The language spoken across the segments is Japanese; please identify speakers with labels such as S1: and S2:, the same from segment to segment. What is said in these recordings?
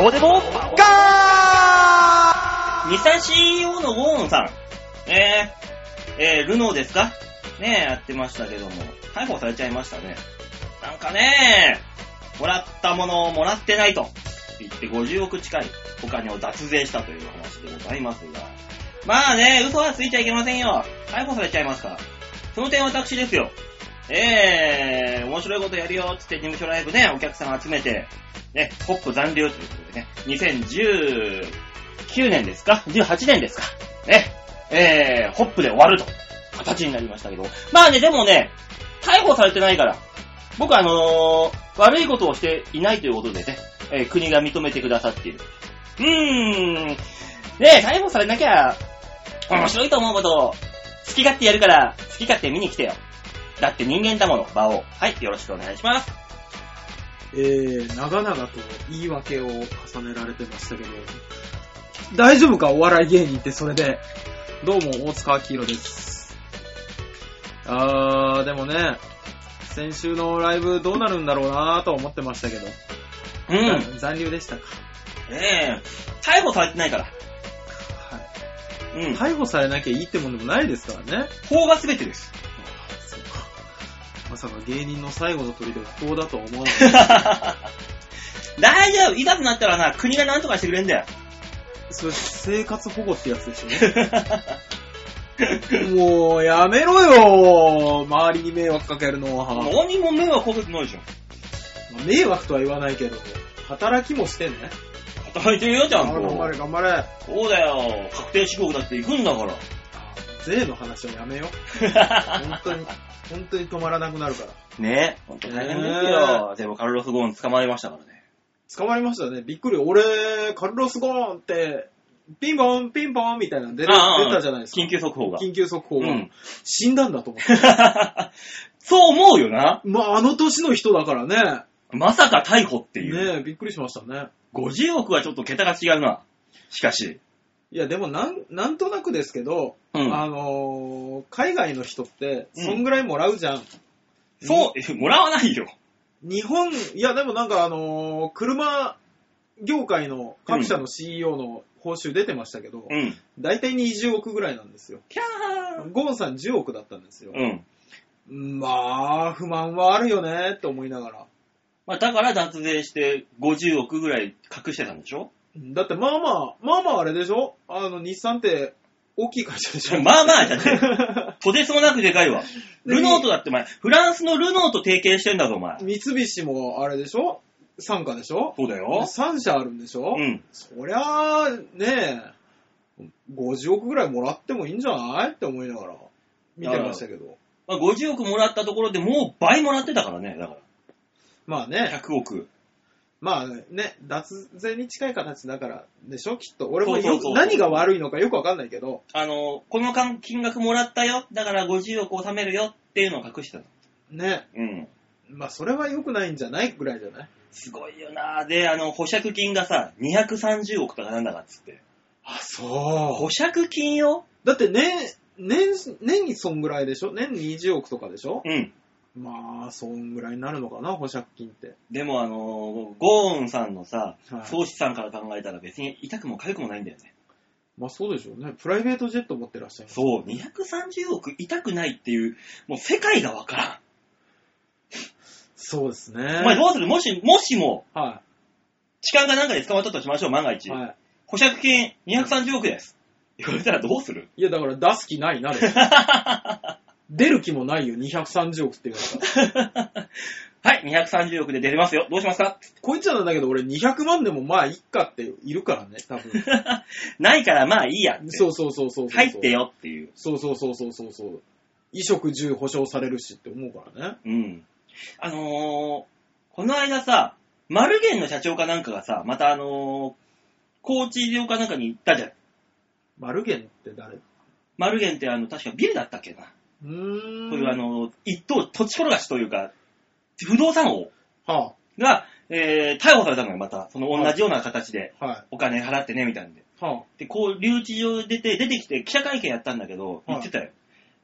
S1: オデボガー
S2: 日産 CEO のウォーンさん。えー、えー、ルノーですかねえ、やってましたけども。逮捕されちゃいましたね。なんかねもらったものをもらってないと言って50億近いお金を脱税したという話でございますが。まあね、嘘はついちゃいけませんよ。逮捕されちゃいますから。その点私ですよ。ええー、面白いことやるよ、つって事務所ライブね、お客さん集めて、ね、コップ残留ということでね、2019年ですか ?18 年ですかね、えー、ホップで終わると、形になりましたけど。まあね、でもね、逮捕されてないから、僕はあのー悪いことをしていないということでね、えー国が認めてくださっている。うーん、ねえ、逮捕されなきゃ、面白いと思うことを、好き勝手やるから、好き勝手見に来てよ。だって人間だもの、馬王。はい、よろしくお願いします。
S3: えー、長々と言い訳を重ねられてましたけど、大丈夫かお笑い芸人ってそれで。どうも、大塚明宏です。あー、でもね、先週のライブどうなるんだろうなーと思ってましたけど、
S2: うん。ね
S3: 残留でしたか。
S2: え、逮捕されてないから。
S3: はい
S2: うん。
S3: 逮捕されなきゃいいってもんでもないですからね。
S2: 法が全てです。
S3: そうか。まさか芸人の最後の砦がこうだとは思わない。
S2: 大丈夫。いざとなったらな、国が何とかしてくれんだよ。
S3: それ生活保護ってやつでしょもう、やめろよ周りに迷惑かけるのは。
S2: 何も迷惑かけてないじゃん。
S3: 迷惑とは言わないけど、働きもしてね。
S2: 働いてるよ、ちゃん
S3: あ頑張
S2: と。
S3: れ、頑張れ。
S2: そうだよ。確定申告だって行くんだから。
S3: 税の話はやめよ う。 本当に、本当に止まらなくなるから。
S2: ねえ、ほんと大変です
S3: ね
S2: よ。でもカルロス・ゴーン捕まりましたからね。
S3: 捕まりましたね。びっくり。俺、カルロス・ゴーンって、ピンポン、ピンポンみたいなの出る
S2: ああ
S3: 出たじゃないですか。
S2: 緊急速報が。
S3: 緊急速報
S2: う
S3: が。
S2: ん。
S3: 死んだんだと思って。
S2: そう思うよな。
S3: まあ、あの年の人だからね。
S2: まさか逮捕っていう。
S3: ねえ、びっくりしましたね。
S2: 50億はちょっと桁が違うな。しかし。
S3: いや、でもなん、なんとなくですけど、
S2: うん
S3: あのー海外の人って、
S2: うん
S3: そんぐらいもらうじゃん。
S2: そう、えもらわないよ。
S3: 日本、いや、でもなんかあのー車業界の各社の CEO の報酬出てましたけど、
S2: うん。
S3: 大体20億ぐらいなんですよ。
S2: キャー
S3: ゴーンさん10億だったんですよ。
S2: うん。
S3: まあ、不満はあるよねって思いながら。
S2: まあ、だから脱税して50億ぐらい隠してたんでしょ
S3: だってまあまあ、まあまああれでしょあの、日産って大きい会社でし ょ
S2: まあまあじゃねえ。とてつもなくでかい わ。ルノーとだってお前、フランスのルノーと提携してんだぞ、お前。
S3: 三菱もあれでしょ傘下でしょ
S2: そうだよ。
S3: 3社あるんでしょ、
S2: うん。
S3: そりゃあ、ねえ、50億ぐらいもらってもいいんじゃないって思いながら見てましたけど。
S2: まあ、50億もらったところでもう倍もらってたからね、だか
S3: まあ
S2: ら。
S3: ね、
S2: 100億。
S3: まあね、脱税に近い形だからでしょきっと。俺も
S2: そうそ
S3: よ
S2: うそう
S3: く何が悪いのかよくわかんないけど。
S2: あの、この間金額もらったよ、だから50億納めるよっていうのを隠してた。
S3: ね、
S2: うん。
S3: まあそれは良くないんじゃないぐらいじゃない
S2: すごいよなで、あの、保釈金がさ、230億とかなんだかっつって。
S3: あ、
S2: 保
S3: そ
S2: 釈金よ
S3: う。だって年、年、年にそんぐらいでしょ年20億とかでしょ
S2: うん。
S3: まあ、そんぐらいになるのかな保釈金って。
S2: でもあのーゴーンさんのさ、
S3: はい
S2: 総資産から考えたら別に痛くも痒くもないんだよね。
S3: まあそうでしょうね。プライベートジェット持ってらっしゃいます。
S2: そう、230億痛くないっていう、もう世界がわから
S3: そうですね。
S2: ん。お前どうするもし、もしも、
S3: は
S2: 痴漢かなんかで捕まったとしましょう、万が
S3: い。
S2: 一。
S3: はい。
S2: 保釈金230億です。言われたらどうする
S3: いや、だから出す気ないな、でも 出る気もないよ、230億って言われたら。
S2: はい、230億で出れますよ。どうしますか
S3: こいつらなんだけど、俺200万でもまあ、いっかっているからね、多分。
S2: ないからまあいいやって。
S3: そうそうそうそうそう。
S2: 入って。よっていう。
S3: そうそうそうそうそうそう。衣食住保障されるしって思うからね。
S2: うん。あのー、この間さ、マルゲンの社長かなんかがさ、またあのー、高知料かなんかに行ったじゃん。
S3: マルゲンって誰う
S2: マルゲンってあの、確かビルだったっけな。
S3: ーん。
S2: そういうあ、の、一等、土地転がしというか、不動産王
S3: は
S2: が、えー、逮捕されたのよ、また。その同じような形で、
S3: あ、は
S2: お金払ってね、みたいなんで。
S3: い、はあ。
S2: で、こう、留置場出て、出てきて記者会見やったんだけど、言ってたよ。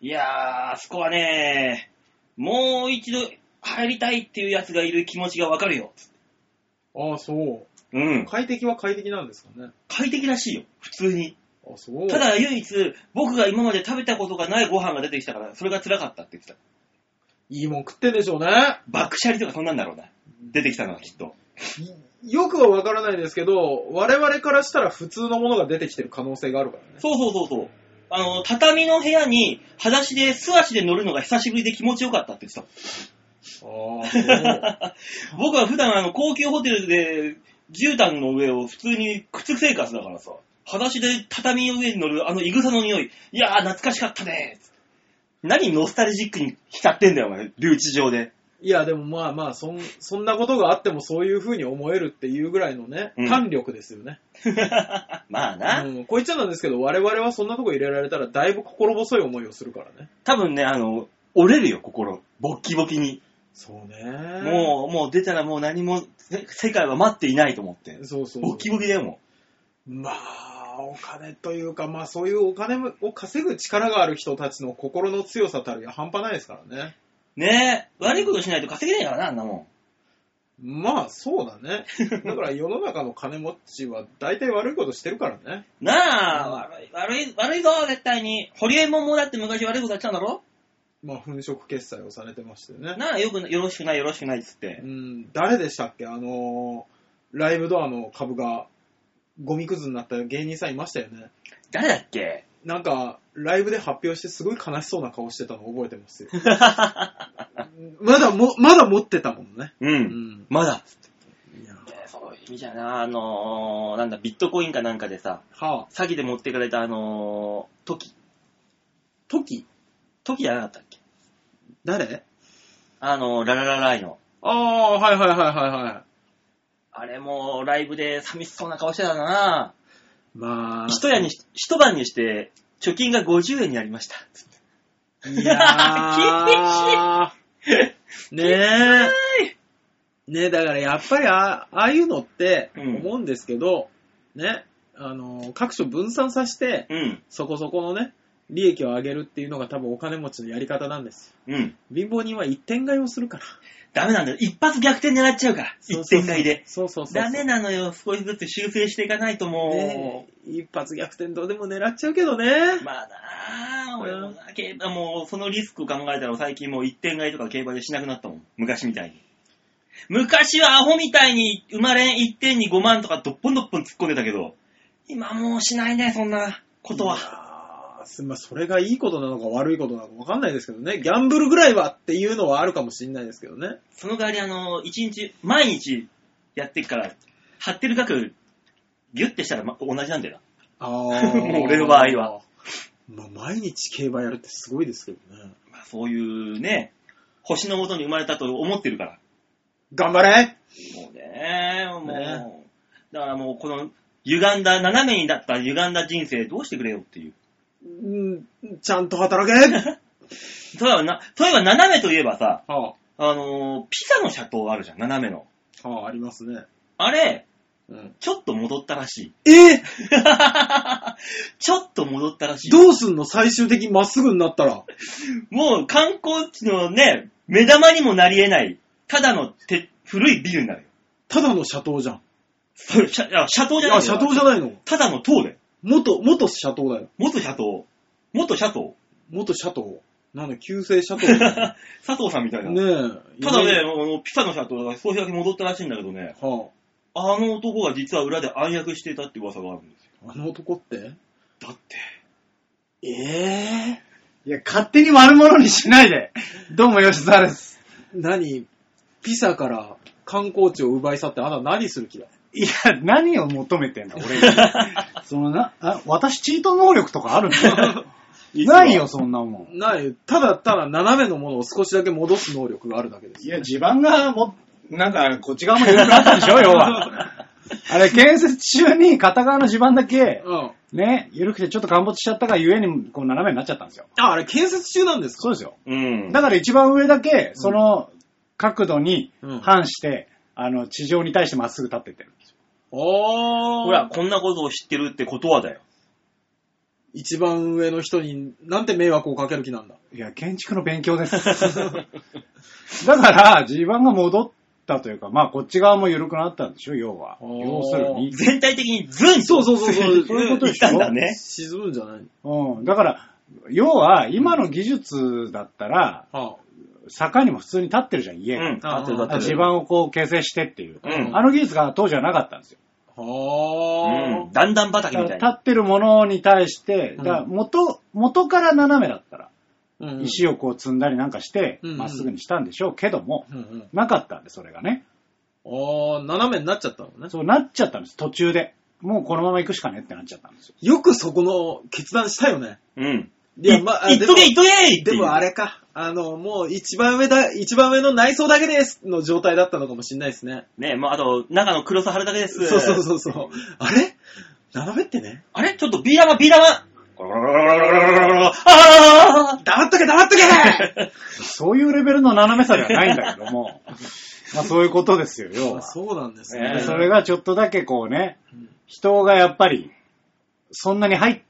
S2: い、やー、あそこはね、もう一度入りたいっていうやつがいる気持ちがわかるよ。
S3: ああ、そう。
S2: うん。
S3: 快適は快適なんですかね。
S2: 快適らしいよ。普通に。
S3: あ、そう。
S2: た、だ唯一、僕が今まで食べたことがないご飯が出てきたから、それが辛かったって言ってた。
S3: いいもん食ってんでしょうね。
S2: 爆シャリとかそんなんだろうな。出てきたのはきっと。
S3: よくはわからないですけど、我々からしたら普通のものが出てきてる可能性があるからね。
S2: そうそうそうそう。あの、畳の部屋に、裸足で、素足で乗るのが久しぶりで気持ちよかったって言ってた。
S3: あ
S2: 僕は普段あの、高級ホテルで、絨毯の上を普通に靴生活だからさ、裸足で畳の上に乗るあのイグサの匂い、いやー懐かしかったねー何ノスタルジックに浸ってんだよ、お前。留置場で。
S3: いや、でもまあまあそん、そんなことがあってもそういう風に思えるっていうぐらいのね
S2: うん、
S3: 胆力ですよね。
S2: まあ
S3: う
S2: な。
S3: ん、こいつはなんですけど、我々はそんなとこ入れられたらだいぶ心細い思いをするからね。
S2: 多分ね、あの、折れるよ、心。ボッキボキに。
S3: そうね。
S2: もう、もう出たらもう何も、せ世界は待っていないと思って。
S3: そうそう。
S2: ボッキボキだよ、も
S3: まあ、お金というか、まあそういうお金を稼ぐ力がある人たちの心の強さたるや半端ないですからね。
S2: う。ねえ、悪いことしないと稼げないからな、あんなもん。
S3: まあそう だね。だから世の中の金持ちは大体悪いことしてるからね。
S2: なあ、
S3: うん
S2: 悪い、悪い、悪いぞ、絶対に。ホリエモンもだって昔悪いことやってたんだろ
S3: まあ粉飾決済をされてましてね。
S2: なあ、よくな、よろしくない、よろしくないっつっ
S3: う
S2: て。
S3: ん、誰でしたっけあのーライブドアの株がゴミくずになった芸人さんいましたよね。
S2: 誰だっけ
S3: なんか、ライブで発表してすごい悲しそうな顔してたの覚えてますよ。まだも、まだ持ってたもんね。
S2: う。
S3: うんん。
S2: まだ。
S3: いや
S2: ねそういう意味じゃな、あのー、なんだ、ビットコインかなんかでさ、
S3: はあ、
S2: 詐欺で持ってかれたあのー、トキ。
S3: トキ
S2: トキじゃなかったっけ
S3: 誰
S2: あのー、ラララライの。
S3: ああ、はいはいはいはいはい。
S2: あれもライブで寂しそうな顔してたな
S3: まあ。
S2: 一夜にし、一晩にして、貯金が50円になりました。つって
S3: いやーねえ。ねえ、だからやっぱりあああいうのって
S2: うん
S3: 思うんですけど、ね、あの、各所分散させて、
S2: うん、
S3: そこそこのね、利益を上げるっていうのが多分お金持ちのやり方なんですよ。
S2: うん。
S3: 貧乏人は一点買いをするから。
S2: ダメなんだよ。一発逆転狙っちゃうから。
S3: そ
S2: 一
S3: うそうそう
S2: 点買いで。。
S3: そうそうそうそう。
S2: ダメなのよ。少しずつ修正していかないとも
S3: ねえ一発逆転どうでも狙っちゃうけどね
S2: う。。まあなあ、俺もな、競馬もうそのリスク考えたら最近もう一点買いとか競馬でしなくなったもん。昔みたいに。昔はアホみたいに生まれん一点に5万とかどっぽんどっぽん突っ込んでたけど、今もうしないね、そんなことは。
S3: は。すまあ、それがいいことなのか悪いことなのかわかんないですけどね。ギャンブルぐらいはっていうのはあるかもしれないですけどね。
S2: その代わり、あの、一日、毎日やってっから、貼ってる額、ギュッてしたら、ま、同じなんだよ
S3: ああ。
S2: もう俺の場合は。
S3: まあ、毎日競馬やるってすごいですけどね。
S2: な。まあ、そういうね、星の元に生まれたと思ってるから。
S3: 頑張れ
S2: もうね、もう、
S3: ね
S2: だからもう、この、歪んだ、斜めになった歪んだ人生、どうしてくれよっていう。
S3: うん、ちゃんと働け
S2: そういえばな、そういえば斜めといえばさ、
S3: は
S2: あのーピザのシャトーあるじゃん、斜めの。
S3: あ、はあ、ありますね。
S2: あれ、
S3: うん、
S2: ちょっと戻ったらしい。
S3: え
S2: ちょっと戻ったらしい。
S3: どうすんの最終的にまっすぐになったら。
S2: もう観光地のね、目玉にもなり得ない、ただのて古いビルになるよ。た
S3: ただのシャトーじゃん。
S2: そうシャあシャトー
S3: い
S2: じゃないん
S3: や、
S2: だ
S3: シ
S2: よ
S3: ャトーじゃないの。
S2: ただの塔だよ。
S3: 元、元シャトーだよ。
S2: 元シャトー。元シャト
S3: 元シャトー。なんだ、旧姓シャトーだよ。
S2: ー。佐藤さんみたいな。
S3: ねえ。
S2: ただね、あのピサのシャトーが少しだけ戻ったらしいんだけどね、
S3: は
S2: あの男が実は裏で暗躍していたって噂があるんですよ。
S3: あ、あの男って
S2: だって、
S3: ええ
S1: いや、勝手に悪者にしないで。どうも、吉沢です。
S3: 何ピサから観光地を奪い去ってあなた何する気だ
S1: いや、何を求めてんだ、俺が。そのな、あ、私、チート能力とかあるんだ。ないよ、そんなもん。
S3: ない、ただただ斜めのものを少しだけ戻す能力があるだけです。
S1: いや、地盤がも、なんか、こっち側もいろいろあったでしょ、要は。あれ、建設中に片側の地盤だけ、
S3: うん。
S1: ね、緩くてちょっと陥没しちゃったがゆえに、こう、斜めになっちゃったんですよ。
S3: あ、あれ建設中なんですか
S1: そうですよ。
S2: うん。
S1: だから一番上だけ、その角度に
S3: うん
S1: 反して、あの、地上に対してまっすぐ立ってってるんですよ。
S3: おー。
S2: ほら、こんなことを知ってるってことはだよ。
S3: 一番上の人になんて迷惑をかける気なんだ。
S1: いや、建築の勉強です。だから、地盤が戻っったというか、まあこっち側も緩くなったんでしょ、要は。
S3: あー
S1: 要するに。
S2: 全体的にズン
S3: そうそうそうそう
S2: そういうことでしょ行ったんだね。
S3: 沈むんじゃない
S1: うん。だから、要は今の技術だったら、
S3: は
S1: 坂にも普通に立ってるじゃん、家が。
S2: うん。
S3: あ
S2: 立ってる立ってる。
S1: 地盤をこう形成してっていう。
S2: うん
S1: あの技術が当時はなかったんですよ。
S3: あ。は
S2: うん。だんだん
S1: だ
S2: 畑
S1: か
S2: み
S1: ら
S2: たい
S1: 立
S2: な。
S1: ってるものに対して、
S3: う
S1: だ
S3: ん
S1: から元、元から斜めだったら、
S3: あ。うん
S1: 石をこう積んだりなんかして、
S3: うん
S1: まっすぐにしたんでしょうけども、
S3: うんうん。
S1: なかったんで、それがね。
S3: ああ、斜めになっちゃったのね。
S1: そうなっちゃったんです、途中で。もうこのまま行くしかねってなっちゃったんですよ。
S3: よくそこの決断したよね。
S2: うん。
S3: いや、まあ、
S2: いっ
S3: で
S2: と
S3: も
S2: けいっとけいって
S3: で
S2: いう
S3: もあれか。あの、もう一番上だ、一番上の内装だけですの状態だったのかもしれないですね。
S2: ね、もうあと、中の黒さ貼るだけです。
S3: そうそう
S2: う。
S3: そうそう。あれ斜めってね。
S2: あれちょっとビー玉、ビー玉ああ
S3: 黙っとけ黙っとけ
S1: そういうレベルの斜めさではないんだけど も、まあそういうことですよ、要
S3: あ
S1: は。
S3: そうなんです
S2: え
S1: で
S3: ね。
S1: それ
S3: が、
S1: がちょっとだけこうね、人がやっぱり、そんなに入っ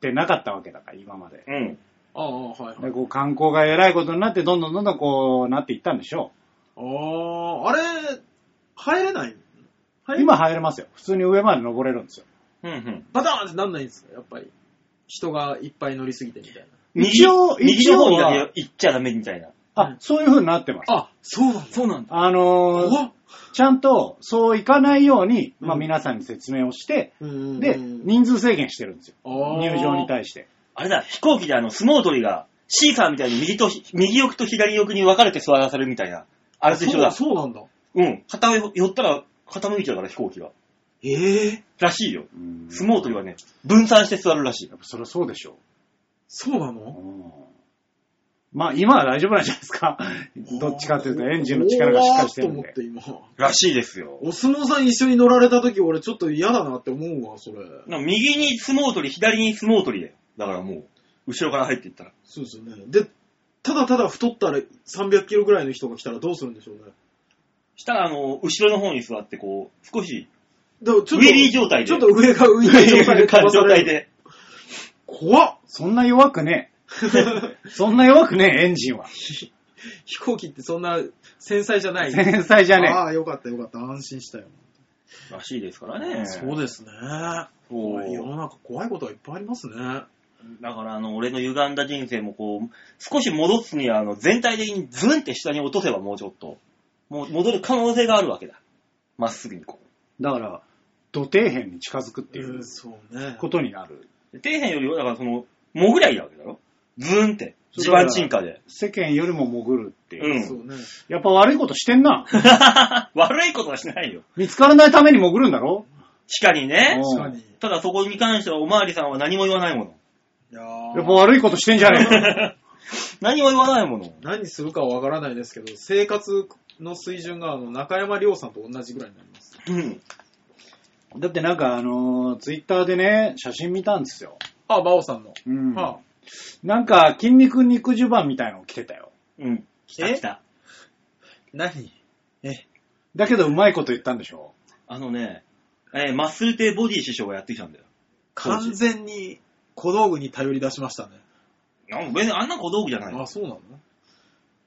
S1: てなかったわけだから、今まで。
S2: うん。
S3: ああ、はいはい。
S1: でこう観光が偉いことになって、どんどんどんどんこうなっていったんでしょ
S3: ああ、あれ、入れない入
S1: う。
S3: れ
S1: 今入れますよ。普通に上まで登れるんですよ。
S2: うんうん。
S3: バターンってなんないんですかやっぱり。人がいっぱい乗りすぎてみたい
S1: 一応、
S2: 右
S1: 一
S2: の
S1: 応
S2: 方にだ
S1: は、
S2: け行っちゃダメみたいな。
S1: あ、そういう風になってます。
S3: な。あ、そうなんだ。
S2: そうなんだ。
S1: あのー
S3: 怖っ
S1: ちゃんとそういかないように、まあ
S3: うん
S1: 皆さんに説明をして、
S3: うんうんうん
S1: で、人数制限してるんですよ。
S3: あー
S1: 入場に対して。
S2: あれだ、飛行機であの、相撲取りが、シーサーみたいに右とひ、右翼と左翼に分かれて座らされるみたいな。あれと一緒だ。
S3: そうそうなんだ。
S2: うん。片を寄ったら傾いちゃうから飛行機が。
S3: ええ
S2: らしいよ。
S1: うん
S2: 相撲取りはね、分散して座るらしい
S1: や。っぱそりゃそうでしょ
S3: そうな
S1: う。
S3: の
S1: まあ今は大丈夫なんじゃないです か。どっちかというとエンジンの力がしっかりしてるん
S3: おーっ
S1: で。
S3: と思って今。
S2: らしいですよ。
S3: お相撲さん一緒に乗られた時俺ちょっと嫌だなって思うわ、それ。
S2: なんか右に相撲取り、左に相撲取りだよ。だからもう、後ろから入っていったら。
S3: そうですよね。で、ただただ太ったら300キロぐらいの人が来たらどうするんでしょうね。
S2: したら、あの、後ろの方に座って、こう、少 し、
S3: だからちょっと、
S2: ウィリー状態で
S3: ちょっと上が浮いた状態 で飛ばさ
S2: 状
S3: れ
S2: 態
S3: る。
S2: で。
S3: 怖っ
S1: そんな弱くね え。そんな弱くねえ、エンジンは。
S3: 飛行機ってそんな繊細じゃない。
S1: 繊細じゃね
S3: ああ、よかったよかった。安心したよ。
S2: らしいですからね。
S3: そうですね。
S2: そう
S3: 怖い世の中怖いことがいっぱいありますね。
S2: だから、あの、俺の歪んだ人生もこう、少し戻すには、あの、全体的にズンって下に落とせばもうちょっと、もう戻る可能性があるわけだ。まっすぐにこ
S1: え。だから、土底辺に近づくっていう
S3: そうね。
S1: ことになる。
S2: う。底辺よりは、だからその、もぐらいだわけだろズンって。地盤沈下で。
S1: 世間よりも潜るっていう。
S2: うん
S3: そうね。
S1: やっぱ悪いことしてんな。
S2: 悪いことはしないよ。
S1: 見つからないために潜るんだろ
S2: 地下にね。
S1: うん
S3: 確かに。い
S2: ただそこに関しては、おまわりさんは何も言わないもの。
S3: や
S1: やっ
S3: ー
S1: ぱ悪いことしてんじゃね
S2: 何も言わないもの。
S3: 何するかはわからないですけど、生活の水準があの中山亮さんと同じぐらいになります。
S2: うん。
S1: え。 だってなんかあのツイッター Twitter でね、写真見たんですよ。
S3: あ、馬王さんの。
S1: うん。
S3: はあ、
S1: なんか、筋肉肉襦袢みたいのを着てたよ。
S2: うん。来た
S3: え
S2: 来た。
S3: 何
S1: だけど、うまいこと言ったんでしょ
S2: あのね、えーマッスルテボディ師匠がやってきたんだよ。
S3: 完全に小道具に頼り出しましたね。
S2: なんか別にあんな小道具じゃない。
S3: あ、
S2: 衣
S3: そうなの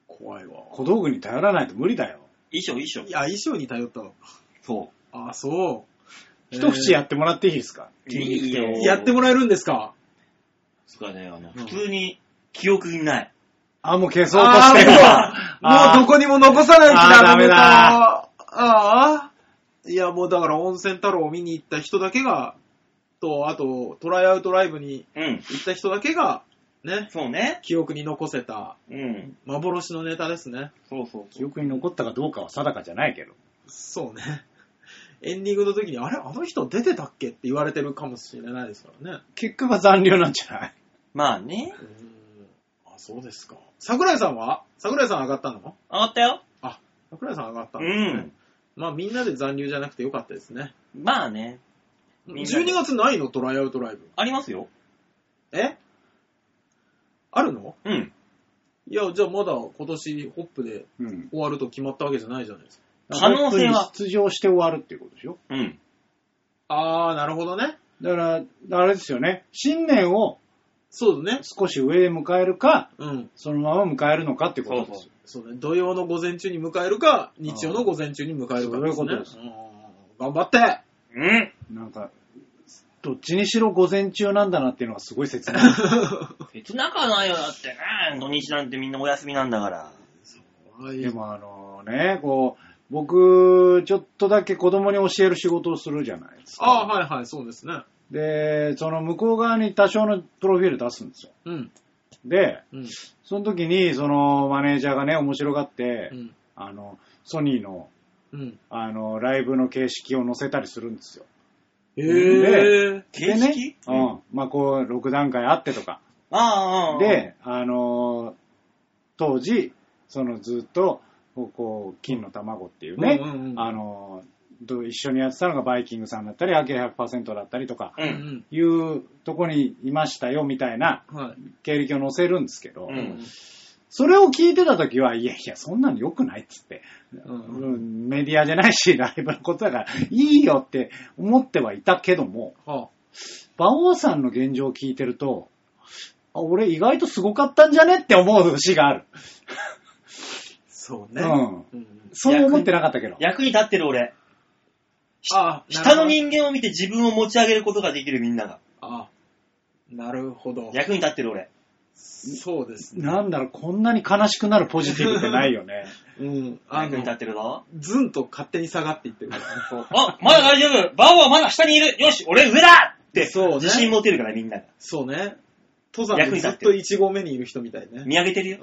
S3: 怖いわ。
S1: 小道具に頼らないと無理だよ。
S2: 装衣装
S3: い。や、衣装に頼ったのか。
S2: そう。
S3: あ、そう。
S1: 一節やってもらっていいですか、
S2: 筋肉痛を
S3: えーやってもらえるんですか
S2: すかね、あの、
S3: う
S2: 普
S3: ん
S2: 通に記憶に ない。
S1: あ、もう消そうとしてるわ。
S3: あーもう、もうどこにも残さないん
S1: あー
S3: だ、
S1: ダメだ
S3: ああー。いや、もうだから温泉太郎を見に行った人だけが、と、あと、トライアウトライブに
S2: うん。
S3: 行った人だけが、ね、
S2: そうね。
S3: 記憶に残せた
S2: うん。
S3: 幻のネタですね。
S2: そうそう
S1: 記憶に残ったかどうかは定かじゃないけど。
S3: そうね。エンディングの時に、あれあの人出てたっけって言われてるかもしれないですからね。
S1: 結果が残留なんじゃない
S2: まあね。
S3: うーん。あ、そうですか。桜井さんは桜井さん上がったの
S2: 上がったよ。
S3: 桜井さん上がった
S2: う
S3: の、ね
S2: ん。
S3: まあみんなで残留じゃなくてよかったですね。
S2: まあね。みんなで
S3: 12月ないのトライアウトライブ。
S2: ありますよ。
S3: えあるの
S2: うん。
S3: いや、じゃあまだ今年ホップで
S1: うん。
S3: 終わると決まったわけじゃないじゃないですか。
S2: 可能性は
S1: 本当に出場して終わるっていうことでしょ
S2: うん。
S3: あー、なるほどね。
S1: だから、あれですよね。新年を
S3: そうだね。
S1: 少し上で迎えるか、
S3: うん。
S1: そのまま迎えるのかってことですよ。
S3: そうね。土曜の午前中に迎えるか、日曜の午前中に迎えるか、
S1: そういうことです
S3: ね。うん頑張って
S2: うん。
S1: なんか、どっちにしろ午前中なんだなっていうのがすごい切ない。
S2: 別なかないよ、だってね。土日なんてみんなお休みなんだから。
S1: でもあのね、こう、僕、ちょっとだけ子供に教える仕事をするじゃないですか。
S3: ああ、はいはい、そうですね。
S1: で、その向こう側に多少のプロフィール出すんですよ。
S3: うん。
S1: で、
S3: うん。
S1: その時に、そのマネージャーがね、面白がって、
S3: うん。
S1: あの、ソニーの、
S3: うん。
S1: あの、ライブの形式を載せたりするんですよ。
S3: へえ
S1: で。
S2: 形
S1: で
S2: 式
S1: ね、うん。まあ、こう、6段階あってとか。
S2: ああ、ああ。
S1: で、あのー当時、そのずっと、こうこう、金の卵っていうね、
S3: うんうんうん
S1: あのーと一緒にやってたのがバイキングさんだったり、アキラ100%だったりとか、
S2: う。
S3: うんん。
S1: いうとこにいましたよみたいな
S3: はい。
S1: 経歴を載せるんですけど、
S2: うん
S1: それを聞いてた時は、いやいや、そんなの良くないっつって、
S3: うん
S1: うんメディアじゃないし、ライブのことだから、いいよって思ってはいたけども、
S3: はあ。
S1: 馬王さんの現状を聞いてると、あ俺意外とすごかったんじゃねって思う節がある。
S3: そう
S1: ね
S3: ね。
S1: そう思ってなかったけど。
S2: 役に立ってる俺。
S3: ああ、
S2: 下の
S3: なる
S2: 人間を見て自分を持ち上げることができるみんなが。
S3: ほど。ああ。なるほど。
S2: 役に立ってる俺。
S3: そうですね。
S1: なんだろう、こんなに悲しくなるポジティブってないよね。
S3: うん。あ
S2: 役に立
S3: の
S2: っ、てるぞ。
S3: ずんと勝手に下がっていってるからね。
S2: あ、まだ大丈夫。バオはまだ下にいる。よし、俺上だって、
S3: そうね
S2: 自信持てるからみんなが。
S3: そうね。登山
S2: 役に立
S3: でず
S2: っ
S3: って
S2: る
S3: と1合目にいる人みたい ね。
S2: 見上げてるよ。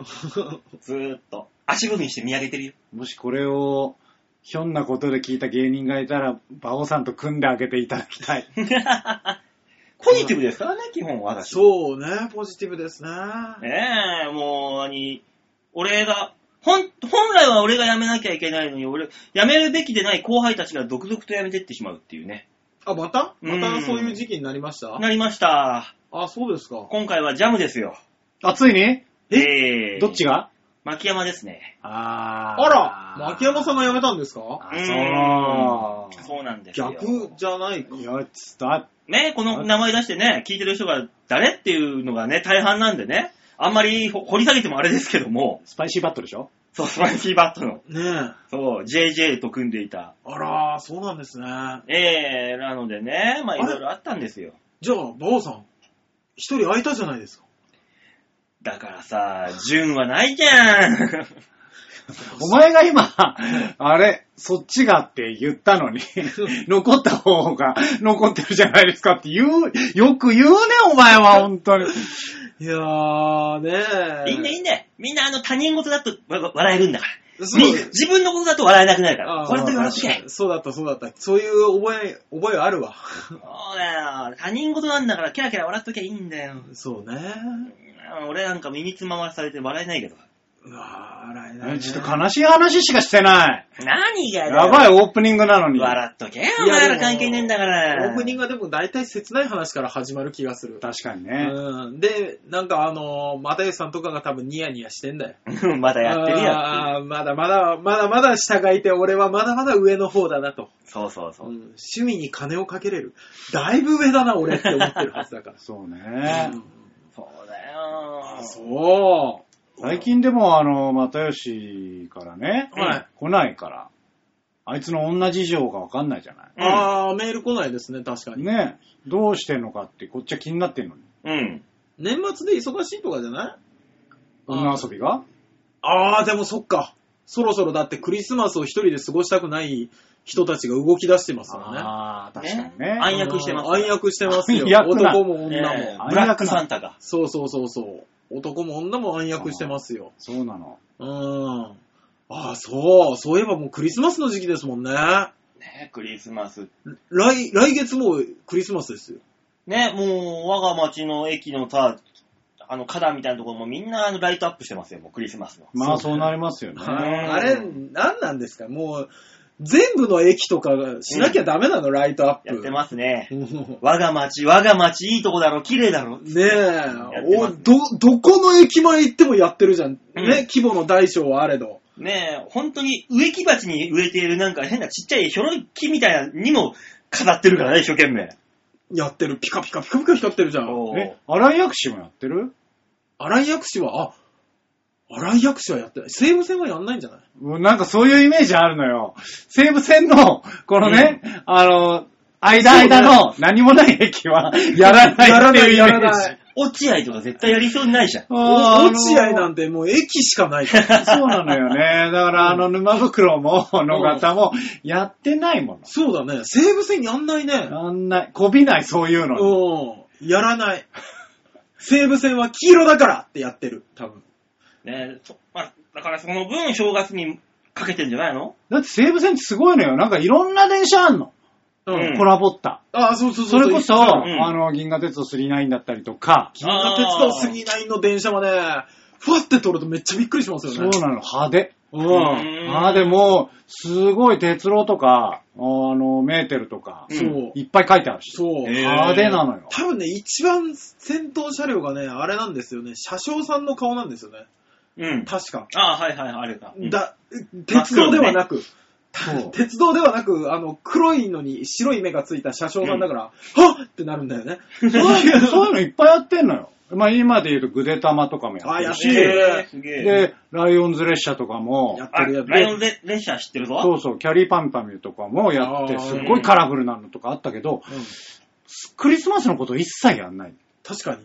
S2: ずーっと。足踏みして見上げてる よ。
S1: もしこれを、ひょんなことで聞いた芸人がいたら、馬王さんと組んであげていただきたい。
S2: ポジティブですからね、基本は私。
S3: そうね、ポジティブですね。
S2: ねえ、もう、何、俺が、本、本来は俺が辞めなきゃいけないのに、俺、辞めるべきでない後輩たちが続々と辞めてってしまうっていうね。
S3: あ、また
S2: う
S3: ま
S2: ん
S3: たそういう時期になりました
S2: なりました。
S3: あ、そうですか。
S2: 今回はジャムですよ。
S1: あ、ついに
S2: ええ
S1: どっちが
S2: 牧山ですね。
S1: あー
S3: あら、牧山さんが辞めたんですか
S1: あ、そう。
S2: そうなんですよ。
S3: 逆じゃないか。
S1: いや、ちょっと、あ
S2: ね、この名前出してね、聞いてる人が誰っていうのがね、大半なんでね、あんまり掘り下げてもあれですけども、
S1: スパイシーバットでしょ
S2: そう、スパイシーバットの、
S3: ねえ。
S2: そう、JJ と組んでいた。
S3: あら、そうなんですね。
S2: ええなのでね、まあい
S3: あれ
S2: ろいろあったんですよ。
S3: じゃあ、馬王さん、一人空いたじゃないですか。
S2: だからさ、順はないじゃ ん。
S1: お前が今、あれ、そっちがって言ったの に、残った方が残ってるじゃないですかって言う、よく言うね、お前は、本当に。
S3: いやー、ねえ。
S2: いいんだいいんだみんなあの他人事だとわわ笑えるんだから。
S3: そう
S2: み自分のことだと笑えなくなるから。
S3: あ
S2: これとよろし
S3: 確か
S2: い。
S3: にそうだった、そうだった。そういう覚え、覚えあるわ。
S2: そうだよ。他人事なんだからキラキラ笑っときゃいいんだよ。
S3: そうね。
S2: うん俺なんか身につままされて笑えないけど。
S3: うわー、洗えない、
S1: え
S3: ね。
S1: ちょっと悲しい話しかしてない。
S2: 何が
S1: やば
S2: い
S1: いオープニングなのに。
S2: 笑っとけよ、お
S3: いや
S2: 前
S3: で
S2: ら
S3: も
S2: 関係ねえんだから。
S3: オープニン
S2: グ
S3: グはでも大体切ない話から始まる気がする。
S1: 確かにね。
S3: うん。で、なんかあのー、又吉さんとかが多分ニヤニヤしてんだよ。
S2: まだやってるよっていう。
S3: ああー、まだまだ、まだまだ下がいて、俺はまだまだ上の方だなと。
S2: そうそうそうう。
S3: ん、趣味に金をかけれる。だいぶ上だな、俺って思ってるはずだか
S1: そう
S3: ら。
S1: ね
S3: う。ん
S2: そうだよ。
S3: あそ
S1: 最近でも、あの、又吉からね、
S2: うん
S3: はい
S1: 来ないから、あいつの女事情がわかんないじゃな
S3: う。
S2: うん
S3: ああ、メール来ないですね、確か
S1: い。
S3: に。
S1: ねどうしてんのかって、こっちは気になってんのに。
S2: うん。
S3: 年末で忙しいとかじゃない
S1: 女遊びが
S3: ああ、でもそっか。そろそろだってクリスマスを一人で過ごしたくない人たちが動き出してますよね。
S1: ああ、確かに
S2: ね
S1: ね。
S2: 暗躍してます
S3: うん暗躍してますよ
S1: 暗。躍な
S3: 男も女も。
S2: えー
S1: あ
S2: ブラックサンタが。
S3: そうそうそうそう。男も女も暗躍してますよ。
S1: そうなの。
S3: うん。ああ、そう。そういえばもうクリスマスの時期ですもんね。
S2: ね、クリスマス。
S3: 来、来月もうクリスマスですよ。
S2: ね、もう、我が町の駅のさ、あの、花壇みたいなところもみんなあのライトアップしてますよ、もうクリスマスの。
S1: まあ、そうなりますよね。
S2: ん
S3: あれ、なんなんですかもう、全部の駅とかがしなきゃダメなの、ライトアップ。
S2: やってますね。
S3: うん
S2: 我が町、我が町、いいとこだろ、綺麗だろ。
S3: ねえ
S2: てま
S3: お
S2: す
S3: ど、どこの駅前行ってもやってるじゃん。ね、
S2: うん
S3: 規模の大小はあれど。
S2: ねえ、本当に植木鉢に植えているなんか変なちっちゃいひょろい木みたいなのにも飾ってるからね、一生懸命。
S3: やってる。ピカピカピカピカ光ってるじゃん。
S2: お
S1: え、荒井薬師もやってる
S3: 荒井薬師は、あ、荒井薬師はやってない。西武線はやんないんじゃ ない
S1: うんなんかそういうイメージあるのよ。西武線の、このね、あの、間間の何もない駅 はやらないっていうイメージ。
S3: やらないやらない
S2: 落合とか絶対やりそうにないじゃん。
S1: あー
S3: お落合なんてもう駅し かないから。
S1: そうなのよね。だから、あの、沼袋も、野方も、やってないもの。
S3: そうだね。西武線やんないね。
S1: あんな、こびない、そういうの。
S3: うん。やらない。西武線は黄色だからってやってる。多分。
S2: ねそまあ、だからその分正月にかけてんじゃないの
S1: だって西武線ってすごいのよ。なんかいろんな電車あんの。
S3: う
S2: うん
S1: コラボった。
S3: ああ、そうそう
S1: そ
S3: そう。
S1: れこそ、
S2: ん
S1: あの、銀河鉄道999だったりとか、
S3: 銀河鉄道999の電車まで、ふわって通るとめっちゃびっくりしますよね。
S1: そうなの、派手。
S3: うん。
S2: うん
S1: ああ、でも、すごい鉄郎とか、あの、メーテルとか、
S2: うん
S3: そう。
S1: いっぱい書いてあるし。
S3: そう。
S2: えー
S1: 派手なのよ。
S3: 多分ね、一番先頭車両がね、あれなんですよね。車掌さんの顔なんですよね。
S2: うん。
S3: 確か。
S2: ああ、はいはいはい、あれか。うん
S3: だ、鉄道ではなく、
S1: そう。
S3: 鉄道ではなく、あの、黒いのに白い目がついた車掌さんだから、はっってなるんだよね。
S1: そういうそういうのいっぱいやってんのよ。まあ今で言うとグデタマとかもやってる
S3: あやってる
S1: し、
S2: えーすげえ。
S1: で、ライオンズ列車とかも
S3: や、っ
S2: あ
S3: てるやって
S2: ライオン
S3: る。
S2: レ列車知ってるぞ。
S1: そうそう、キャリーパンパミュとかもやって、
S3: あー
S1: すっごいカラフルなのとかあったけど、
S3: うん
S1: クリスマスのこと一切やんない。
S3: 確かに。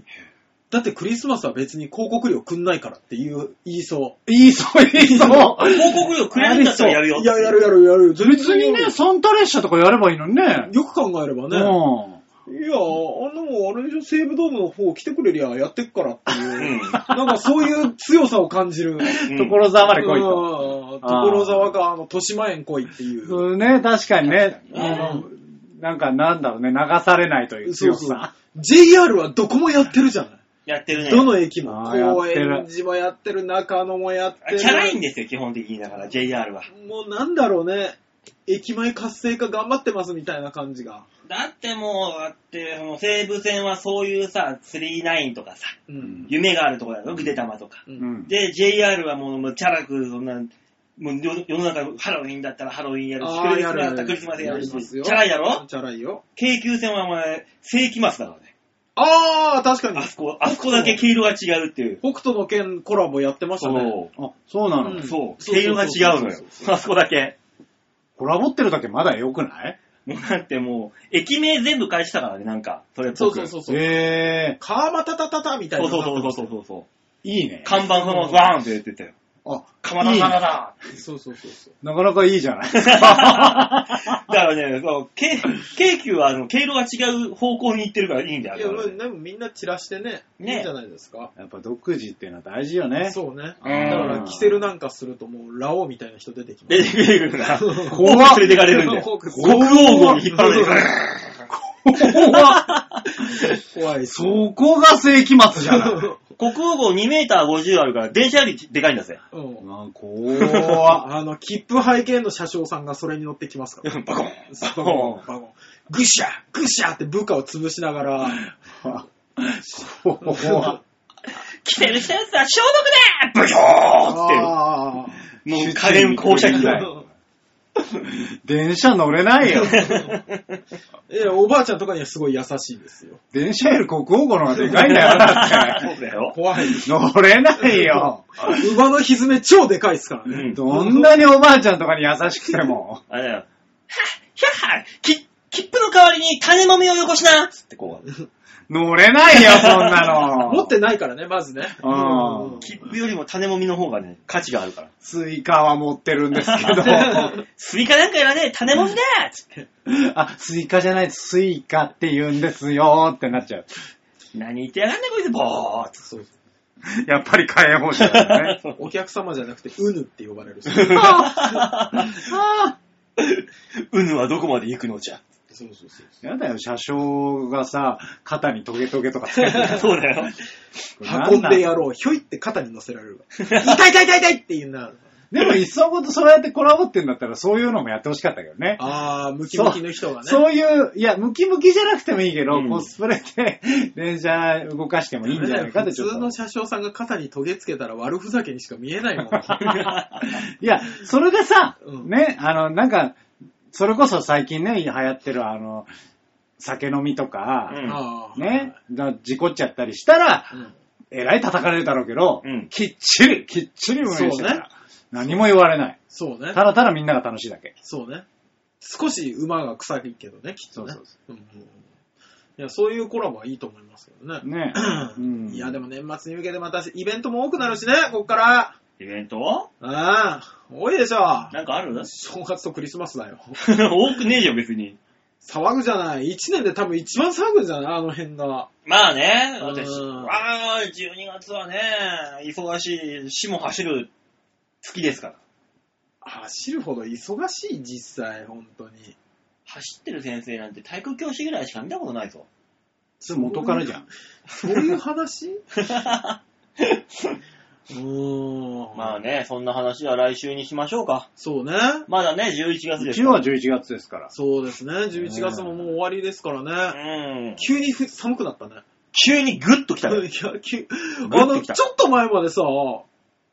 S3: だってクリスマスは別に広告料くんないからっていう、言いそ
S1: いいそう、いいそう。
S2: 広告料くれるんだったらやる
S3: う。
S2: よ。
S3: いや、やるやるやる。
S1: 別にね、サンタ列車とかやればいいのにね。
S3: よく考えれば
S1: う
S3: ね。
S1: ん。
S3: いや、あの、あれでしょ、西武ドームの方来てくれりゃやってっからっていう、
S2: うん
S3: なんかそういう強さを感じる。
S2: うん
S1: 所沢まで来いと。
S3: うん所沢か、あの、豊島園来いっていう。
S1: そうね、確かにね、
S2: 確か
S1: あ
S2: に
S1: の、なんかなんだろうね、流されないという強
S3: そうそう
S1: さ。
S3: JR はどこもやってるじゃない。
S2: やってるね。
S3: どの駅も。
S1: あーやっ
S3: 高
S1: てる
S3: 円寺もやってる、中野もやってる。
S2: キャラいんですよ、基本的に。だから、JR は。
S3: もうなんだろうね。駅前活性化頑張ってますみたいな感じが。
S2: だってもう、だって、もう西武線はそういうさ、39とかさ、
S3: うん。
S2: 夢があるところだよ、ぐでたまとか。
S3: う。
S1: うんん。
S2: で、JR はもう、もうチャラく、そんな、もう世世の中、ハロウィンだったらハロウィンやるし、クリスマスだったらクリスマスやるし、チャラいだろ
S3: チャラいよ。
S2: 京急線はお前、世紀末だからね。
S3: あー、確か
S2: あ
S3: に。
S2: そこ、あそこだけ毛色が違うっていう。
S3: 北斗の剣コラボやってましたね。
S2: そ
S1: あ、そうなの、
S3: うん
S2: う。そう。
S3: そうそうそうそう
S2: 毛色が違うのよ。あそこだけ。
S1: コラボってるだけまだ良くない
S2: もうだってもう、駅名全部返したからね、なんか。それっぽ
S3: そう
S2: く
S3: そうそうそう。
S1: ええ
S3: 川またたたたみたいな。
S2: そうそうそうそうそうそう。
S1: いいね。
S2: 看板そのままバーンって出てたよ。
S1: あ、
S2: かまだかまだ。
S3: そうそうそうそう。
S1: なかなかいいじゃない。
S2: だからね、そう京京急はあの毛色が違う方向に行ってるからいいんだよ。あ
S3: い
S2: れ
S3: や、
S2: はね
S3: まあでもみんな散らしてね、
S2: ね
S3: いいんじゃないですか。
S1: やっぱ独自っていうのは大事よね。
S3: そうね。
S2: うん
S3: だから、キセルなんかするともう、ラオウみたいな人出てきます。
S2: 出てくるから、フォ
S1: 怖っ
S2: ーク連れてかれるんだよ。
S3: フォーク
S2: 国王号に引っ張られるから。
S3: 怖い。う。
S1: そこが世紀末じゃない。
S2: 国王号2メーター50あるから、電車よりでかいんだぜ。
S3: うん。
S1: あ、怖っ
S3: あの、切符拝見の車掌さんがそれに乗ってきますか
S2: バ
S3: ら。
S2: コンバ
S3: そう
S2: コン
S3: バゴンぐしゃぐしゃって部下を潰しながら、
S1: 怖っ
S2: 着てる人やつは消毒だブヒョーっ
S3: あー
S2: て、もう家電公社機だよ。
S1: 電車乗れないよ。
S3: いや、おばあちゃんとかにはすごい優しいですよ。
S1: 電車より国王号の方がでかいんだよだ
S2: そうだよ。
S3: 怖い。
S1: って。乗れないよ。
S3: 馬のひずめ超でかいですから
S2: う
S3: ね。
S2: ん。
S1: どんなにおばあちゃんとかに優しくても。
S2: あれだよ。はっひゃっはき、切符の代わりに種もみをよこしなつってこう。
S1: 乗れない よ、そんなの。
S3: 持ってないからね、まずね。
S1: うん
S3: うん
S2: 切符よりも種もみの方がね、価値がある から。
S1: スイカは持ってるんですけど。
S2: スイカなんかいらねえ、種もみだつって。
S1: あ、スイカじゃない、スイカって言うんですよってなっちゃう。
S2: 何言ってやがんねこいつ、ぼーっつ
S3: そう
S1: やっぱり火炎放射だ よね。
S3: お客様じゃなくて、うぬって呼ば れるし。
S2: うぬはどこまで行くのじゃ。
S3: そうそうそう。
S1: やだよ、車掌がさ、肩にトゲトゲとかつけてる
S2: そうだよ。
S3: 運んでや
S1: う。
S3: ろう。ひょいって肩に乗せられるわ。痛い痛い痛い痛いって言うな。
S1: でも、いっそのことそうやってコラボってんだったら、そういうのもやってほしかったけどね。
S3: あー、ムキムキの人がね。
S1: そういう、いや、ムキムキじゃなくてもいいけど、
S2: うん
S1: コスプレで電車動かしてもいいんじゃないかって
S3: 普
S1: ちょっ
S3: 通
S1: と
S3: の。車掌さんが肩にトゲつけたら悪ふざけにしか見えないもん。
S1: いや、それでさ、
S3: うん
S1: ね、あの、なんか、それこそ最近ね、流行ってるあの、酒飲みとか、
S2: うん
S3: ああ。
S1: ね、だ事故っちゃったりしたら、
S3: うん。
S1: えらい叩かれるだろうけど、
S2: うん
S1: きっちり、きっちり運営してた
S3: そうね
S1: ら、何も言われない。
S3: そうね
S1: た。だただみんなが楽しいだけ。
S3: そうね。少し馬が臭いけどね、きっとね。
S1: そうそ
S3: うんうんうんいや、そういうコラボはいいと思いますけどね。
S1: ねうん
S3: いや、でも年末に向けてまたイベントも多くなるしね、こっから。
S2: イベント
S3: ああ、多いでしょ。
S2: なんかある
S3: 正月とクリスマスだよ。
S2: 多くねえよ、別に。
S3: 騒ぐじゃない。一年で多分一番騒ぐんじゃないあの辺が。
S2: まあね、
S3: うん
S2: 私、ああ、12月はね、忙しい、死も走る月ですから。
S3: 走るほど忙しい、実際、本当に。
S2: 走ってる先生なんて体育教師ぐらいしか見たことないぞ。
S1: それ元からじゃん。
S3: そういう 話うーん。
S2: まあね、そんな話は来週にしましょうか。
S3: そうね。
S2: まだね、11月で
S1: う
S2: す
S1: ち
S2: から
S1: は11月ですから。
S3: そうですね。11月ももう終わりですから
S2: う
S3: ね。
S2: ん。
S3: 急にふ寒くなったね。
S2: 急にグッと来た
S3: い
S2: よ。
S3: や、急、
S2: グ
S3: あ
S2: ッと
S3: の、
S2: 来
S3: ち
S2: た。
S3: ょっと前までさ、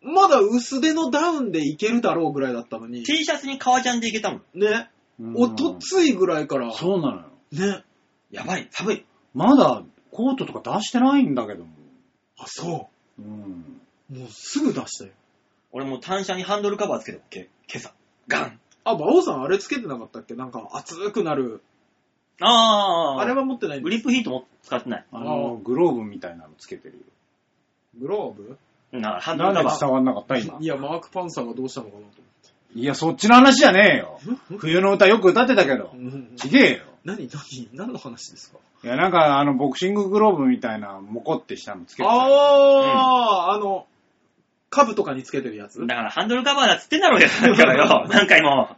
S3: まだ薄手のダウンでいけるだろうぐらいだったのに、
S2: T シャツに革ジャンでいけたもん。
S3: ね、
S1: うん
S3: おとついぐらいから、ね、
S1: そうなのよ。
S2: やばい、寒い。
S1: まだコートとか出してないんだけども。
S3: あ、そ
S1: うん。
S3: う。もうすぐ出したよ。
S2: 俺もう単車にハンドルカバーつけてけ今朝。ガン。
S3: あ、馬王さんあれつけてなかったっけなんか熱くなる。
S2: ああ。
S3: あれは持ってないんだ
S2: グリップヒートも使ってない。
S1: あ
S3: あ
S1: の、グローブみたいなのつけてるよ。
S3: グローブ
S2: うんだからハンド
S1: な
S2: ル
S1: んで
S2: カバー。
S1: 伝わんなかった今
S3: い。や、マーク・パンサーがどうしたのかなと
S1: いや、そっちの話じゃねえよ。
S3: 思って。
S1: 冬の歌よく歌ってたけど
S3: う。んうん
S1: ちげえよ。
S3: 何何何の話ですか
S1: いや、なんかあの、ボクシンググローブみたいな、モコってしたのつけてたよ。
S3: ああ、あの、カブとかにつけてるやつ
S2: だからハンドルカバーだっつってんだろうよ、だからよ。何回も。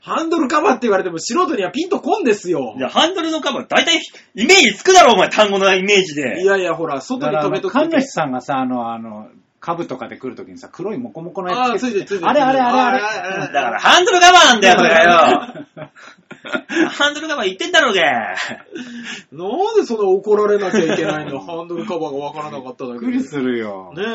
S3: ハンドルカバーって言われても素人にはピンとこんですよ。
S2: じゃあハンドルのカバー、大体イメージつくだろ、お前、単語のイメージで。
S3: いやいや、ほら、
S1: だ
S3: 外
S1: か
S3: に
S1: らあ
S3: 止
S1: の
S3: めとく
S1: 神
S3: とき
S1: 主さんがさ、あの、あの、株とかで来るときにさ、黒いモコモコの
S3: あ
S1: や
S3: あ、
S1: つつ
S3: ついてるついてる。
S1: あれあれあれあれ
S3: あ
S2: だから、ハンドルカバーなんだよ、それがよ。ハンドルカバー言ってんだろうげ。
S3: なんでそんな怒られなきゃいけない のハンドルカバーがわからなかっただ
S1: びっ
S3: け
S1: く
S3: で。
S1: りするよ。
S3: ねえ。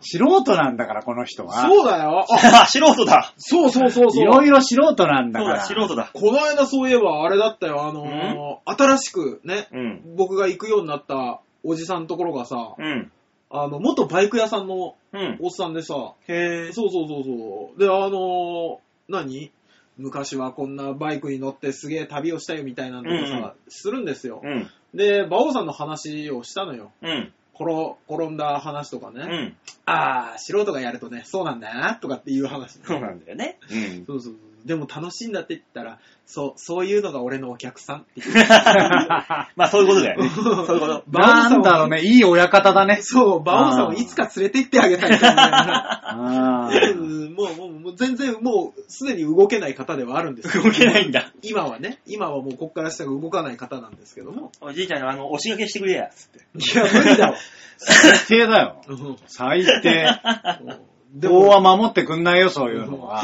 S1: 素人なんだから、この人は。
S3: そうだよ。あ、
S2: あ、素人だ。
S3: そうそうそうそ
S1: いろ
S3: う。
S1: いろ素人なんだ
S2: そう
S1: か
S2: だ、
S1: ら。
S2: 素人だ。
S3: この間そういえば、あれだったよ。あのー、新しくね、
S2: うん。
S3: 僕が行くようになったおじさんのところがさ、
S2: うん。
S3: あの、元バイク屋さんの
S2: うん。
S3: おっさんでさ、
S2: へ
S3: そうそうそうそう。で、あのー何昔はこんなバイクに乗ってすげえ旅をしたよみたいなのをさ、
S2: うんうん
S3: するんですよ
S2: う。ん。
S3: で、馬王さんの話をしたのよ。
S2: うん。
S3: 転転んだ話とかね。
S2: うん。
S3: ああ、素人がやるとね、そうなんだな、とかっていう話。
S2: そうなんだよね。うん。
S3: そうそうそう。でも楽しいんだって言ったら、そう、そういうのが俺のお客さんっていう。
S2: まあ、そういうことだよね。そういうこと。
S1: なんだろう
S3: ね。
S1: ね、いい親方だね。
S3: そう、馬王さんをいつか連れて行ってあげたいと思 いな
S1: あ
S3: がらう
S1: ー
S3: んもう、もう、もう全然、もう、すでに 動けない方ではあるんです
S2: 動けないんだ。
S3: 今はね、今はもうこっから下が動かない方なんですけども。
S2: おじいちゃんのあの、押し掛けしてくれや、つって。
S3: いや、無理だわ。
S1: 最低だよ。
S3: うん
S1: 最低。
S3: で
S1: 法
S3: も、
S1: は守ってくんないよ、そういう のは。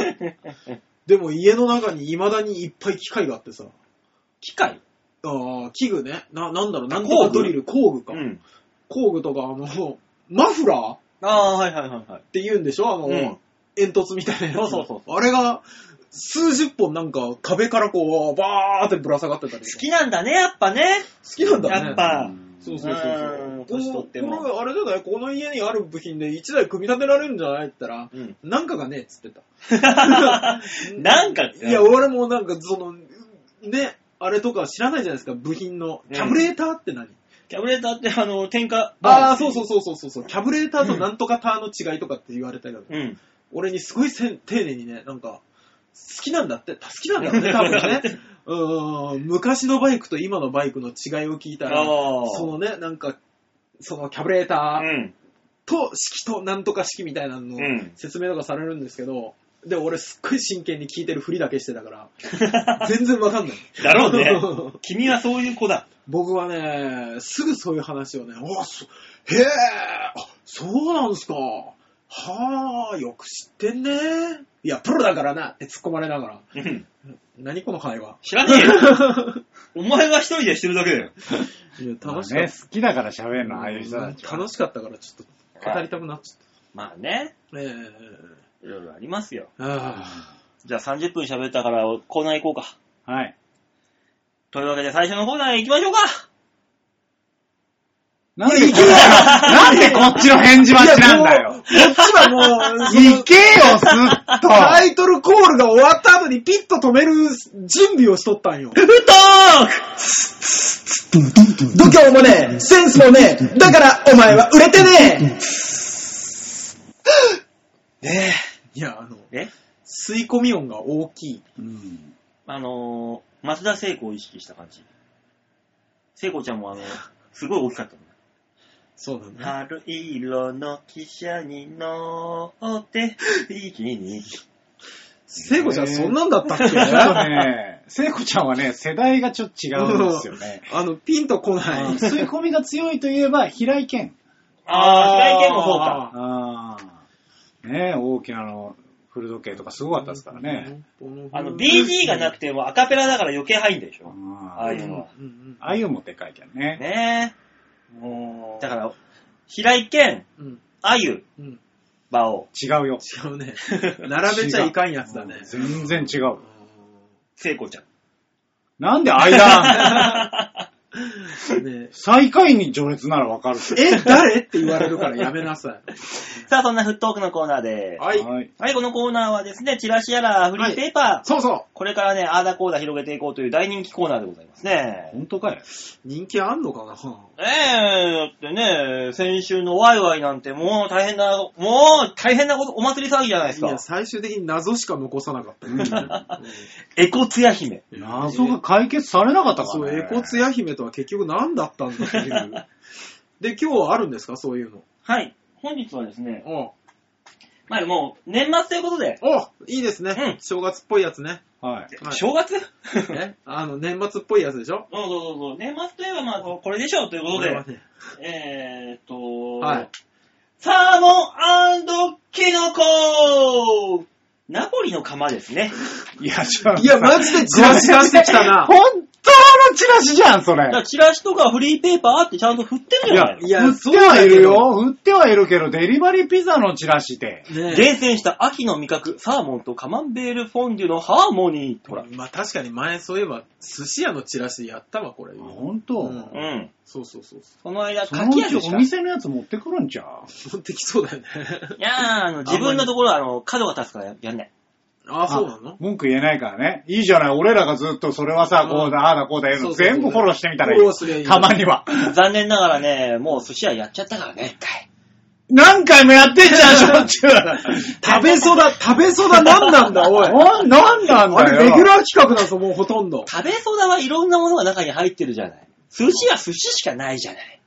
S3: でも家の中に未だにいっぱい機械があってさ、
S2: 機械
S3: ああ、器具ね。な、なんだろう、なんと
S2: 工
S3: か
S2: 具
S3: ドリル、工具か。
S2: うん。
S3: 工具とか、あの、マフラーっ
S2: ああ、はいはいはいはい。
S3: て言うんでしょあの、
S2: うん
S3: 煙突みたいなやつ。
S2: そうそうそう
S3: あれが、数十本なんか壁からこう、バーってぶら下がってたり。
S2: 好きなんだね、やっぱね。
S3: 好きなんだね。
S2: やっぱ。。
S3: そうそうそうそううん
S2: 年取っても
S3: このこのあれじゃないこの家にある部品で1台組み立てられるんじゃないって言ったら、
S2: うん。
S3: なんかがねえっつってた。
S2: なんかって。
S3: いや、俺もなんかその、ね、あれとか知らないじゃないですか、部品の。
S2: うん
S3: キャブレーターって何、
S2: キャブレーターってあの、添加。
S3: ああ、そうそうそうそうそうそう。キャブレーターとなんとかターの違いとかって言われたけど、
S2: うん。
S3: 俺にすごいせん丁寧にね、なんか、好きなんだって、好きなんだ って、多分ね。うーん、昔のバイクと今のバイクの違いを聞いたら、
S2: あー
S3: そのね、なんか、そのキャブレータ
S2: う
S3: ー
S2: ん。
S3: と式となんとか式みたいなのの
S2: うん
S3: 説明とかされるんですけど、で、俺すっごい真剣に聞いてるふりだけしてたから、 全然わかんない。
S2: だろうね。君はそういう子だ。
S3: 僕はね、すぐそういう話をね、おそへえ、あそうなんすか。はあ、よく知ってんね。いや、プロだからなって突っ込まれながら。
S2: うん。
S3: 何この会話。
S2: 知らねえよ。 お前は一人でしてるだけだよ。
S3: いや楽し
S1: ま
S3: か
S1: あ
S3: っ
S1: ね、好きだから喋
S3: た。
S1: るの、ああいう人たちは。
S3: 楽しかったからちょっと語りたくなっちゃっ
S2: まあね、
S3: た。ええ
S2: いろいろありますよ。
S3: ああ
S2: じゃあ30分喋ったからコーナー行こうか。
S1: はい。
S2: というわけで最初のコーナー行きましょうか。
S1: なんでこっちなんでこっちの返事待ちなんだよ。
S3: いやもうこっちはもう、その
S1: 行けよ、すっと。
S3: タイトルコールが終わった後にピッと止める準備をしとったんよ。
S2: ふっとーく
S3: 度胸もねえ、センスもねえ、だからお前は売れてねえ。 ねえ。いや、あの、
S2: え
S3: 吸い込み音が大きい。
S1: うん
S2: あのー、松田聖子を意識した感じ。聖子ちゃんもあの、すごい大きか ったもん。
S3: そうなんだ。
S2: 春色の汽車に乗 って、一気に。
S3: 聖子ちゃんそんなんだったっけ
S1: ちょっとね、聖子ちゃんはね、世代がちょっと違うんですよね。
S3: あの、ピンとこない。
S1: 吸い込みが強いといえば、平井堅。
S2: あー、平井堅もそうか。
S1: ああ。ねえ、大きなあの、古時計とかすごかったですからね。。
S2: あの、BG がなくてもアカペラだから余計入んでし
S1: う
S2: ょ。
S1: ん
S2: ああいう
S3: うん
S2: のは。
S3: うん
S1: あゆもでかいけどね。
S2: ね
S3: うん。も
S2: え。だ
S3: う
S2: から、平井堅、
S3: うん。
S2: あゆ、
S3: うん。
S2: 馬王、
S1: 違うよ。
S3: 違うね。並べちゃいかんやつだ ね。
S1: 全然違う。
S2: 聖子ちゃん。
S1: なんで 間、
S3: うんね
S1: 最下位に序列ならわかるけど
S3: え、誰って言われるからやめなさ
S2: さあ、そんなフットオークのコーナーで
S3: い。
S2: す。
S3: はい。
S1: はい。
S2: はい、このコーナーはですね、チラシやらフリーペーパー、
S3: そうそ
S2: これからね、あーだこーだ広げていこうという大人気コーナーでございますね。
S1: 本当かよ。
S3: う。人気あんのかな
S2: ええだってね、先週のワイワイなんてもう大変な、もう大変なこと、お祭り騒ぎじゃないです
S3: いや、
S2: か。
S3: 最終的に謎しか残さなかったよね。
S2: エコツヤ姫。
S3: うん
S1: 謎が解決されなかったか
S3: そ
S1: ら
S3: う、
S1: ね。
S3: エコツヤ姫とは結局何だったんだっ ていう。で、今日はあるんですかそういうの。
S2: はい。本日はですね、
S3: おう
S2: まあもう年末ということで、
S3: おういいですね、
S2: うん
S3: 正月っぽいやつね。
S1: はい。
S3: はい
S2: 正月
S3: ねあの、年末っぽいやつでしょ
S2: そうそうそうそう。年末といえばまあこれでしょうということ
S3: これは
S2: で、
S3: ね
S2: えーっと、
S3: はい。
S2: サーモンキノコナポリの釜ですね。
S1: いや、ちょっと
S3: いや、マジでチラシ出してきた な。
S1: 本当のチラシじゃん、それ
S2: だか。らチラシとかフリーペーパーってちゃんと振ってる
S1: い
S2: じゃ
S1: や
S2: な、い
S3: いや
S1: 売ってはいるよ。売ってはいるけど、デリバリーピザのチラシで。
S3: ね
S2: 厳選した秋の味覚、サーモンとカマンベールフォンデュのハーモニー。ほら。
S3: まあ確かに前そういえば、寿司屋のチラシやったわ、これ。
S1: 本当、
S3: うん
S2: うん。
S3: そうそうそうそ
S2: この間、
S1: そ
S2: か
S1: の
S2: き
S1: う
S2: 揚
S1: ち
S2: げし
S1: お
S2: た。
S1: 店のやつ持ってくるんちゃう
S3: う。持ってきそうだよね。
S2: いやー、あの、自分のところは、あの、角が立つからややん ない。
S3: ああ、そうなの
S1: 文句言えないからね。いいじゃない。俺らがずっとそれはさ、
S3: うん
S1: こうだ、ああだ、こうだ言う
S3: そ
S1: の
S3: うそうそう
S1: 全部フォローしてみたらいい
S3: フォローすりゃいい。
S1: たまには。
S2: 残念ながらね、もう寿司屋やっちゃったからね、一回。
S1: 何回もやってんじゃん、しょっちゅう。
S3: 食べそ だ、食べそだ、なんなんだ、おい。
S1: な、なんなん
S3: あ
S1: だ
S3: れ、レギュ
S1: よ。
S3: ラー企画だぞ、もうほとんど。
S2: 食べそだはいろんなものが中に入ってるじゃない。寿司は寿司しかないじゃない。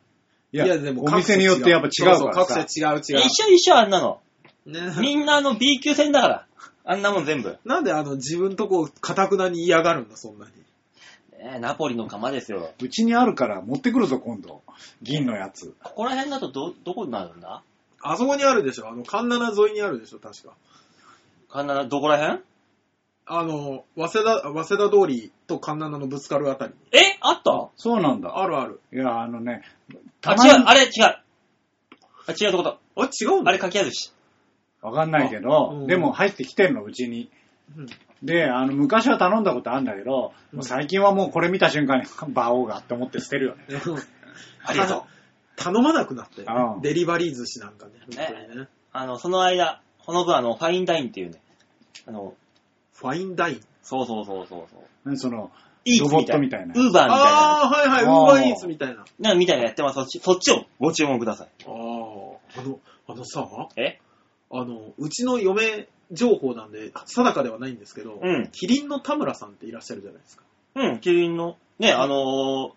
S1: いや、お店によってやっぱ違うから
S3: そうそう
S1: さ
S3: 各。社違う、違
S2: 一緒一緒、あんなの。
S3: う。ね、
S2: みんなあの B 級戦だから。あんなもん全部。
S3: なんであの、自分とこ、かたくなに嫌がるんだ、そんなに。
S2: ねえナポリの釜ですよ。
S1: うちにあるから持ってくるぞ、今度。銀のやつ。
S2: ここら辺だとど、どこになるんだ
S3: あそこにあるでしょ、あの、神奈川沿いにあるでしょ、確か。
S2: かな、どこら辺
S3: あの、早稲田、早稲田通りと神奈川のぶつかるあたりに。
S2: えあった
S1: そうなんだ。
S3: あるある。
S1: いや、あのね、
S2: あ、
S1: たま
S2: 違う
S1: に、
S2: あれ違う。あ、違うとこと。
S3: あ、違うの
S2: あれ、かき揚げ寿司。
S1: わかんないけ
S3: あう
S1: ど
S3: ん、
S1: でも入ってきてんの、うちに。
S3: うん
S1: で、あの、昔は頼んだことあるんだけど、
S3: うん
S1: もう最近はもうこれ見た瞬間に、 馬王がって思って捨てるよね。
S2: ありがとう。
S3: 頼まなくなって、
S1: ああ
S3: デリバリー寿司なんかね、本当にね。
S2: あの、その間、この分あの、ファインダインっていうね、あの、
S3: ファインダイン。
S2: そうそうそうそうそう。
S1: 何その、
S2: イーツみたいな。
S1: ロボットみたい
S2: ウ
S1: な
S2: ーバーみたいな。
S3: ああー、はい
S1: あ
S3: は
S1: あ
S3: い、ウーバーイーツみたいな。あ
S2: なんかみたいなやってます。そっち、そっちをご注文ください。
S3: あ、あの、あのさ、
S2: え
S3: あの、うちの嫁情報なんで、定かではないんですけど、
S2: うん
S3: キリンの田村さんっていらっしゃるじゃないですか。
S2: うん、キリンの。ね、あの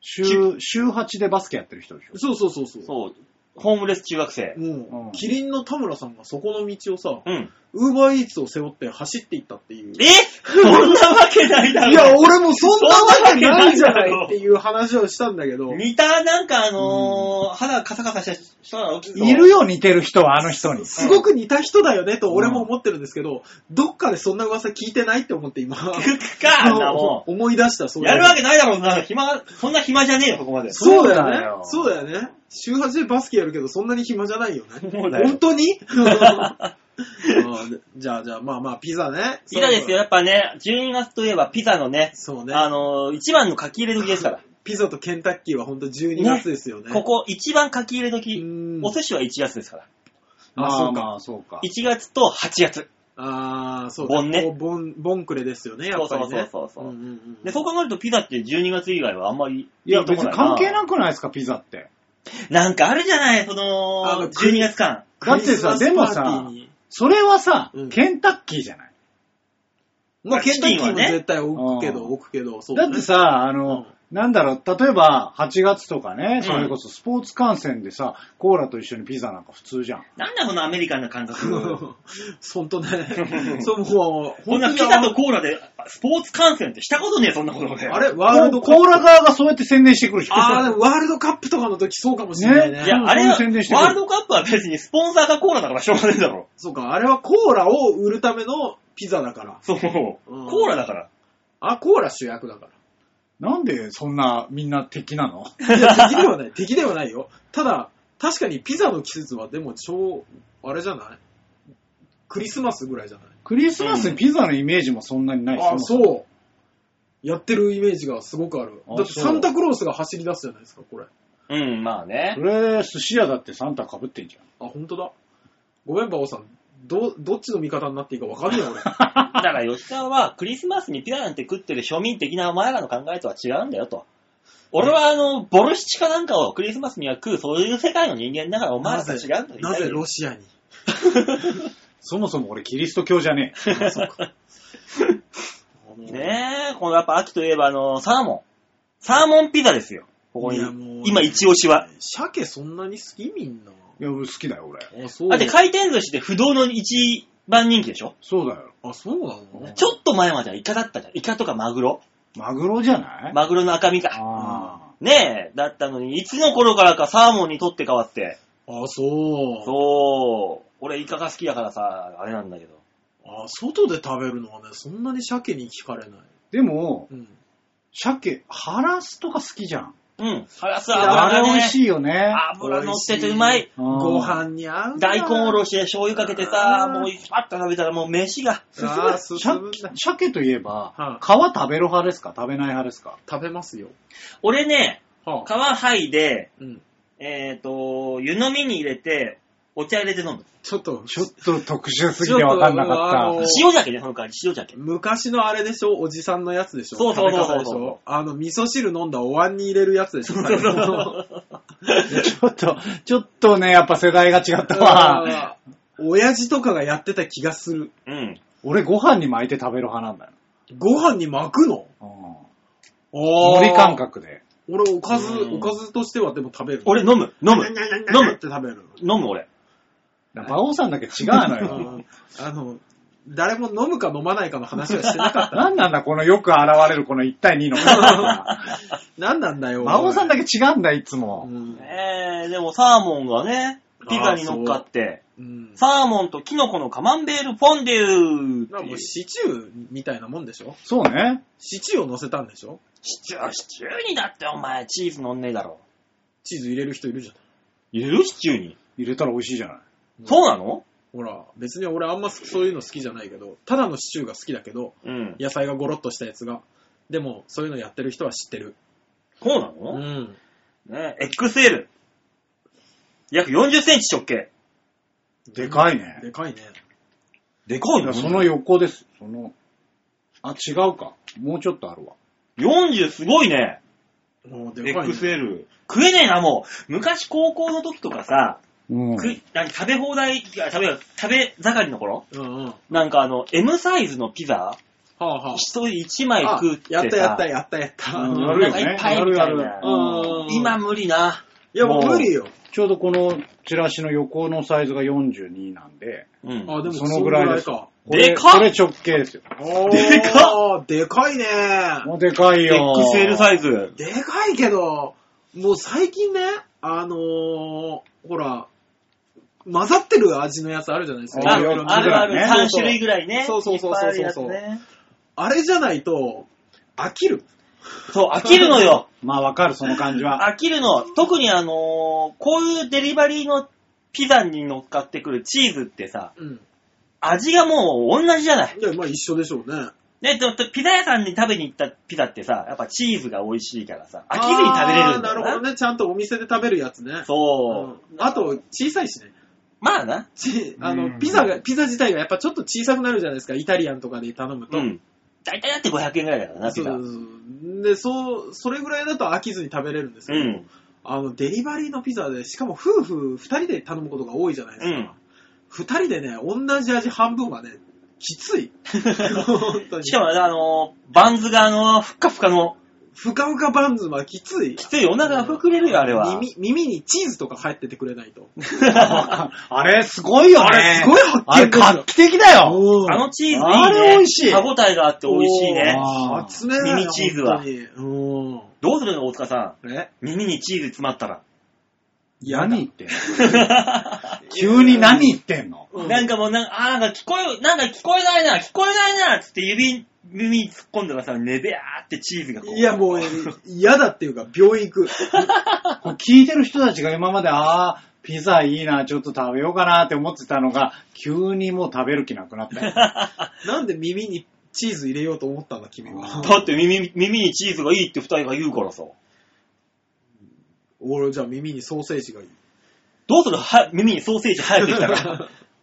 S1: 週、週8でバスケやってる人でしょ。
S3: そうそうそうそう
S2: ー、。そう、ホームレス中学生。
S3: もう
S1: うん
S3: キリンの田村さんがそこの道をさ、
S2: うん。
S3: ウーバーイーツを背負って走っていったっていう。
S2: え そんなわけないだろ。
S3: いや、俺もそんなわけないじゃないっていう話をしたんだけど、
S2: 似た、なんかあのー肌カサカサした人が起き
S1: いるよ、似てる人は、あの人に。
S3: すごく似た人だよねと俺も思ってるんですけど、どっかでそんな噂聞いてないって思って今、
S2: 聞くか、あんなもん。
S3: 思い出した、そう
S2: やるわけないだろ、そんな暇、そんな暇じゃねえよ、そこまで。
S3: そうだ
S1: そうだ
S3: よ
S1: よ
S3: ね。そうだよね。週8でバスケやるけど、そんなに暇じゃないよね。
S2: そうだよ
S3: 本当にあーじゃあ、じゃあ、まあまあ、ピザね。
S2: ピザですよ。やっぱね、12月といえばピザのね、
S3: そうね。
S2: あのー、一番の書き入れ時ですから。
S3: ピザとケンタッキーは本当12月ですよね。
S2: ここ一番書き入れ時、
S3: うん
S2: お寿司は1月ですから。
S3: あ
S1: ま
S3: そ
S1: あ
S3: うか
S1: まあ、そうか。
S2: 1月と8月。
S3: あー、そう
S2: ボンね
S3: こうボン、ボンクレですよね、やっぱりね。
S2: そうそうそうそうそうん
S3: んん
S2: で、そう考えるとピザって12月以外はあんまり
S1: いや、別に関係
S2: い
S1: なくないですか、ピザって。
S2: い。なんかあるじゃない、そ
S3: あ
S2: の、
S3: の
S2: 12月間。
S1: だって
S3: ク
S1: さ
S3: リスマス
S1: でもさ
S3: パーティーに
S1: それはさ、
S3: うん
S1: ケンタッキーじゃない。
S3: まあ、ケンタッキ
S2: チ
S3: ーも
S2: キンはね
S3: 絶対置くけど、
S1: うん
S3: 置くけど、そうね
S1: だっ て、さ、あの、なんだろう、例えば8月とかね、それこそスポーツ観戦でさ、コーラと一緒にピザなんか普通じゃん。
S2: なんだこのアメリカンな感 覚。
S3: そんと ね、そう、もう、
S2: こんな
S3: 本
S2: ピ
S3: 当に
S2: ザとコーラでスポーツ観戦ってしたことねえ、そんなことね。
S3: あれワールド
S1: コーコーラ側がそうやって宣伝してくるじゃん。
S3: あ ー、でもワールドカップとかの時そうかもしれないね。
S1: ね
S2: いや、あれは、ワ
S1: 宣伝してくる
S2: ールドカップは別にスポンサーがコーラだからしょうがねえだ ろ。
S3: そうか、あれはコーラを売るためのピザだから。
S2: そう。
S3: うん
S2: コーラだから。
S3: あ、コーラ主役だか
S1: なんでそんなみんな敵なの
S3: ら。いや、 敵ではない、敵ではないよ。ただ、確かにピザの季節はでも超、あれじゃないクリスマスぐらいじゃない
S1: クリスマスにピザのイメージもそんなにない
S3: あ、
S1: もも
S3: そう。やってるイメージがすごくある。
S1: あ
S3: だって
S1: そう
S3: サンタクロースが走り出すじゃないですか、これ。あ、
S2: うん、まあ
S1: そ
S2: ね。
S1: れ、寿司屋だってサンタ被ってんじゃん。
S3: 本当だ。ごめん、バオさん。ど、どっちの味方になっていいかわかんな い、俺。
S2: だから吉沢はクリスマスにピザなんて食ってる庶民的なお前らの考えとは違うんだよと。俺はあの、ボルシチかなんかをクリスマスには食う、そういう世界の人間だからお前らと違うんだよ。
S3: なぜロシアに。
S1: そもそも俺キリスト教じゃねえ。
S3: あそうか。あの
S2: ねえ、このやっぱ秋といえばあの、サーモン。サーモンピザですよ。ここに
S3: いやもう。
S2: 今一押しは。
S3: 鮭そんなに好きみんな。
S1: いや、俺好きだよ、俺。
S3: あ、そう。
S2: だって回転寿司って不動の一番人気でしょ
S1: そうだよ。
S3: あ、そうなの
S2: ちょっと前まではイカだったじゃん。イカとかマグロ。
S1: マグロじゃない、
S2: マグロの赤身か。
S1: あ
S2: ねえ、だったのに、いつの頃からかサーモンにとって変わって。
S3: あ、そう。
S2: そう。俺イカが好きだからさ、あれなんだけど。
S3: あ、外で食べるのはね、そんなに鮭に聞かれない。
S1: ーでも、
S3: うん。
S1: 鮭、ハラスとか好きじゃん。
S2: うん。ハラス
S1: あ
S2: 油が
S1: れ美
S2: ね
S1: 味。しいよね。
S2: 油乗っててうまい。
S1: うん
S3: ご飯に合うな
S2: 大根おろしで醤油かけてさ、
S3: あー
S2: もうパッと食べたらもう飯が。
S1: 進む
S3: あー進むんだ
S1: 鮭鮭といえば、
S3: は
S1: 皮食べる派ですか食べない派ですか
S3: 食べますよ。
S2: 俺ね、
S3: は
S2: 皮剥いで、
S3: うん。
S2: えっ、と、湯飲みに入れて、お茶入れて飲む。
S3: ちょっと、
S1: ちょっと特殊すぎて分かんな
S3: ちょ
S1: か
S3: っとあ
S1: っ
S3: の
S2: 塩鮭ね、その代わり塩 鮭。
S3: 昔のあれでしょおじさんのやつでしょ
S2: そうそうそう
S3: 食べ方でしょあの、味噌汁飲んだお椀に入れるやつでしょ
S2: そうそう
S3: 最後の
S2: そう
S1: た。ちょっと、ちょっとね、やっぱ世代が違 った わ。
S3: あー親父とかがやってた気がする。
S2: うん。
S1: 俺ご飯に巻いて食べる派なんだよ。
S3: ご飯に巻くの
S1: うん
S3: あ
S1: 海苔感。覚で。
S3: 俺、おかず、
S2: うん
S3: おかずとしてはでも食べる。
S2: 俺飲む、 飲む、
S3: にゃにゃにゃにゃ
S2: 飲む
S3: っ、て食べる。
S2: 飲む俺。
S1: だから馬王さんだけ違うの
S3: う
S1: よ。
S3: んあの、誰も飲むか飲まないかの話はして なかっ
S1: なんなんだ、このよく現れるこの1対2の。
S3: た。なんなんだよ。
S1: 馬王さんだ
S3: け。
S1: け違うんだ、いつ
S3: う
S1: も。
S3: ん。
S2: えー、でもサーモンがね、ピザに乗っかって、
S3: うん。
S2: サーモンとキノコのカマンベールフォンデューって
S3: なんか
S2: い
S3: も
S2: う
S3: う
S2: シ
S3: シチューみたいなもんでしょ
S1: そうね。
S3: シチューを乗せたんでしょ
S2: チュー、シチューにだってお前チーズ乗んねえだろ。
S3: チーズ入れる人いるじゃん。
S2: 入れるシチューに。
S1: 入れたら美味しいじゃない。
S3: うん
S2: そうなの
S3: ほら、別に俺あんまそういうの好きじゃないけど、ただのシチューが好きだけど、
S2: うん。
S3: 野菜がゴロッとしたやつが。でも、そういうのやってる人は知ってる。
S2: そうな
S3: う
S2: の、
S3: ん。
S2: ね XL。約40センチ直径。
S1: でかいね。
S3: でかいね。
S2: でか
S1: いやその横です。その、あ、違うか。もうちょっとあるわ。
S2: 40すごいね。
S3: もうでかい、ね。
S2: XL。食えねえな、もう。昔高校の時とかさ、
S1: うん
S2: 食い何食べ放題、いや食べ、食べ盛りの頃
S3: うんうん。は
S2: なんかあの、M サイズのピザ、
S3: あはあ。
S2: 一人一枚
S3: あ
S2: 食うってさ。
S3: やったやったやったやった。
S1: うん
S3: うん
S1: やる
S2: お
S1: よね
S2: 腹いっぱいみたい
S1: やる
S2: な
S1: やる
S3: うん
S2: 今無理な。
S3: いやもう無理よ。
S1: ちょうどこのチラシの横のサイズが42なんで、
S2: うん。
S3: あ、でも
S1: そ
S3: そ
S1: の
S3: の
S1: ぐ
S3: ぐ
S1: らい
S3: ら
S1: で
S3: い
S1: す
S3: か。
S1: これ
S2: でかっ
S1: これ直径ですよ。
S3: でかっでかいね
S1: もうでかいよ。
S2: XL サイズ。
S3: でかいけど、もう最近ね、あのー、ほら、混ざってる味のやつあるじゃないですか。
S2: あ、
S1: い
S2: あ
S1: ろい
S2: る
S1: ろ
S2: ある、
S1: ね
S2: 3種類ぐらいね。
S3: そうそうそうそうそう
S2: いっぱいあるやつね
S3: あれじゃないと、飽きる。
S2: そう、飽きるのよ。
S1: まあわかる、その感 じは。
S2: 飽きるの。特にあのーこういうデリバリーのピザに乗っかってくるチーズってさ、
S3: うん。
S2: 味がもう同じじゃない。
S3: いや、まあ一緒でしょうね。
S2: ね、ちょっとピザ屋さんに食べに行ったピザってさ、やっぱチーズが美味しいからさ、飽きずに食べれるんだ
S3: あーな
S2: よ
S3: る
S2: な。
S3: ほどね。ちゃんとお店で食べるやつね。
S2: そう。
S3: うんあと、小さいしね。
S2: まあな。
S3: ちあ
S1: う
S3: の、
S1: ん
S3: ピザが、ピザ自体がやっぱちょっと小さくなるじゃないですか。イタリアンとかで頼むと。
S2: うん。大体だって500円ぐらいだからな、
S3: そ
S2: ピ
S3: う
S2: ザ。
S3: そううそう。で、そう、それぐらいだと飽きずに食べれるんですけど、
S2: ん。
S3: あの、デリバリーのピザで、しかも夫婦二人で頼むことが多いじゃないです
S2: うん
S3: か。二、人でね、同じ味半分はね、きつい。本当に
S2: し。かも、あのー、バンズがあのー、ふっかふかの、
S3: ふかふかバンズはきつい
S2: き。ついお腹が膨れるよ、あれは。
S3: 耳、耳にチーズとか入っててくれないと。
S1: あれ、すごいよね。
S3: あれすごい発
S1: あれ
S3: 見ですよ
S1: 画期的だよ。
S3: うん
S2: あのチーズいいね。
S1: あれ美味しい
S2: 歯応えがあって美味しいね
S1: おー。
S3: あ集めない
S2: 耳チーズは
S3: 本当にう
S2: どうするの、大塚さ
S3: ん。え
S2: ん。耳にチーズ詰まった ら。
S1: 何言ってんの急に何言ってんの
S2: なんかもうなんか、あー、なんか聞こえ、なんか聞こえないな、聞こえないな、つって指、耳に突っ込んだらさ、ねべやーってチーズがこう。
S3: いや、もう、嫌だっていうか、病院行く。
S1: これ聞いてる人たちが今まで、ああ、ピザいいな、ちょっと食べようかなって思ってたのが、急にもう食べる気なくなったよ。
S3: なんで耳にチーズ入れようと思ったんだ、君は。
S2: だって耳、耳にチーズがいいって二人が言うからさ。
S3: 俺、じゃあ耳にソーセージがいい。
S2: どうするは、耳にソーセージ入ってきた ら。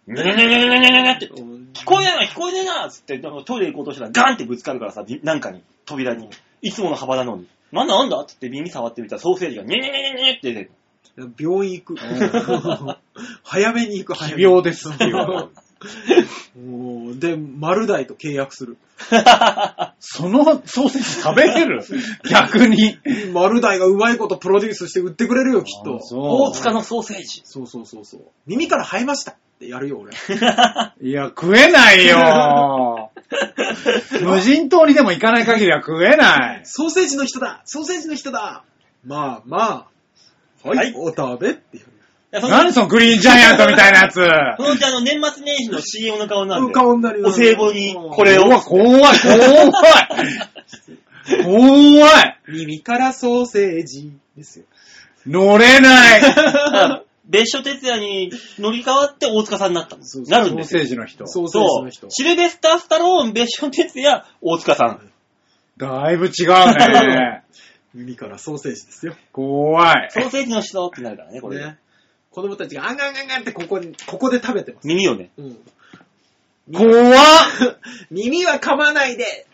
S2: ねねねねねねねねって。聞こえないな、聞こえねえなつって、なんかトイレ行こうとしたらガンってぶつかるからさ、びなんかに、扉に。いつもの幅なのに。なんだなんだつって耳触ってみたらソーセージがねねねねねねって出てる。
S3: 病院行く。早めに行く、早
S1: 奇
S3: めに。
S1: 病ですって言われる。
S3: もうで、丸大と契約する。
S1: そのソーセージ食べれ る逆に。
S3: 丸大がうまいことプロデュースして売ってくれるよ、きっと
S1: あ。そう
S2: 大塚のソーセージ。
S3: そうそうそうそう。耳から生えましたってやるよ、俺。
S1: いや、食えない よ。無人島にでも行かない限りは食えない。
S3: ソーセージの人だソーセージの人だまあまあ、はい、
S2: はい
S3: お食べってやる。
S2: いやその
S1: 何そのグリーンジャイアントみたいな やつ。
S2: そのうちあの年末年始の CM の顔なんで。
S3: 顔になるよ
S2: お歳暮にこれを
S1: 怖い、怖い、怖い。怖い。
S3: 耳からソーセージですよ。
S1: 乗れない。
S2: だから別所哲也に乗り換わって大塚さんになったんです
S3: そうそう
S2: な
S1: ソ
S2: るんで
S1: ー
S2: すよ
S1: セージの人。
S3: ソーセージ
S2: そ
S3: の
S2: う
S3: 人。。
S2: シルベスター・スタローン、別所哲也、大塚さん。
S1: だいぶ違う ね。
S3: 耳からソーセージですよ。
S1: 怖い。
S2: ソーセージの人ってなるからね、これ。
S3: ね。子供たちがアンガンガンガンってここに、ここで食べてます。
S2: 耳をね。
S3: うん。
S1: 怖っ
S3: 耳は噛まないで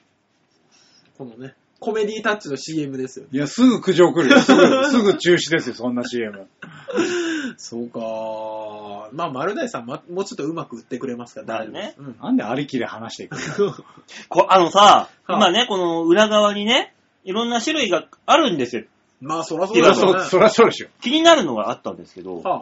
S3: このね、コメディタッチの CM ですよ。
S1: いや、すぐ苦情来るよ。すぐ、すぐ中止ですよ、そんな CM。
S3: そうかーまあ、丸大さん、ま、もうちょっとうまく売ってくれますから大丈夫です。うん
S1: なんでありきで話していくの
S2: こあのさ、
S3: はい
S2: 今ね、この裏側にね、いろんな種類があるんですよ。
S3: まあ、そらそう
S1: い
S3: だ
S1: や、
S3: ろう
S1: そ、
S3: ね。
S1: そらそうでしょ。
S2: 気になるのがあったんですけど、
S3: はあ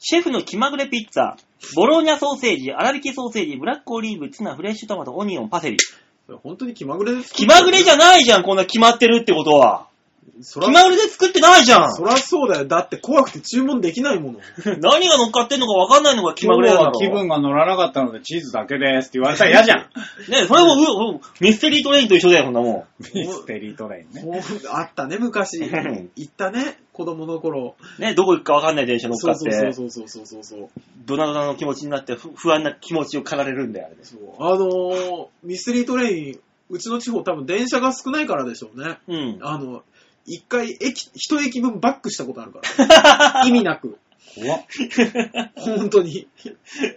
S2: シェフの気まぐれピッツァ、ボローニャソーセージ、粗挽きソーセージ、ブラックオリーブ、ツナ、フレッシュトマト、オニオン、パセリ。
S3: それ本当に気まぐれです。
S2: 気まぐれじゃないじゃん、こんな決まってるってことは。
S3: そ
S2: 気ま
S3: ら、
S2: ぐれで作ってないじゃん。
S3: そらそうだよ。だって怖くて注文できない もの。
S2: 何が乗っかってんのか分かんないのが気まぐれだ
S1: 今
S2: ろ
S1: 日は。気分が乗らなかったのでチーズだけですって言われたら嫌じゃ ん。
S2: ねそれもう、うミステリートレインと一緒だよ、そんなも
S1: ミステリートレインね。
S3: もうあったね、 昔。行ったね、子供の頃。
S2: ん。ねどこ行くか分かんない電車乗っ
S3: そ
S2: か
S3: う
S2: っ
S3: そう
S2: て、
S3: そうそうそうそうそう。
S2: ドナドナの気持ちになって、ふ不安な気持ちを駆られるんだよ、あれです。
S3: そうあのー、ミステリートレイン、うちの地方多分電車が少ないからでしょうね。
S2: うん。
S3: あの、一回駅、一駅分バックしたことあるから。意味な く。
S1: 怖っ。
S3: 本当に。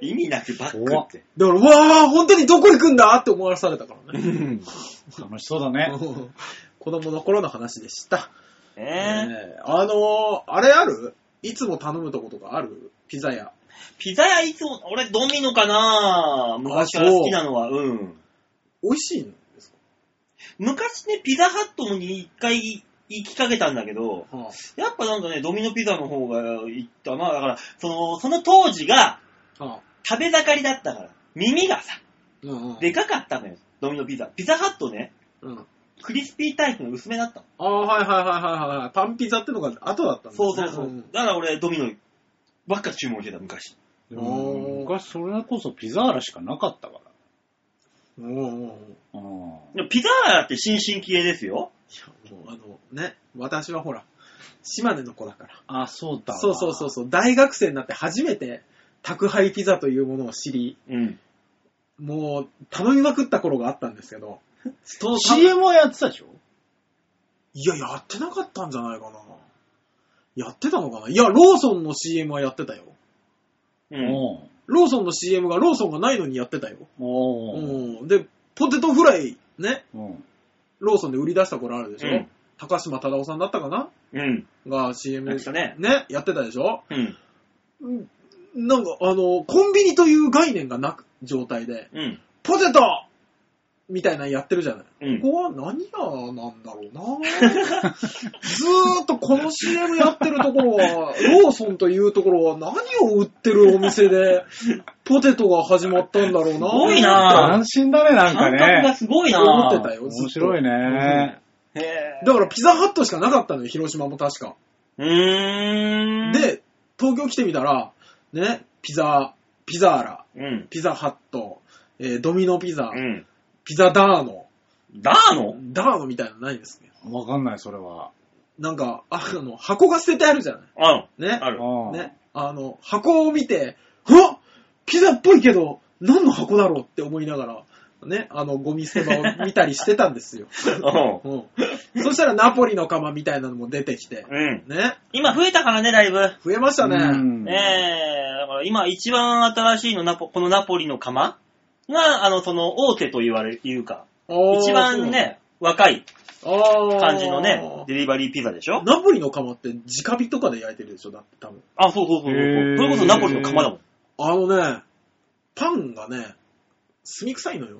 S2: 意味なくバック
S1: 怖っ
S2: って。
S3: だから、わー、本当にどこ行くんだって思わされたからね。
S1: 楽しそうだね。
S3: うん子供の頃の話でした。
S2: ねえ
S3: ねえあのー、あれあるいつも頼むとことかあるピザ屋。
S2: ピザ屋いつも、俺ドミノかな昔から好きなのは、うん。
S3: 美味しいんですか
S2: 昔ね、ピザハットに一回行きかけたんだけど、やっぱなんかね、ドミノピザの方が行った。まあだから、その、その当時が
S3: は
S2: 食べ盛りだったから、耳がさ、
S3: あ、うんうん
S2: でかかったのよ、ドミノピザ。ピザハットね、
S3: うん
S2: クリスピータイプの薄めだったの。
S3: ああ、はいはいはいはいはい。パンピザってのが後だったんですね
S2: そうそうそう。だから俺、ドミノばっか注文してた、昔。
S1: で
S3: おー
S1: も昔それこそピザーラしかなかったから。
S3: うんうんうんうんい
S1: うん
S2: でもピザだって新進気鋭ですよ。
S3: やもうあの、ね、私はほら、島根の子だから。
S1: あ、そうだわ。
S3: そうそうそうそう、大学生になって初めて宅配ピザというものを知り、
S2: うん。
S3: もう、頼みまくった頃があったんですけど、その
S1: CM はやってたでしょ
S3: いや、やってなかったんじゃないかな。やってたのかないや、ローソンの CM はやってたよ。
S2: うん。
S3: ローソンの CM がローソンがないのにやってたよ。
S1: うん。おー
S3: うん。で、ポテトフライ、ね、
S1: うん。
S3: ローソンで売り出した頃あるでしょ、
S2: うん
S3: 高島忠夫さんだったかな
S2: うん。
S3: が CM
S2: やってたね
S3: ね、やってたでしょ
S2: うん。
S3: なんか、あの、コンビニという概念がなく、状態で、
S2: うん。
S3: ポテトみたいなのやってるじゃない。
S2: うん。
S3: ここは何屋なんだろうなずーっとこの CM やってるところは、ローソンというところは何を売ってるお店で、ポテトが始まったんだろうなす
S2: ごいなぁ
S1: 安心だね、なんか
S2: 感覚が
S1: ね。
S2: すごいな
S3: 思ってたよ。ずっと
S1: 面白い。ね。
S2: へぇ
S3: だからピザハットしかなかったのよ、広島も確か。
S2: うーん。、
S3: で、東京来てみたら、ね、ピザ、ピザーラ、
S2: うん。
S3: ピザハット、えードミノピザ、
S2: うん。
S3: ピザダーノ、
S2: ダーノ
S3: ダーノみたいなのないですね。
S1: わかんない、それは。
S3: なんか、ああの、箱が捨ててあるじゃない。
S2: ある。
S3: ね。
S2: ある。
S1: うん。
S3: ね、あの、箱を見て、わっピザっぽいけど、何の箱だろうって思いながら、ね、あの、ゴミ捨て場を見たりしてたん ですよ。
S2: う
S3: うん。そしたらナポリの釜みたいなのも出てきて、
S2: ん。うん。
S3: ね、
S2: 今増えたからね、だいぶ。
S3: 増えました
S1: う
S3: ね。
S1: ん
S2: ねえ、だから今一番新しいのナポ、このナポリの釜が、あの、その大手と言われ、言うか。
S3: あー
S2: 一番、ね、若い
S3: そう
S2: 感じのね、。デリバリーピザでし
S3: あ
S2: ょ
S3: ーナポリの釜って直火とかで焼いてるでしょ、だって多分。
S2: あ、そうそうそうそう。そ
S1: へー
S2: れこそナポリの釜だもん。
S3: あのね、パンがね、炭臭いのよ。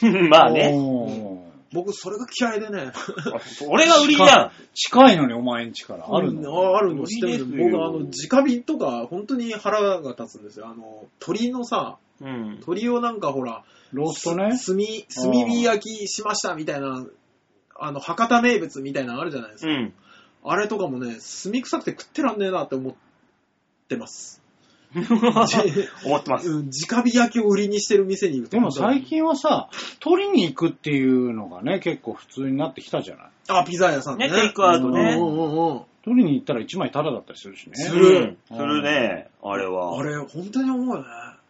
S2: うん まあね。
S1: おー
S3: 僕、それが嫌いでね。
S2: 俺が売りじゃん。
S1: 近いのに、お前んちから。 ある
S3: うん
S1: の
S3: ああるの知ってる
S2: 無理
S3: の
S2: です
S3: 僕、
S2: よ
S3: あの、直火とか、本当に腹が立つんですよ。あの、鳥のさ、
S2: うん。
S3: 鳥をなんかほら、
S1: ローストね。
S3: す炭、炭火焼きしましたみたいな、あの、博多名物みたいなのあるじゃないで
S2: う
S3: すか。
S2: ん。
S3: あれとかもね、炭臭くて食ってらんねえなって思って ます。
S2: 思ってます。
S3: うん、直火焼きを売りにしてる店に行くと。
S1: でも最近はさ、取りに行くっていうのがね、結構普通になってきたじゃない。
S3: あ、ピザ屋さんね。
S2: ね、テイクアウト
S3: う
S2: ね。
S3: んうんうんうん。
S1: 取りに行ったら1枚タダだったりするしね。
S3: す
S2: う
S3: る
S2: んするね、あれは。
S3: あれ、本当に思うよね。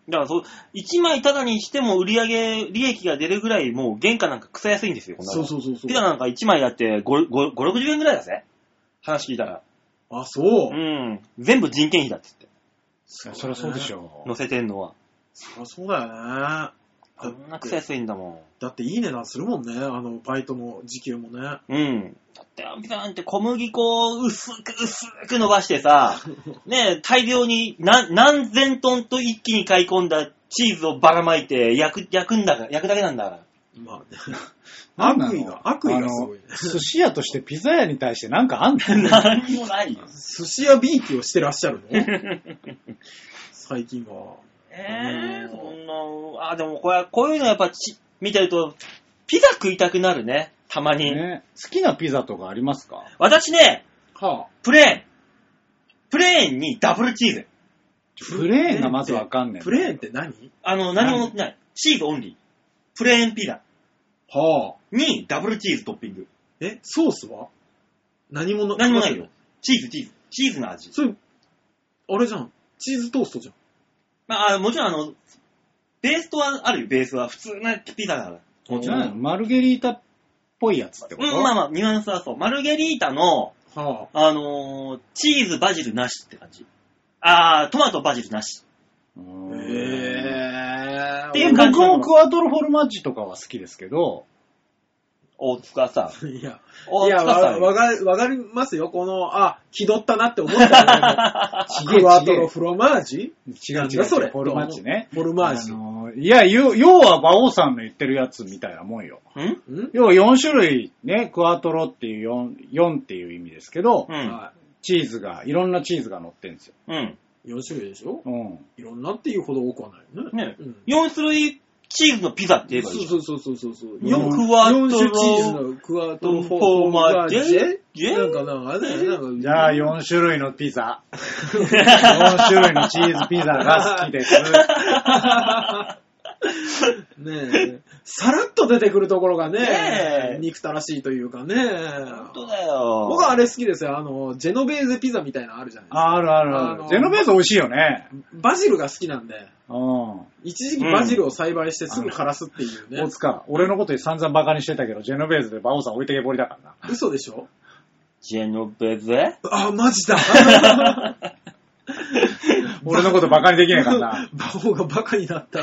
S2: だからそう、1枚タダにしても売り上げ、利益が出るぐらい、もう原価なんか草安いんですよ、こんな
S3: そ
S2: の
S3: うそうそうそう
S2: ピ。ザなんか1枚だって5、5 60円ぐらいだぜ。話聞いたら。
S3: あ、そうう。
S2: ん。全部人件費だって言って。
S1: いやそりゃそうでしょ。
S2: 乗せてんのは。
S3: そりゃそうだよね。
S2: こんな草安いんだも
S3: だっていい値段するもんね、あの、バイトの時給もね。
S2: ん。うん。だって、ピザなんて小麦粉を薄く薄く伸ばして さ、ねえ大量に何何千トンと一気に買い込んだチーズをばらまいて焼く、焼くんだから、焼くだけなんだから。
S3: まあね。
S1: なんなの
S3: 悪意が、悪意がすごいね
S1: あ。の寿司屋としてピザ屋に対してなんかあんの
S2: 何にもない よ。
S3: 寿司屋ビーキをしてらっしゃるの最近は。
S2: えー、
S3: うん
S2: そんな、あ、でもこれ、こういうのやっぱち、見てると、ピザ食いたくなるね、たまに。
S1: ね、好きなピザとかありますか
S2: 私ね、
S3: はあ、
S2: プレーン。プレーンにダブルチーズ。
S1: プレーンがまずわかんねえ。
S3: プレーンって何
S2: あの、何も乗ってない。チーズオンリー。プレーンピザ
S3: はあ。
S2: にダブルチーズトッピング。
S3: え、ソースは何もな
S2: 何もないよ。。チーズ、チーズ。チーズの味。
S3: それ、あれじゃん。チーズトーストじゃん。
S2: まあ、あもちろんあの、ベースとはあるよ、ベースは。普通のピザだから。
S1: こっちなのマルゲリータっぽいやつってこと、
S2: うん、まあまあ、ニュアンスはそう。マルゲリータの、
S3: は
S2: あのーチーズバジルなしって感じ。あー、トマトバジルなし。
S3: あ。
S1: うん
S3: へえ。
S2: ってい
S1: で
S2: う感じ
S1: 僕もクワトロフォルマッジとかは好きですけど、
S2: 大塚さん。
S3: いや、い
S2: 大
S3: や、
S2: 塚さ
S3: わ
S2: ん。
S3: わかるわかりますよ。この、あ、気取ったなって思った
S1: ち
S3: よね。
S1: げえ
S3: クワトロ
S1: ち
S3: フロマージ
S1: げえ
S3: なん
S1: 違う違う
S3: だそれ
S1: フォルマッジね。
S3: フォルマージ
S1: あ。のいや、要要は馬王さんの言ってるやつみたいなもんよ。
S2: ん
S3: ん
S1: 要は4種類ね、クワトロっていう 4, 4っていう意味ですけど、
S2: うん。
S3: は
S1: チーズが、いろんなチーズが乗ってるんですよ。
S2: うん。
S3: い。4種類でしょ
S1: うん。
S3: いろんなっていうほど多くはないよね。
S2: ね
S3: うん
S2: 4種類チーズのピザって言えばいいじゃん。
S3: そうそうそうそうそう。
S1: よ
S3: 四
S2: クワトロ
S3: 四種チーズのクワトロフォーマージェなんかなんかあれだよね。なんか
S1: じゃあ4種類のピザ。4種類のチーズピザが好きです。
S3: ねえ、さらっと出てくるところが
S2: ねえ
S3: ね、憎たらしいというかね。
S2: 本当だよ。
S3: 僕はあれ好きですよ。あの、ジェノベーゼピザみたいなのあるじゃないですか。
S1: あるある
S3: あ
S1: あ
S3: の
S1: る。ジェノベーゼ美味しいよね。
S3: バジルが好きなんで、
S1: うん。
S3: 一時期バジルを栽培してすぐ枯らすっていうね
S1: 大。塚、俺のこと散々バカにしてたけど、ジェノベーゼでバオさん置いてけぼりだからな。
S3: 嘘でしょ
S2: ジェノベゼ
S3: あ、マジ だ。
S1: 俺のことバカにできねえか らな。
S3: バオがバカになった。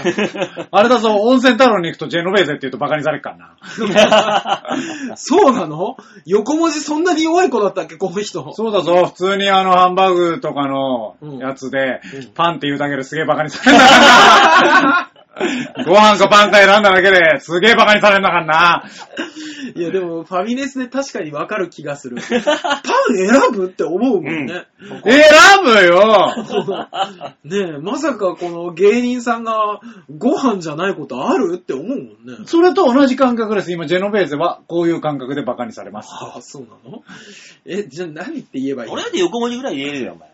S1: あれだぞ、温泉太郎に行くとジェノベーゼって言うとバカにされっからな。
S3: そうなの横文字そんなに弱い子だったっけこの人。
S1: そうだぞ、普通にあのハンバーグとかの
S3: うん
S1: やつで、
S3: うん
S1: パンって言うだけですげえバカにされんだからな。ご飯かパンか選んだだけですげえバカにされんだからな。
S3: いやでもファミレスで確かにわかる気が する。パン選ぶって思うもんね。
S1: 選ぶよ
S3: ねえ、まさかこの芸人さんがご飯じゃないことあるって思うもんね。
S1: それと同じ感覚です。今、ジェノベーゼはこういう感覚でバカにされます。
S3: ああ、そうなのえ、じゃあ何って言えばいいの
S2: 俺だって横文字ぐらい言えるよ、お前。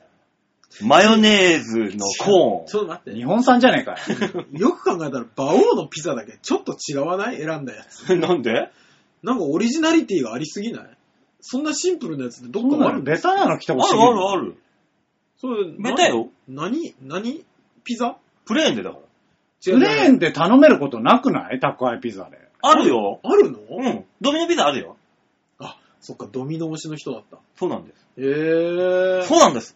S2: マヨネーズのコ
S3: ちょっと待って
S1: 日。本産じゃねえかよ。
S3: よく考えたら、馬王のピザだけちょっと違わない選んだやつ。
S2: ーン。なんで
S3: なんかオリジナリティがありすぎないそんなシンプルなやつってど
S1: そ
S3: っ
S1: う
S3: か
S1: な
S3: ある
S1: のベタなの来て
S2: あ
S1: ほしい。
S2: るあるある。
S3: それ
S2: ベタよ。
S3: な何何ピザ
S2: プレーンでだから。
S3: 違
S1: プレー
S3: ン
S1: ンで頼めることなくない宅配ピザで。
S2: あるよ。
S3: あるの、
S2: うん。ドミノピザあるよ。
S3: あ、そっか、ドミノ推しの人だった。
S2: そうなんです。
S3: えー。
S2: そうなんです。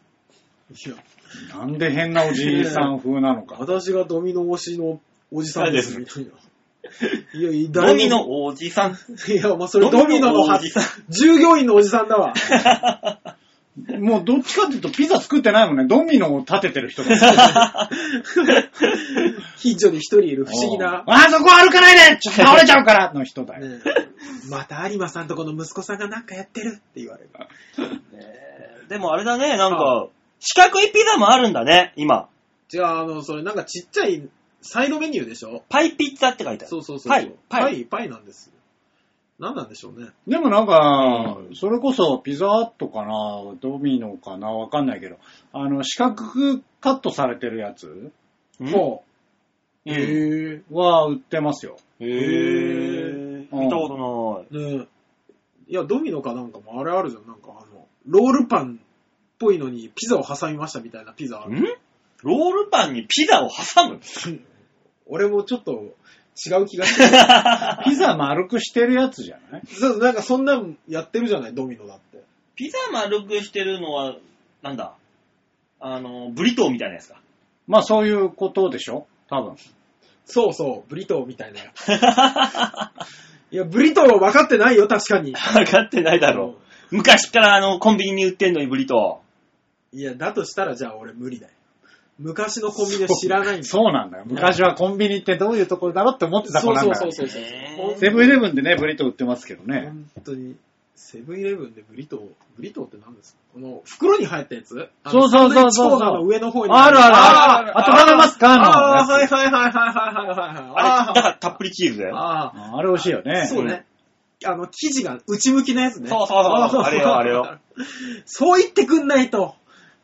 S3: いや、
S1: なんで変なおじいさん風なのか。
S3: 私がドミノ推しのおじさんです、
S2: 誰
S3: みたいな。いや、い
S2: ドミ。ノおじさん。
S3: 誰もいや、まあ、それドミノの
S2: お
S3: は
S2: じさん。
S3: 従業員のおじさんだわ。
S1: もうどっちかっていうとピザ作ってないもんね。ドミノを立ててる人が。
S3: 近所に一人いる不思議な。
S1: あーそこ歩かないでちょっと倒れちゃうからの人だよ。
S3: ねえまた有馬さんとこの息子さんがなんかやってるって言われる。
S2: でもあれだね、なんか、四角いピザもあるんだね、今。
S3: 違う、あの、それなんかちっちゃいサイドメニューでしょ
S2: パイピッツァって書いてある。
S3: そうそうそう。
S2: パイ、
S3: パ
S2: パイ。
S3: イ、パイなんです。何なんでしょうね。
S1: でもなんか
S2: う、ん
S1: それこそピザハットかな、ドミノかな、わかんないけど、あの、四角くカットされてるやつ
S2: うん
S3: ほ
S2: う
S3: う。
S2: ん
S3: へ
S1: は売ってますよ。
S2: へー。
S1: うん
S2: 見たことない。
S3: え。ねえ。いや、ドミノかなんかもあれあるじゃん。なんかあの、ロールパンっぽいのにピザを挟みましたみたいなピザある。
S2: んロールパンにピザを挟む
S3: 俺もちょっと違う気がする。
S1: ピザ丸くしてるやつじゃない
S3: そうなんかそんなんやってるじゃない、ドミノだって。
S2: ピザ丸くしてるのは、なんだあの、ブリトーみたいなやつか。
S1: まあそういうことでしょ多分。
S3: そうそう、ブリトーみたいなやつ。いや、ブリトーは分かってないよ、確かに。
S2: 分かってないだろ。昔からあの、コンビニに売ってんのにブリト
S3: いや、だとしたらじゃあ俺無理だよ。昔のコンビニは知らないんだよ。
S1: そうなんだよ。昔はコンビニってどういうところだろうって思ってた子なんだよ。
S3: そうそうそう
S2: ね
S3: そう。
S1: セブンイレブンでね、ブリトー売ってますけどね。
S3: 本当に、セブンイレブンでブリトー、ブリトーって何ですかこの袋に入ったやつあの
S1: そうそ
S3: サ
S1: うそうそう
S3: ンドイッチコーナーの上の方に。
S1: あるあるあ
S3: あ
S1: る。あと頼ますか
S3: ああ、
S1: の
S3: は
S1: や
S3: いはいはいはいはいはいはい。
S2: ー。あれ、だ
S3: あ
S2: からたっぷりチーズだよ。
S3: あ
S1: つ。あれ美味しいよ
S3: あ、
S1: ね。
S3: そうね。あの、生地が内向きのやつね。
S2: そうそうそうあれよあれよ。
S3: そう言ってくんないと。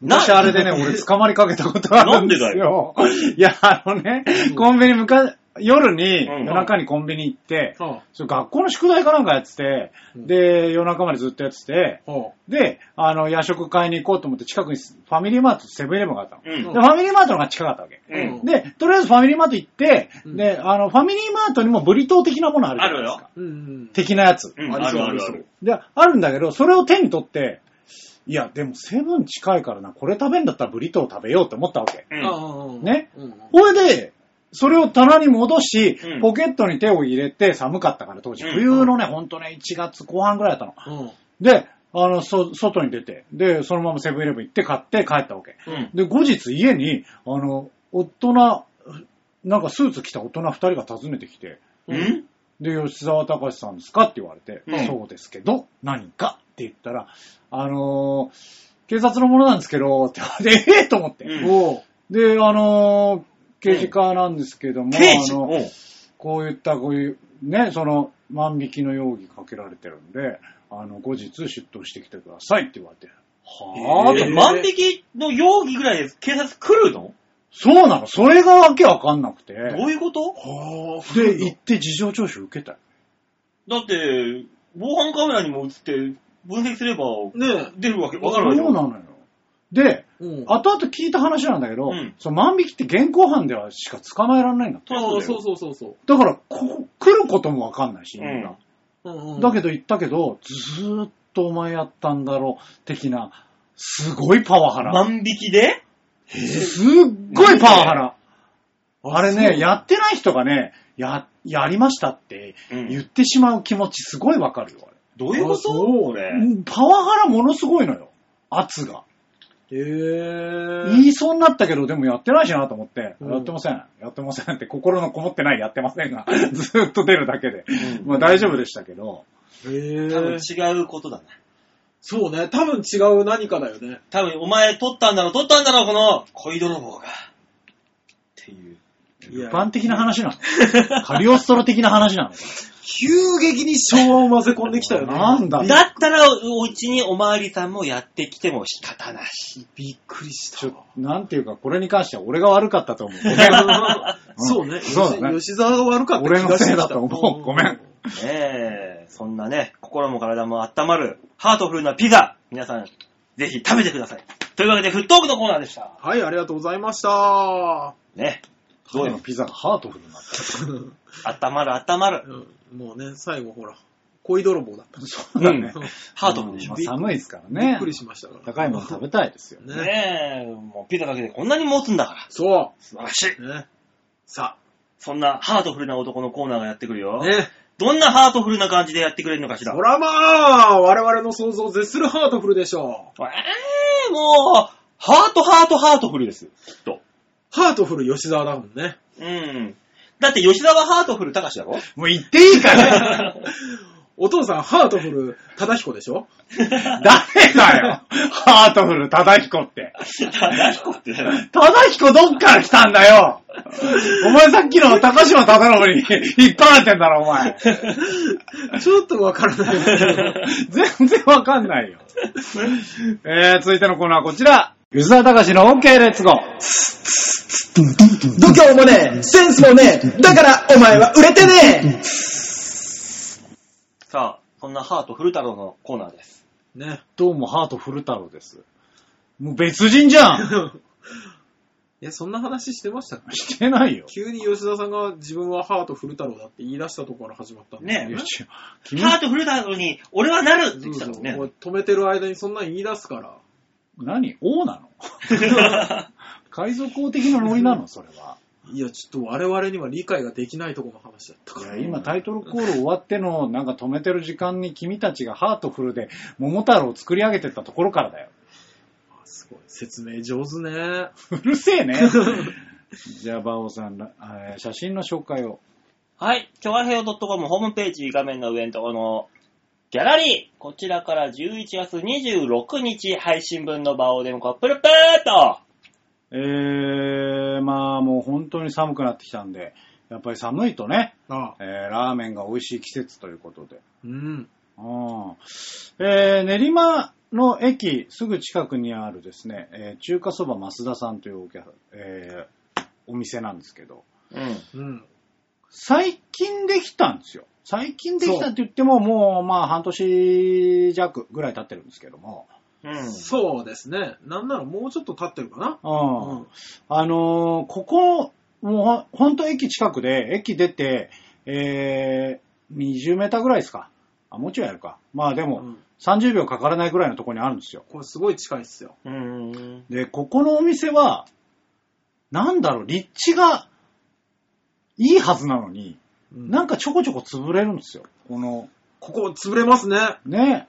S1: 昔あれで ね、俺捕まりかけたことがあるんですよ。いや、あのね、コンビニ昔、夜に、
S2: うんうん
S1: 夜中にコンビニ行って、
S3: は
S1: それ学校の宿題かなんかやってて、
S3: うん
S1: で、夜中までずっとやってて、
S3: あ、は
S1: で、あの、夜食買いに行こうと思って近くにファミリーマートとセブンイレブンがあったの。
S2: うん。
S1: で、ファミリーマートの方が近かったわけ。
S2: う
S3: うん
S2: ん。
S1: で、とりあえずファミリーマート行って、
S3: うん
S1: で、あの、ファミリーマートにもブリトー的なものあるじ
S2: あ
S1: ゃない
S2: る
S1: です
S2: よ
S1: か。。
S3: うんうん。
S1: 的なやつ。
S2: うん、
S3: あ
S2: あ
S3: りそう
S2: るある
S3: あ
S2: あ
S3: りそう
S2: る。
S1: で、あるんだけど、それを手に取って、いや、でもセブン近いからな、これ食べんだったらブリトー食べようって思ったわけ。
S2: うん
S3: ああああ
S1: ね
S3: うんうん
S1: ほいで、それを棚に戻し
S2: うん、
S1: ポケットに手を入れて、寒かったから当時、
S2: うん
S1: 冬のね、ほんとね、1月後半ぐらいだったの。
S3: うん
S1: で、あの、そ、外に出て、で、そのままセブンイレブン行って買って帰ったわけ。
S2: うん。
S1: で、後日家に、あの、大人、なんかスーツ着た大人2人が訪ねてきて、
S2: う
S3: うん
S2: ん
S1: で、吉沢隆さんですかって言われて、
S2: うん
S1: そうですけど、何かって言ったら、あのー警察の者なんですけど、って言われて、 ええと思って。
S2: うん
S3: おう
S1: で、あのー刑事課なんですけども、
S2: 刑事
S1: あの
S2: おう
S1: こういった、こういう、ね、その、万引きの容疑かけられてるんで、あの、後日出頭してきてくださいって言われて、はぁーと思って
S2: え万引きの容疑ぐらいで警察来るの
S1: そうなのそれがわけわかんなくて。
S2: どういうこと
S3: はあ、
S1: で、行って事情聴取受けたよ。
S2: だって、防犯カメラにも映って、分析すれば
S3: ね
S2: 出るわけ、わか
S1: そ
S2: る
S1: う
S2: わけ
S1: な
S2: よ。
S1: のよ。で、
S3: え。うん。
S1: 後々聞いた話なんだけど、
S2: うん
S1: その万引きって現行犯ではしか捕まえられないんだって。
S2: そりゃそうだよ
S3: そうそうそうそう。
S1: だから、ここ来ることもわかんないし、みんな。
S3: うんうん、
S1: だけど言ったけど、ずーっとお前やったんだろう、的な、すごいパワハラ。
S2: 万引きです
S1: っごいパワハラ。あれね、やってない人がね、や、やりましたって
S2: うん
S1: 言ってしまう気持ちすごいわかるよ、あれ
S2: どういうこ
S3: あ
S2: と
S3: そう
S2: これ。
S1: うんパワハラものすごいのよ、圧が。
S3: へえ。
S1: 言いそうになったけど、でもやってないしなと思って、
S3: うん
S1: やってません、やってませんって心のこもってないやってませんが、 ずーっと出るだけで。
S2: うん
S1: まあ大丈夫でしたけど、
S3: へ
S2: 多分
S3: え。
S2: 違うことだな。
S3: そうね。多分違う何かだよね。
S2: 多分お前取ったんだろ、取ったんだろ、この恋泥棒が。っていう。
S3: いや
S1: 一般的な話なの。カリオストロ的な話なの。
S3: 急激に昭和を混ぜ込んできたよね。
S1: なんだ
S2: だったら、お家におまわりさんもやってきても仕方なし。
S3: びっくりし
S1: ち
S3: た
S1: ょ。なんていうか、これに関しては俺が悪かったと思う。ごめん
S3: そうね。
S1: そうだね
S3: 吉沢が悪かった
S1: 俺のせいだと思う。ごめん。
S2: ねえ、そんなね、心も体も温まる、ハートフルなピザ、皆さん、ぜひ食べてください。というわけで、フットオークのコーナーでした。
S3: はい、ありがとうございました。
S2: ね、
S1: どうのピザがハートフルになった。
S2: 温まる温まる。
S3: うんもうね、最後ほら、恋泥棒だった。
S1: そうだね
S2: う。ハートフルでしょ。
S1: まあ寒いですから
S3: び
S1: ね
S3: っく。りしましたから。
S1: 高いもの食べたいです よ。
S3: ね。
S2: ねえ、もうピザだけでこんなに持つんだから。
S3: そ
S2: 素晴らしい。
S3: う。ね。さ
S2: そんなハートフルな男のコーナーがやってくるよ。
S3: あ、ね。
S2: どんなハートフルな感じでやってくれるのかしら。
S3: ほらまあ、我々の想像を絶するハートフルでしょう。
S2: えー、もう、ハートハートハートフルですよ、きっと。
S3: ハートフル吉沢だもんね。
S2: うん。だって吉沢ハートフル高しだろ
S1: もう言っていいかね
S3: お父さん、ハートフル忠彦でしょ
S1: 誰だよハートフル、ただひこって。
S2: 高彦ってね。
S1: ただひこどっから来たんだ よお前さっきの高島忠信に 引っ張られてんだろ、お前。
S3: ちょっとわから ないですけど。
S1: 全然わかん ないよ。えー、続いてのコーナーはこちら。吉沢隆の OK レッツゴー。
S4: 度胸もねえ、センスもねえ、だからお前は売れてね
S2: さあ、そんなハートフル太郎のコーナーです。
S3: ね。
S1: どうもハートフル太郎です。もう別人じゃ ん
S3: え、そんな話してましたっけ
S1: してないよ。
S3: 急に吉田さんが自分はハートフル太郎だって言い出したところから始まったんだ
S2: ねえ
S1: いや違う君
S2: ハートフル太郎に、俺はなるって
S3: そう
S2: 言ってた
S3: そう
S2: もんね
S3: も。う止めてる間にそんなに言い出すから。
S1: 何王 なの海賊王的なノリなのそれは。
S3: いや、ちょっと我々には理解ができないところの話だった
S1: い
S3: から。
S1: や今タイトルコール終わってのなんか止めてる時間に君たちがハートフルで桃太郎を作り上げてったところからだよ。
S3: あすごい。説明上手ね。
S1: うるせえね。じゃあ、バオさん、らえー写真の紹介を。
S2: はい。今日は平 .com ホームページ画面の上のところのギャラリー。こちらから11月26日配信分の場をデモカップルプーと。
S1: えー、まあもう本当に寒くなってきたんで、やっぱり寒いとね、
S3: ああ
S1: えーラーメンが美味しい季節ということで。
S3: うん。
S1: うんえー練馬の駅すぐ近くにあるですね、えー中華そば増田さんというお,、えーお店なんですけど、
S2: うん。
S3: うん。
S1: 最近できたんですよ。最近できたって言っても、もうまあ半年弱ぐらい経ってるんですけども、
S2: うん。
S3: そうですね。なんならもうちょっと経ってるかな。
S1: うん
S3: うん
S1: あのーここ、もうほんと駅近くで、駅出て、えー20メーターぐらいですか。あ、もうちょいやるか。まあで
S3: う
S1: も、
S3: ん
S1: 30秒かからないぐらいのところにあるんですよ。
S3: これすごい近いっすよ。
S2: うん。
S1: で、ここのお店は、なんだろう、立地がいいはずなのに、なん
S3: か
S1: かちょこちょこ潰れるんですよ。この、
S3: ここ潰れますね。
S1: ね、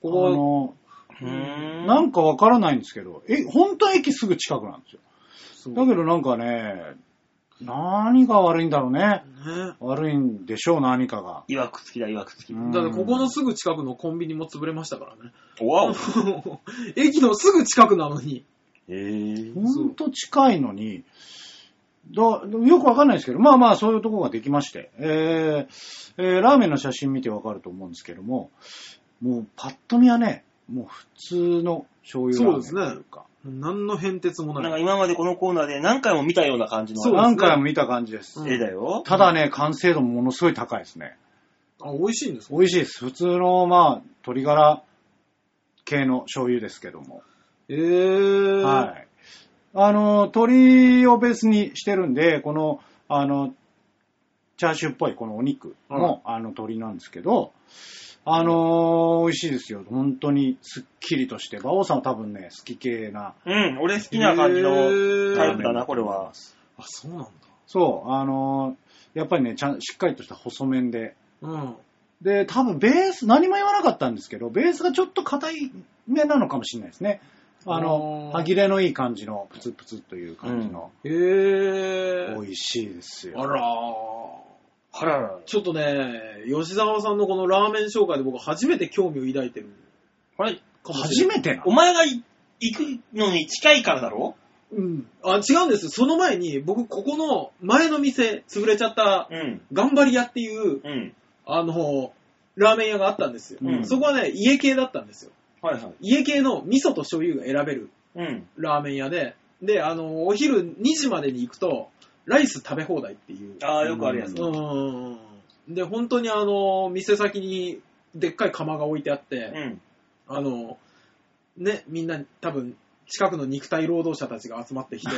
S3: こ
S1: あ
S3: こ、
S1: の、
S2: うん。
S1: なんかわからないんですけど、え、本当は駅すぐ近くなんですよ。
S3: そう
S1: だけどなんかね、何が悪いんだろうね。
S3: ね。
S1: 悪いんでしょう、何かが。
S2: いわくつきだ、いわくつき。
S1: うん
S3: だってここのすぐ近くのコンビニも潰れましたからね。
S2: わお。
S3: 駅のすぐ近くなのに。
S2: えー。
S1: ほんと近いのに、だよくわかんないですけど、まあまあそういうとこができまして、えーえーラーメンの写真見てわかると思うんですけども、もうパッと見はね、もう普通の醤油ラーメンというか、
S3: 何の変哲も
S2: なん
S3: な
S2: か
S3: い。
S2: 今までこのコーナーで何回も見たような感じの
S3: そうですね
S1: 何回も見た感じです。
S3: うん
S2: 絵だよ。
S1: ただね、完成度もものすごい高いですね。
S3: あ、美味しいんですか
S1: 美味しいです。普通の、まあ、鶏ガラ系の醤油ですけども。
S3: えー。
S1: はい。あの、鶏をベースにしてるんで、この、あの、チャーシューっぽいこのお肉も、あの、鶏なんですけど、あのー美味しいですよ。本当にすっきりとして、馬王さんは多分ね、好き系な。
S2: うん、俺好きな感じのタイ
S3: の
S2: プだな、これは。
S3: あ、そうなんだ。
S1: そう、あのーやっぱりね、ちゃん、しっかりとした細麺で。
S3: うん。
S1: で、多分ベース、何も言わなかったんですけど、ベースがちょっと硬いめなのかもしれないですね。あの
S3: お、ー
S1: 歯切れのいい感じの、プツプツという感じの、
S3: えー。
S1: 美味しいですよ。
S3: あらー。
S2: あらら
S3: ちょっとね、吉沢さんのこのラーメン紹介で僕初めて興味を抱いてる
S2: これ、
S3: かもし
S1: 初
S3: れない。
S1: めてな
S2: お前がい行くのに近いからだろ
S3: うん。あ、違うんです。その前に、僕、ここの前の店、潰れちゃった、
S2: うん。
S3: 頑張り屋っていう、
S2: うん。
S3: あの、ラーメン屋があったんですよ。
S2: うん
S3: そこはね、家系だったんですよ。
S2: はいはい。
S3: 家系の味噌と醤油が選べる
S2: うん。
S3: ラーメン屋で、で、あの、お昼2時までに行くと、ライス食べ放題っていう。
S2: ああ、よくあるやつ。
S3: うーん。で、本当にあの、店先にでっかい釜が置いてあって、
S2: うん。。
S3: あの、ね、みんな多分、近くの肉体労働者たちが集まってきて、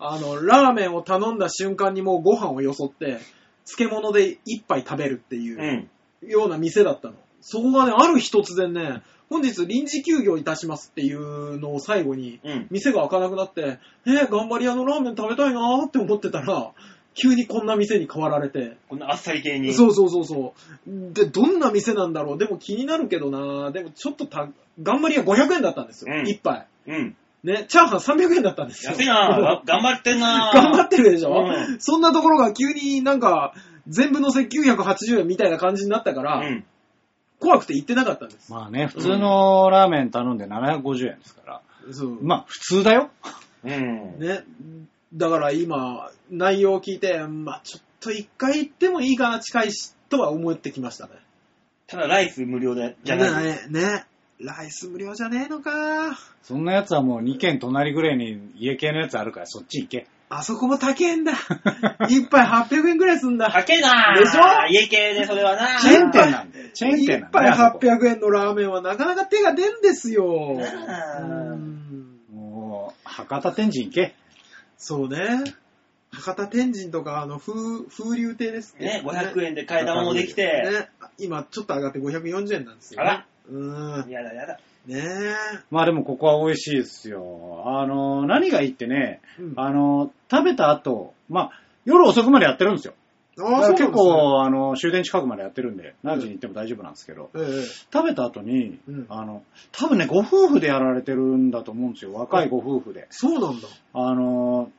S3: あの、ラーメンを頼んだ瞬間にもうご飯をよそって、漬物で一杯食べるっていううんような店だったの。そこがね、ある日突然ね、本日臨時休業いたしますっていうのを最後に、
S2: うん。
S3: 店が開かなくなって、えー、頑張り屋のラーメン食べたいなーって思ってたら、急にこんな店に変わられて、
S2: こんなあっさり系に。
S3: そうそうそうそう。で、どんな店なんだろうでも気になるけどなでもちょっとた、頑張りが500円だったんですよ。
S2: うん
S3: 一杯。
S2: うん。
S3: ね、チャーハン300円だったんですよ。
S2: 安いなが頑張ってんな
S3: 頑張ってるでしょ、
S2: うん
S3: そんなところが急になんか、全部乗せ980円みたいな感じになったから、
S2: うん。
S3: 怖くて行ってなかったんです。
S1: まあね、普通のラーメン頼んで750円ですから。
S3: そう。
S1: まあ、普通だよ。
S2: うん。
S3: ね。だから今、内容を聞いて、まあちょっと一回行ってもいいかな、近いし、とは思ってきましたね。
S2: ただライス無料で、じゃない。
S3: ねね。ライス無料じゃねえのか。
S1: そんなやつはもう2軒隣ぐらいに家系のやつあるから、そっち行け。
S3: あそこも高えんだ。一杯800円くらいすんだ。
S2: 高えな
S3: でしょ
S2: 家系でそれはな
S1: チェーン店なんだよ。チェーン店なんだよ。あそ
S3: 一
S1: こ
S3: 杯800円のラーメンはなかなか手が出んですよ。
S2: あー
S3: うん
S1: もう、博多天神行け。
S3: そうね。博多天神とか、あの、風、風流亭です
S2: ね、500円で替え玉もでき
S3: ね
S2: て。
S3: ね今、ちょっと上がって540円なんですよ、
S2: あら。
S3: うーん。
S2: やだやだ。
S3: ねえ。
S1: まあでもここは美味しいですよ。あの、何がいいってね、
S3: うん
S1: あの、食べた後、まあ、夜遅くまでやってるんですよ。だから
S3: ー
S1: 結
S3: そ
S1: 構、あの、終電近くまでやってるんで、何時に行っても大丈夫なんですけど、
S3: うなんですね
S1: 食べた後に、
S3: うん
S1: あの、多分ね、ご夫婦でやられてるんだと思うんですよ。若いご夫婦で。
S3: そうなんだ。
S1: あの、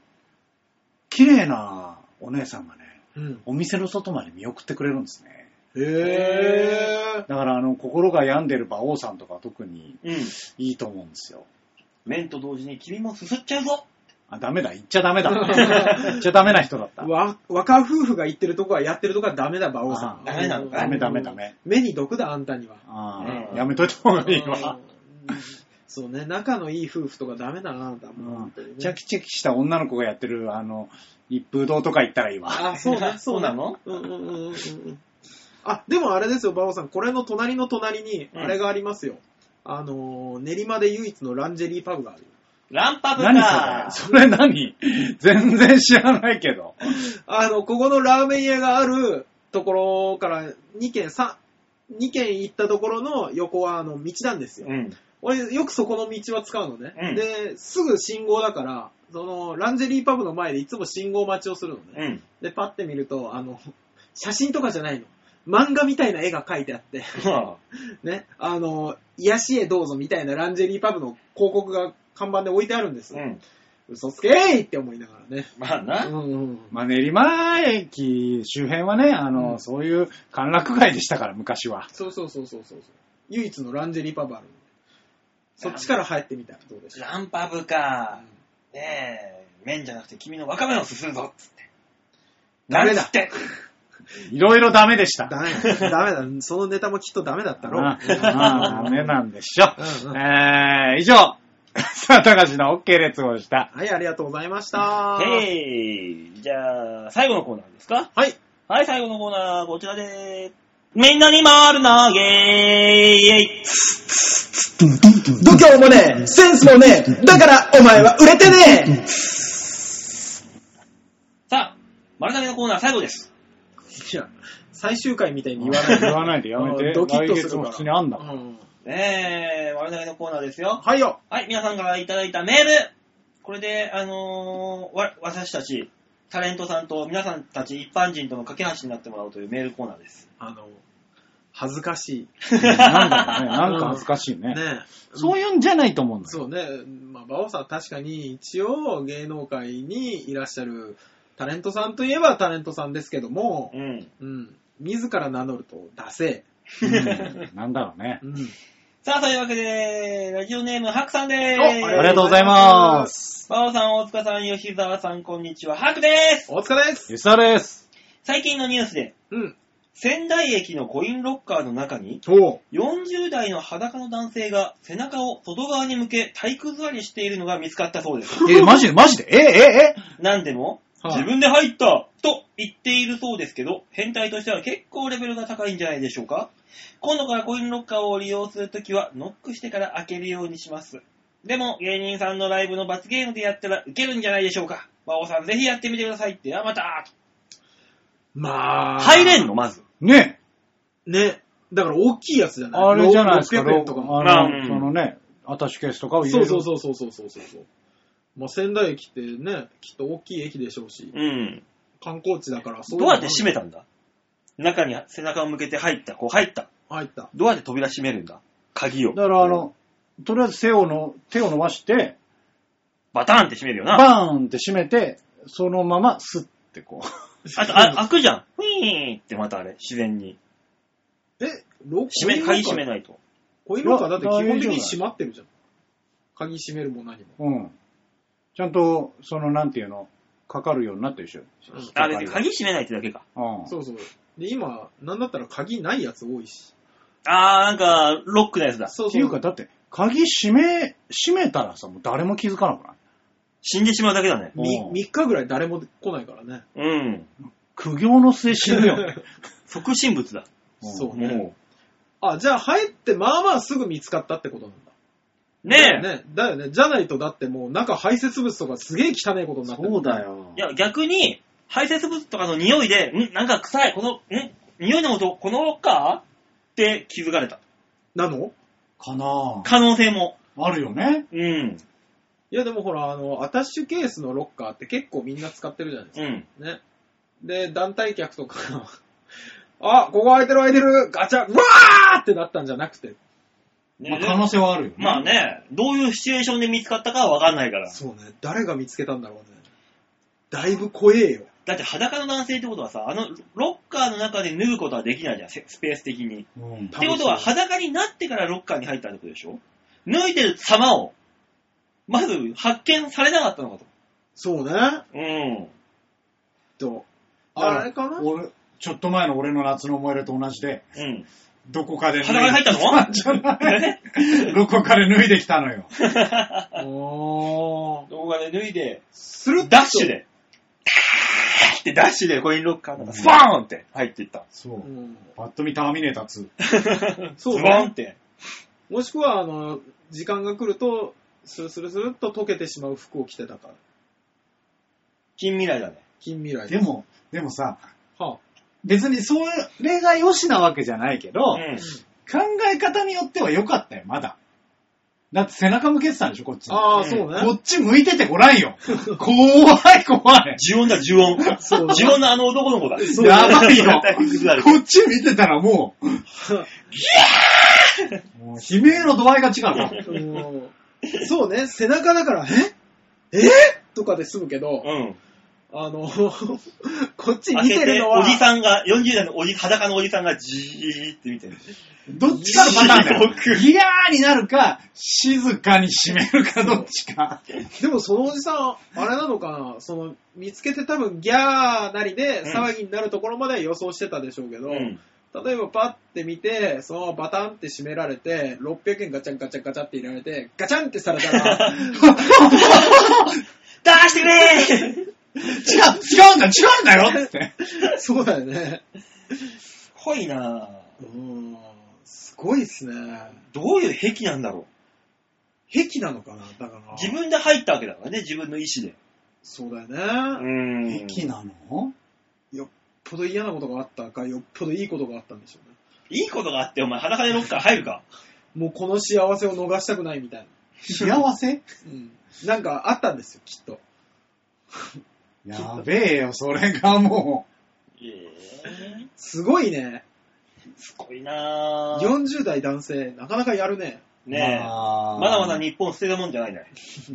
S1: 綺麗なお姉さんがね、
S3: うん。
S1: お店の外まで見送ってくれるんですね。
S3: へえ。
S1: だから、あの、心が病んでる馬王さんとか特に
S2: うん。
S1: いいと思うんですよ。
S2: 麺と同時に君もすすっちゃうぞ。
S1: あ、ダメだ、言っちゃダメだ。言っちゃダメな人だった。
S3: わ、若夫婦が言ってるとこはやってるとこはダメだ、馬王さん。
S2: あダメなのか
S1: ダメダメダ。メ。
S3: 目に毒だ、あんたには。
S1: ああ、
S2: うん
S1: やめといた方がいいわ。
S3: うんそうね、仲のいい夫婦とかダメだな、多分。本当にね
S1: チャキチャキした女の子がやってる、あの、一風堂とか行ったらいいわ。
S3: あ、そうね、
S2: そ
S3: そうね
S2: うなの
S3: うんうんうんうんうん。あ、でもあれですよ、馬王さん、これの隣の隣に、
S2: うん
S3: あれがありますよ。あのー、練馬で唯一のランジェリーパブがある。
S2: ランパブ
S1: 何
S2: か。
S1: それそれ何全然知らないけど。
S3: あの、ここのラーメン屋があるところから2軒、3、2軒行ったところの横は、あの、道なんですよ。
S2: うん。
S3: 俺、よくそこの道は使うのね。
S2: うん
S3: で、すぐ信号だから、その、ランジェリーパブの前でいつも信号待ちをするのね。
S2: うん。
S3: で、パッて見ると、あの、写真とかじゃないの。漫画みたいな絵が描いてあって、
S2: は
S3: ね、あの、癒しへどうぞみたいなランジェリーパブの広告が看板で置いてあるんです。
S2: あうん。
S3: 嘘つけーいって思いながらね。
S2: まあな。
S3: うんうん
S1: まあ、練馬駅周辺はね、あの、
S3: うん
S1: そういう歓楽街でしたから、昔は。
S3: そうそうそうそうそうそう。唯一のランジェリーパブあるんで。そっちから入ってみたらどうでしょう。
S2: ランパブか。ねえ、麺じゃなくて君のわかめをすするぞ。つって。
S3: ダメだ
S2: なんつって。
S1: いろいろダメでした。
S3: ダメだ、ダメだ、そのネタもきっとダメだったろう。
S1: ああダメなんでしょ。
S3: うんうん
S1: えー、以上、さあ、高しの OK 列をした。
S3: はい、ありがとうございました。
S2: へい。じゃあ、最後のコーナーですか
S3: はい。
S2: はい、最後のコーナー、こちらでーす。みんなに回るなー、ゲーイ
S4: 度胸もねえ、センスもねえ、だからお前は売れてね
S2: さあ、丸投げのコーナー最後です。
S3: いや、最終回みたいに
S1: 言
S3: 言
S1: わ
S3: わ
S1: な
S3: ないい。
S1: 言わない でやめて。
S3: うんドキッとす
S1: 来月
S3: る
S1: も
S3: から。
S1: 普通にあんだ。
S3: うん
S2: ねえ、丸投げのコーナーですよ。
S3: はいよ。
S2: はい、皆さんからいただいたメール。これで、あのーわ、私たち、タレントさんと皆さんたち一般人との架け橋になってもらおうというメールコーナーです。
S3: あの、恥ずかし
S1: なんだろうね。なんか恥ずかしい
S3: い。ね
S1: ね。そういうんじゃないと思うんだよ。
S3: そうね。まあ、馬王さん確かに一応芸能界にいらっしゃるタレントさんといえばタレントさんですけども
S2: う、ん。
S3: うん。自ら名乗るとダセ
S1: うんなんだろうね
S3: え。。うん。
S2: さあ、というわけで、ラジオネーム、ハクさんで
S3: おあり
S1: あり
S2: ー
S1: が
S2: す。
S1: とうございます。
S2: バオさん、大塚さん、吉沢さん、こんにちは。ハクです。
S3: お疲れです。
S1: 吉沢です。
S2: 最近のニュースで、
S3: うん。
S2: 仙台駅のコインロッカーの中に、
S3: お
S2: 40代の裸の男性が背中を外側に向け体育座りしているのが見つかったそう です。
S1: え、マジでマジでえ、え、え、
S2: なんでも、
S3: はい
S2: 自分で入ったと言っているそうですけど、変態としては結構レベルが高いんじゃないでしょうか今度からコインロッカーを利用するときはノックしてから開けるようにします。でも、芸人さんのライブの罰ゲームでやったらウケるんじゃないでしょうか馬王さん、ぜひやってみてください。ではまた
S3: まあ。
S2: 入れんのまず。
S1: ね
S3: ね。だから大きいやつじゃない
S1: あれじゃないですか、
S3: 600
S1: ロ
S3: 円とかも。
S1: あ
S2: う
S1: の、
S2: ん
S1: そのね、アタッシュケースとかを入れ
S3: そう
S1: る。
S3: そうそうそうそうそうそう。まあ、仙台駅ってね、きっと大きい駅でしょうし、
S2: うん。
S3: 観光地だから、そ
S2: どうやって閉め
S3: た
S2: たんだ中に背中を向けて入った、こう入った。
S3: 入った。
S2: どうやって扉閉めるんだ鍵を。
S1: だからあの、とりあえず手をの、手を伸ばして、
S2: バターンって閉めるよな。
S1: バーンって閉めて、そのままスッってこ
S2: あと、あ開くじゃん。ウィーンってまたあれ、自然に。
S3: え、ロ
S2: 閉め、鍵閉めないと。
S3: コインロッカーだって基本的に閉まってるじゃん。鍵閉めるも何も。
S1: う。 うん。ちゃんと、その、なんていうの、かかるようになってるでしょ。
S3: うん
S2: あ、別に鍵閉めないってだけか。
S1: うん。
S3: そうそう。で、今、なんだったら鍵ないやつ多いし。
S2: あー、なんか、ロックのやつだ。
S3: そう
S1: っていうか、だって、鍵閉め、閉めたらさ、もう誰も気づかなくない
S2: 死んでしまうだけだね。
S1: う
S3: 3
S1: ん
S3: 日ぐらい誰も来ないからね。
S2: うん。
S1: 苦行の末死ぬよね。
S2: 即身仏だ。
S1: うん
S3: そうね。
S2: も
S3: あ、じゃあ入って、まあまあすぐ見つかったってことなんだ。
S2: う。ねえ。
S3: ねだよね。じゃないと、だってもう中排泄物とかすげえ汚いことになってる。
S1: そうだよ
S2: い。や、逆に、排泄物とかの匂いで、んなんか臭い、この、ん匂いの音、このロッカーって気づかれた。
S3: なの
S1: かな
S2: 可能性も。
S1: あるよね。
S2: うん。
S3: いやでもほら、あの、アタッシュケースのロッカーって結構みんな使ってるじゃないです
S2: うん。
S3: か。ね。で、団体客とかが あ、ここ開いてる開いてるガチャうわーってなったんじゃなくて。
S1: まあ、
S2: ね
S1: 可能性はあるよね。
S2: まあね、どういうシチュエーションで見つかったかはわかんないから。
S3: そうね。誰が見つけたんだろうね。だいぶ怖えよ。
S2: だって裸の男性ってことはさ、あの、ロッカーの中で脱ぐことはできないじゃん、せスペース的に。
S1: うん。
S2: ってことは、
S3: 多分そう
S2: 裸になってからロッカーに入ったってことでしょ脱いでる様を、まず発見されなかったのかと。
S3: そうね。
S2: うん。
S3: と、あれかな
S1: 俺、ちょっと前の俺の夏の思い出と同じで、
S2: うん。
S1: どこかで
S2: 裸に入った の
S1: じゃない。どこかで脱いできたのよ。
S3: おー。
S2: 動画で脱いで、
S3: する
S2: ダッシュ。で、ダーってダッシュでコインロッカーの中、スパーンって入っていった。
S1: そうう。
S3: ん、
S1: パッと見ターミネーター2。
S3: そう
S2: ズボン
S3: ね
S2: っ。て。
S3: もしくは、あの、時間が来ると、スルスルスルっと溶けてしまう服を着てたから。
S2: 近未来だね。
S3: 近未来
S1: で、も、でもさ、
S3: はあ、
S1: 別にそれが良しなわけじゃないけ
S2: う
S1: ど、
S2: ん。
S1: 考え方によっては良かったよ、まだ。だって背中向けてたんでしょ、こっちに。
S3: ああ、
S2: うん
S3: そう
S1: こ
S3: ね。
S1: っち向いててごらんよ。怖い怖い。
S2: 呪音だ、呪音。
S3: そう
S2: 呪音のあの男の子だ。
S1: うや ばいよ
S2: 体育座り
S1: こっち見てたらも う、もう悲鳴の度合いが違うから。
S3: うんそうね、背中だから、ええとかで済むけど、
S2: うん。
S3: あの、 こっち
S2: 開
S3: 見
S2: け
S3: てる
S2: て、
S3: のは、
S2: おじさんが、40代のおじ、裸のおじさんがじーって見てる。
S1: どっちかのパターンだよ
S2: 僕。
S1: ギヤーになるか、静かに閉めるか、どっちか。
S3: でもそのおじさん、あれなのかな、その、見つけて多分ギャーなりで
S2: うん
S3: 騒ぎになるところまでは予想してたでしょうけど、
S2: うん。
S3: 例えばパッて見て、そのままバタンって閉められて、600円ガチャンガチャンガチャンって入れられて、ガチャンってされた ら、
S2: 出してくれー
S1: 違うんだ、違うんだよって。
S3: そうだよね。
S2: 濃いなぁ。
S3: うーん、すごいっすね。
S2: どういう癖なんだろ
S3: 癖なのかなだから
S2: う。。自分で入ったわけだからね、自分の意思で。
S3: そうだよ
S2: う
S3: ね。
S2: ん
S1: 駅なの
S3: よっぽど嫌なことがあったか、よっぽどいいことがあったんでしょうね。
S2: いいことがあって、お前裸でロッカー入るか。
S3: もうこの幸せを逃したくないみたいな。
S1: 幸せ
S3: うん。なんかあったんですよ、きっと。
S1: やべえよ、それがも
S2: ええ
S3: すごいね。
S2: すごいなぁ。
S3: 40代男性、なかなかやるね。
S1: う。
S2: ねえ。
S1: まあ
S2: まだまだ日本捨てたもんじゃないね。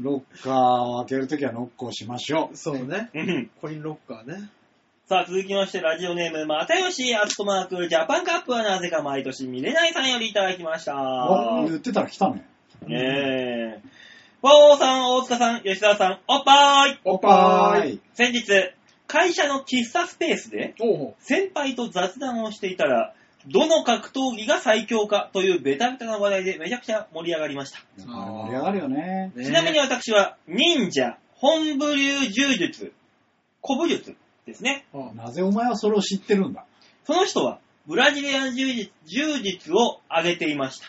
S1: ロッカーを開けるときはノックをしましょう。
S3: そうね。
S2: うん。
S3: コインロッカーね。
S2: さあ、続きまして、ラジオネーム、またよし、アットマーク、ジャパンカップはなぜか毎年見れないさんよりいただきました。
S1: あ言ってたら来たね。
S2: ねえ。ワオさん、大塚さん、吉沢さん、おっぱーい
S3: おっぱーい。
S1: い。
S2: 先日、会社の喫茶スペースで、
S3: おう
S2: 先輩と雑談をしていたら、どの格闘技が最強かというベタベタな話題でめちゃくちゃ盛り上がりました。
S1: やっぱり盛り上がるよね。
S3: ね
S2: ちなみに私は、忍者、本部流柔術、古武術ですね。
S3: あ
S1: なぜお前はそれを知ってるんだ
S2: その人は、ブラジリアン柔術柔術を挙げていました。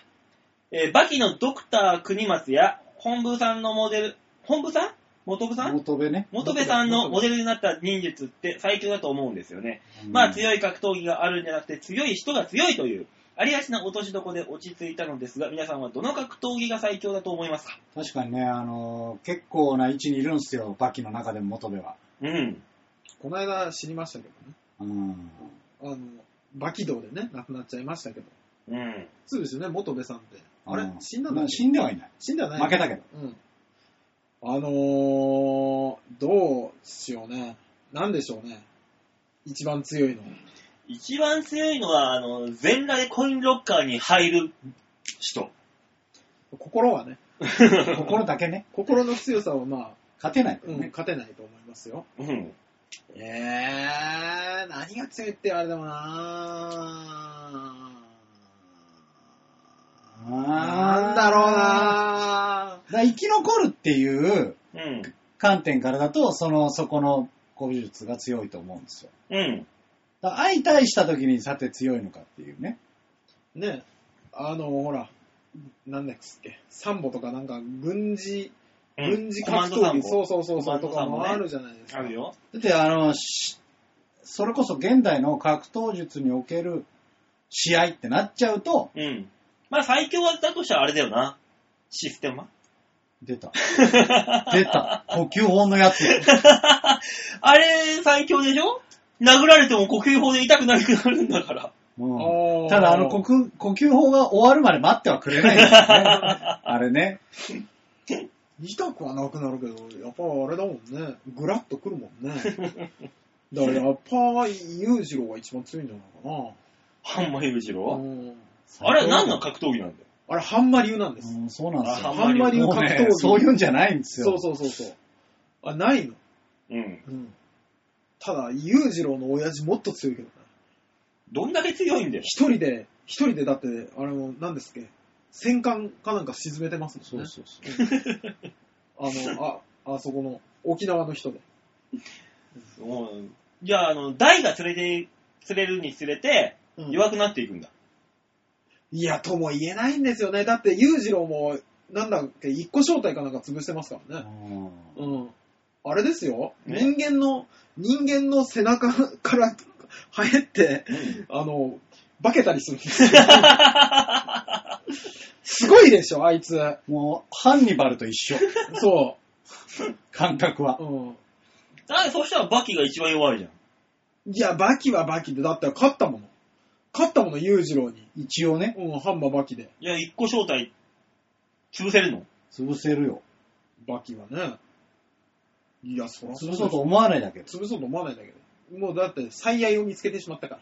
S2: えーバキのドクター国松や、本部さんのモデル、本部さん元部さん
S1: 元部ね。
S2: 元部さんのモデルになった忍術って最強だと思うんですよね。まあ強い格闘技があるんじゃなくて強い人が強いという、ありがちな落としどこで落ち着いたのですが、皆さんはどの格闘技が最強だと思いますか
S1: 確かにね、あのー結構な位置にいるんすよ、バキの中でも元部は。
S2: うん。
S3: この間死にましたけ
S1: うん。
S3: どね。あの、バキ道でね、亡くなっちゃいましたけど。
S2: うん。
S3: そうですよね、元部さんって。あれ
S1: うん
S3: 死んだんだっ
S1: ま
S3: け
S1: あ死んではいない。
S3: 死んではない
S1: 負けたけど。
S3: うん。あのー、どうしようね。なんでしょうね。一番強いの。
S2: 一番強いのは、あの、全裸でコインロッカーに入る 人。
S3: 心はね、
S1: 心だけね、
S3: 心の強さは まあ、
S1: 勝てないか
S3: う
S1: ら
S3: ん、
S1: ね。
S3: 勝てないと思いますよ。
S2: うん。
S3: えー、何が強いってあれだもななんだろう
S1: だか
S3: な
S1: ら生き残るっていう
S2: うん。
S1: 観点からだと、その、そこの古武術が強いと思うんですよ。
S2: うん。
S1: だから相対した時にさて強いのかっていうね。
S3: ねあの、ほら、なんだっけ、サンボとかなんか軍事、軍事格闘技、そううそうそうそう、とかもあるじゃないです
S2: ん。
S3: か。
S2: あるよ。
S1: だってあの、しそれこそ現代の格闘術における試合ってなっちゃうと、
S2: うん。まあ最強だとしたらあれだよな。システ マ
S1: 出た。出 た。呼吸法のやつ。
S2: あれ、最強でしょ殴られても呼吸法で痛くなくなるんだから。
S1: うん
S3: あー
S1: ただあの呼吸、呼吸法が終わるまで待ってはくれないですね。 あれね。
S3: 痛くはなくなるけど、やっぱあれだもんね。ぐらっとくるもんね。だからやっぱ、裕次郎が一番強いんじゃないか
S2: ハンマユージ
S3: な。
S2: ロ
S3: うん
S2: あれは何の格闘技なんだよ。
S3: あれ、ハンマ流なんです。
S1: うん、そうなんです
S2: あ
S1: よ。
S3: ハンマ流
S1: も
S3: 格
S1: う
S3: 闘
S1: ね
S3: 技。、
S1: そういうんじゃないんですよ。
S3: そうそうそうそう。あ、ないの。
S2: うん。
S3: うん。ただ、裕次郎の親父もっと強いけどね。
S2: どんだけ強いんだよ。
S3: 一人で、一人でだって、あれも、何ですっけ戦艦かなんか沈めてますもんね。
S1: そうそう
S3: あの、あ、あそこの、沖縄の人で。
S2: うんじゃあ、あの、大が連れて、釣れるにつれて、
S3: うん
S2: 弱くなっていくんだ。
S3: いや、とも言えないんですよね。だって、裕次郎も、なんだっけ、一個正体かなんか潰してますからね。
S1: うん
S3: うん。あれですよ。
S2: ね
S3: 人間の、人間の背中から 生えて、あの、化けたりするんですよ。 すごいでしょ、あいつ。
S1: もう、ハンニバルと一緒。
S3: そ
S1: 感覚は
S3: う。。うん。
S2: だからそしたらバキが一番弱いじゃん。
S3: いや、バキはバキで、だって勝ったもの。勝ったもの、裕次郎に。
S1: 一応ね、
S3: うん、ハンマーバキで。
S2: いや、一個正体、潰せる の
S1: 潰せるよ。
S3: バキはね。いや、そら
S1: 潰そうと思わないだけど。
S3: 潰そうと思わないんだけど。もうだって、最愛を見つけてしまったか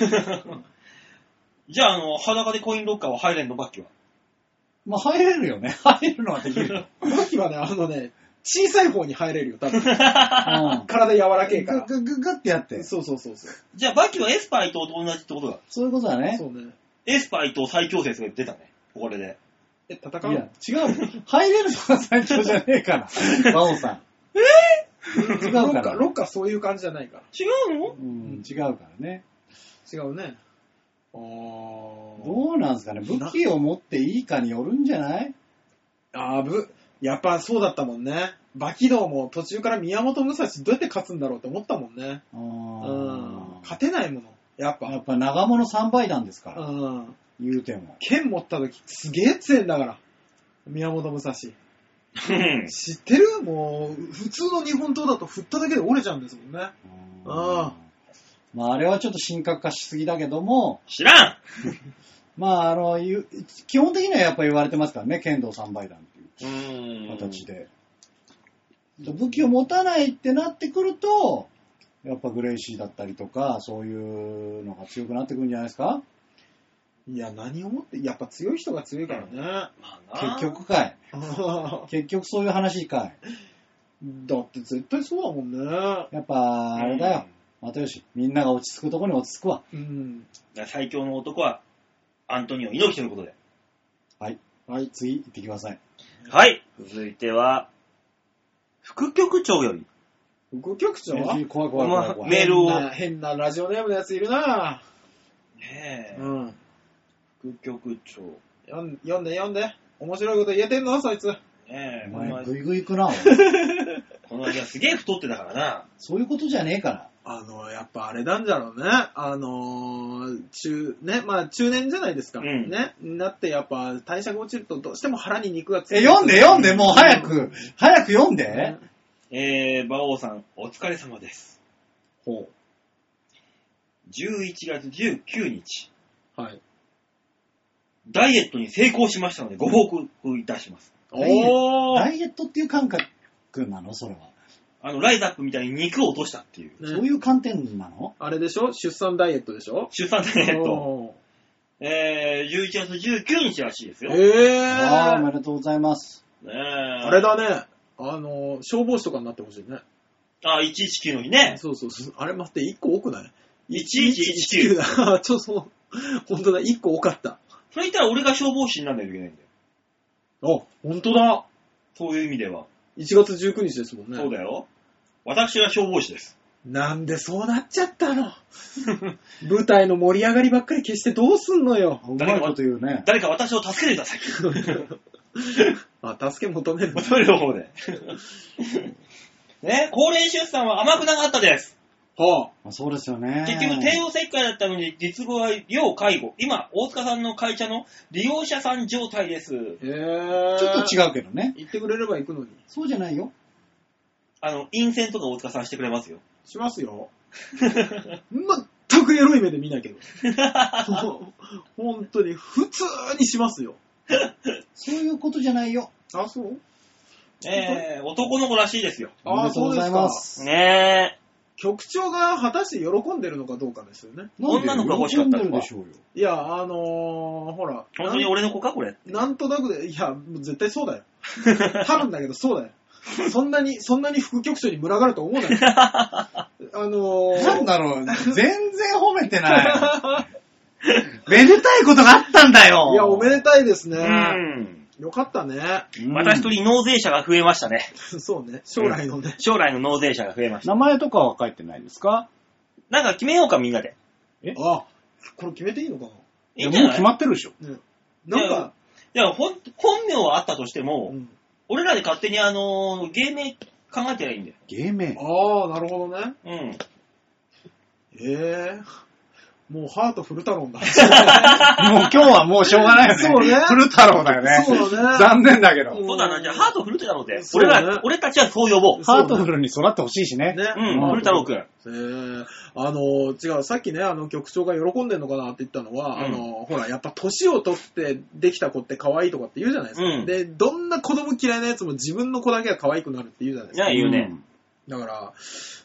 S3: ら。
S2: じゃあ、あの、裸でコインロッカーは 入れんの、バキは。
S1: まあ、入れるよね。入るのはできるよ。
S3: バキはね、あのね、小さい方に入れるよ、多 分。
S1: うん。
S3: 体柔らけえ から。
S1: グググってやって。
S3: そうそうそうそう。
S2: じゃあ、バキはエスパー伊藤と同じってことだ。
S1: そういうことだね
S3: そ。うね。
S2: エスパー伊藤最強説が出たね。これで。
S3: え、戦
S1: いうや
S3: の、
S1: 違うもん。入れるのが最強じゃねえ から。バオさん。え違
S3: ロ
S1: うか
S3: ッカ、
S1: ら。
S3: ロッカそういう感じじゃないから。
S2: 違うの
S1: うん、違うからね。
S3: 違うね。あー。
S1: どうなんですかね。武器を持っていいかによるんじゃない
S3: あーぶ、やっぱそうだったもんね。バキドウも途中から宮本武蔵どうやって勝つんだろうって思ったもんね。
S1: う
S3: うん。
S1: ん。
S3: 勝てないもの。やっ
S1: や
S3: ぱ。
S1: っぱ長物3倍弾ですから、
S3: うん。
S1: 言うても。
S3: 剣持った時すげえ強いんだから。宮本武蔵。
S2: うん
S3: 知ってるもう、普通の日本刀だと振っただけで折れちゃうんですもんね。あ
S1: まあ、あれはちょっと神格化しすぎだけども、
S2: 知らん
S1: まあ、あの、ゆ基本的にはやっぱ言われてますからね、剣道3倍弾っていううん形で。武器を持たないってなってくると、やっぱグレイシーだったりとか、そういうのが強くなってくるんじゃないですか
S3: いや、何をもって、やっぱ強い人が強いからね。
S2: まあな
S1: 結。局かい。
S3: あ
S1: 結局そういう話かい。
S3: ーだって絶対そうだもんね。
S1: やっぱ、あれだよ。又吉、みんなが落ち着くとこに落ち着くわ。
S3: うん。
S2: だから最強の男は、アントニオ猪木ということで。
S1: はい、次行ってきてください。
S2: はい。続いては、副局長より。
S3: 副局長
S1: 怖い怖い怖い怖い怖い。
S2: メールを
S3: 変な変なラジオネームのやついるな
S2: ねえ
S3: うん。
S2: 副局長。
S3: 読ん読んで読んで。面白いこと言えてんのそいつ。
S2: ねえ、
S1: お
S2: この
S1: 前、
S2: 間
S1: ぐいぐい行くな、お前
S2: この間すげえ太ってたからな。
S1: そういうことじゃねえから。
S3: あの、やっぱあれなんだろうね。あのー、中、ね、まあ中年じゃないですか。
S2: うん
S3: ね。なってやっぱ代謝が落ちるとどうしても腹に肉がつく。
S1: え、読んで読んで、もう早く、早く読んで
S3: ね。
S2: えー、馬王さん、お疲れ様です。
S3: ほ
S2: 11月19日、
S3: う。はい。
S2: ダイエットに成功しましたので、ご報告いたします。
S3: おー
S1: ダイエットっていう感覚なのそれは。
S2: あの、ライザップみたいに肉を落としたっていう。
S1: そういう観点なの
S3: あれでしょ出産ダイエットでしょ
S2: 出産ダイエット。
S3: お
S2: えー、11月19日らしいです
S3: ー
S2: よ。
S3: え
S2: ね
S1: ああ、おめ
S3: ー、
S1: でとうございます。
S2: え
S3: あれだね。あのー、消防士とかになってほしいね。
S2: あ、119の日ね。
S3: そうそうそう。あれ待って、1個多くない
S2: 1119
S3: ?1119 だ。ちょっとその、本当だ、1個多かった。
S2: それ言ったら俺が消防士になんないといけないんだよ。
S3: あ、本当だ。
S2: そういう意味では。
S3: 1月19日ですもんね。
S2: そうだよ。私は消防士です。
S3: なんでそうなっちゃったの舞台の盛り上がりばっかり消してどうすんのよ。
S1: うまいこと言うね。
S2: 誰か私を助けてください。
S3: あ、助け求 めるの。
S2: 求める方で。ね、高齢出産は甘くなかったです。
S3: は
S1: まあ、そうですよね。
S2: 結局、帝王切開だったのに、実後は要介護。今、大塚さんの会社の利用者さん状態です。
S3: あ、へえ。
S1: ちょっと違うけどね。
S3: 言ってくれれば行くのに。
S1: そうじゃないよ。
S2: あの、陰線とか大塚さんしてくれますよ。
S3: しますよ。全くエロい目で見ないけど。もう本当に普通にしますよ。
S1: そういうことじゃないよ。
S3: あ、そう
S2: えー、男の子らしいですよ。
S1: おめ
S3: あ
S1: でとう
S3: そ
S1: ご
S3: うで
S1: ざい
S3: す
S1: ま
S3: か。
S1: す。
S2: ね
S3: 局長が果たして喜んでるのかどうかですよね。
S2: 女の子が欲しかったと
S1: んで
S2: か
S1: 喜んでるでしょうよ。
S3: いや、あのー、ほら。
S2: 本当に俺の子かこれ。
S3: なんとなくで、いや、もう絶対そうだよ。多分だけど、そうだよ。そんなに、そんなに副局長に群がると思うなよ。あのー、
S1: なんだろう、全然褒めてない。めでたいことがあったんだよ。
S3: いや、おめでたいですね
S2: う。ん。
S3: よかったね。
S1: うん
S2: また一人納税者が増えました ね。
S3: そうね、将来のね。
S2: 将来の納税者が増えました。
S1: 名前とかは書いてないですか
S2: なんか決めようか、みんなで。
S3: あ、これ決めていいのか
S2: いいんじゃ
S1: も
S2: な
S1: う
S2: い
S1: 決まってるでしょ。
S3: ななんか、
S2: いや、ほん本名はあったとしても、
S3: うん
S2: 俺らで勝手にあのー、芸名考えてりゃいいんだよ。
S1: 芸名。
S3: ああ、なるほどね。
S2: うん。
S3: ええもうハートフルタロ ンだ。
S1: もう今日はもうしょうがないよね。
S3: そうね
S1: 古太郎だよね。
S3: そうね
S1: 残念だけど。
S3: うん
S2: そうだな、じゃあハートフルだろうぜ。
S3: そう
S2: 俺
S3: だね
S2: ら、俺たちはそう呼ぼう。
S3: そう
S1: ハ
S3: ね
S1: ートフルに育ってほしいしね。
S3: ね。
S2: うん、
S1: うん
S2: 古太郎くん。
S3: えー、あの違う、さっきね、あの局長が喜んでるのかなって言ったのは、
S2: うん
S3: あのほら、やっぱ年を取ってできた子って可愛いとかって言うじゃないですか。
S2: うん
S3: で、どんな子供嫌いなやつも自分の子だけが可愛くなるって言うじゃないです
S2: じゃ
S3: か。
S2: あ言うね。
S3: だから、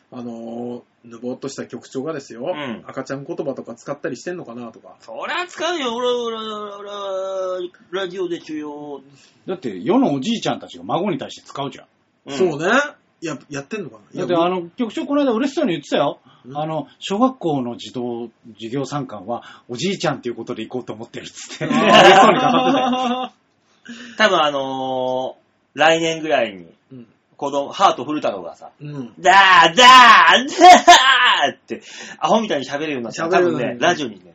S3: あのぬぼーっとした局長がですよ、
S2: ん
S3: 赤ちゃん言葉とか使ったりしてんのかなとか。
S2: そりゃ使うよ、俺、俺、俺、ラジオで中よ。
S1: だって世のおじいちゃんたちが孫に対して使うじゃん。
S2: ん
S3: そうね。や、やってんのかな
S1: だってあ
S3: の、
S1: の、局長この間嬉しそうに言ってたよ。
S3: うん
S1: あの、小学校の児童授業参観は、おじいちゃんっていうことで行こうと思ってるっつって、嬉しそうに語ってたよ。
S2: 多分あのー、来年ぐらいに、
S3: うん。
S2: 子供、ハート古太郎がさ、
S3: うん。
S2: だーだーだーって、アホみたいに喋るようになったら多
S3: 喋るよう
S2: 分
S3: になる
S2: ね、ラジオにね、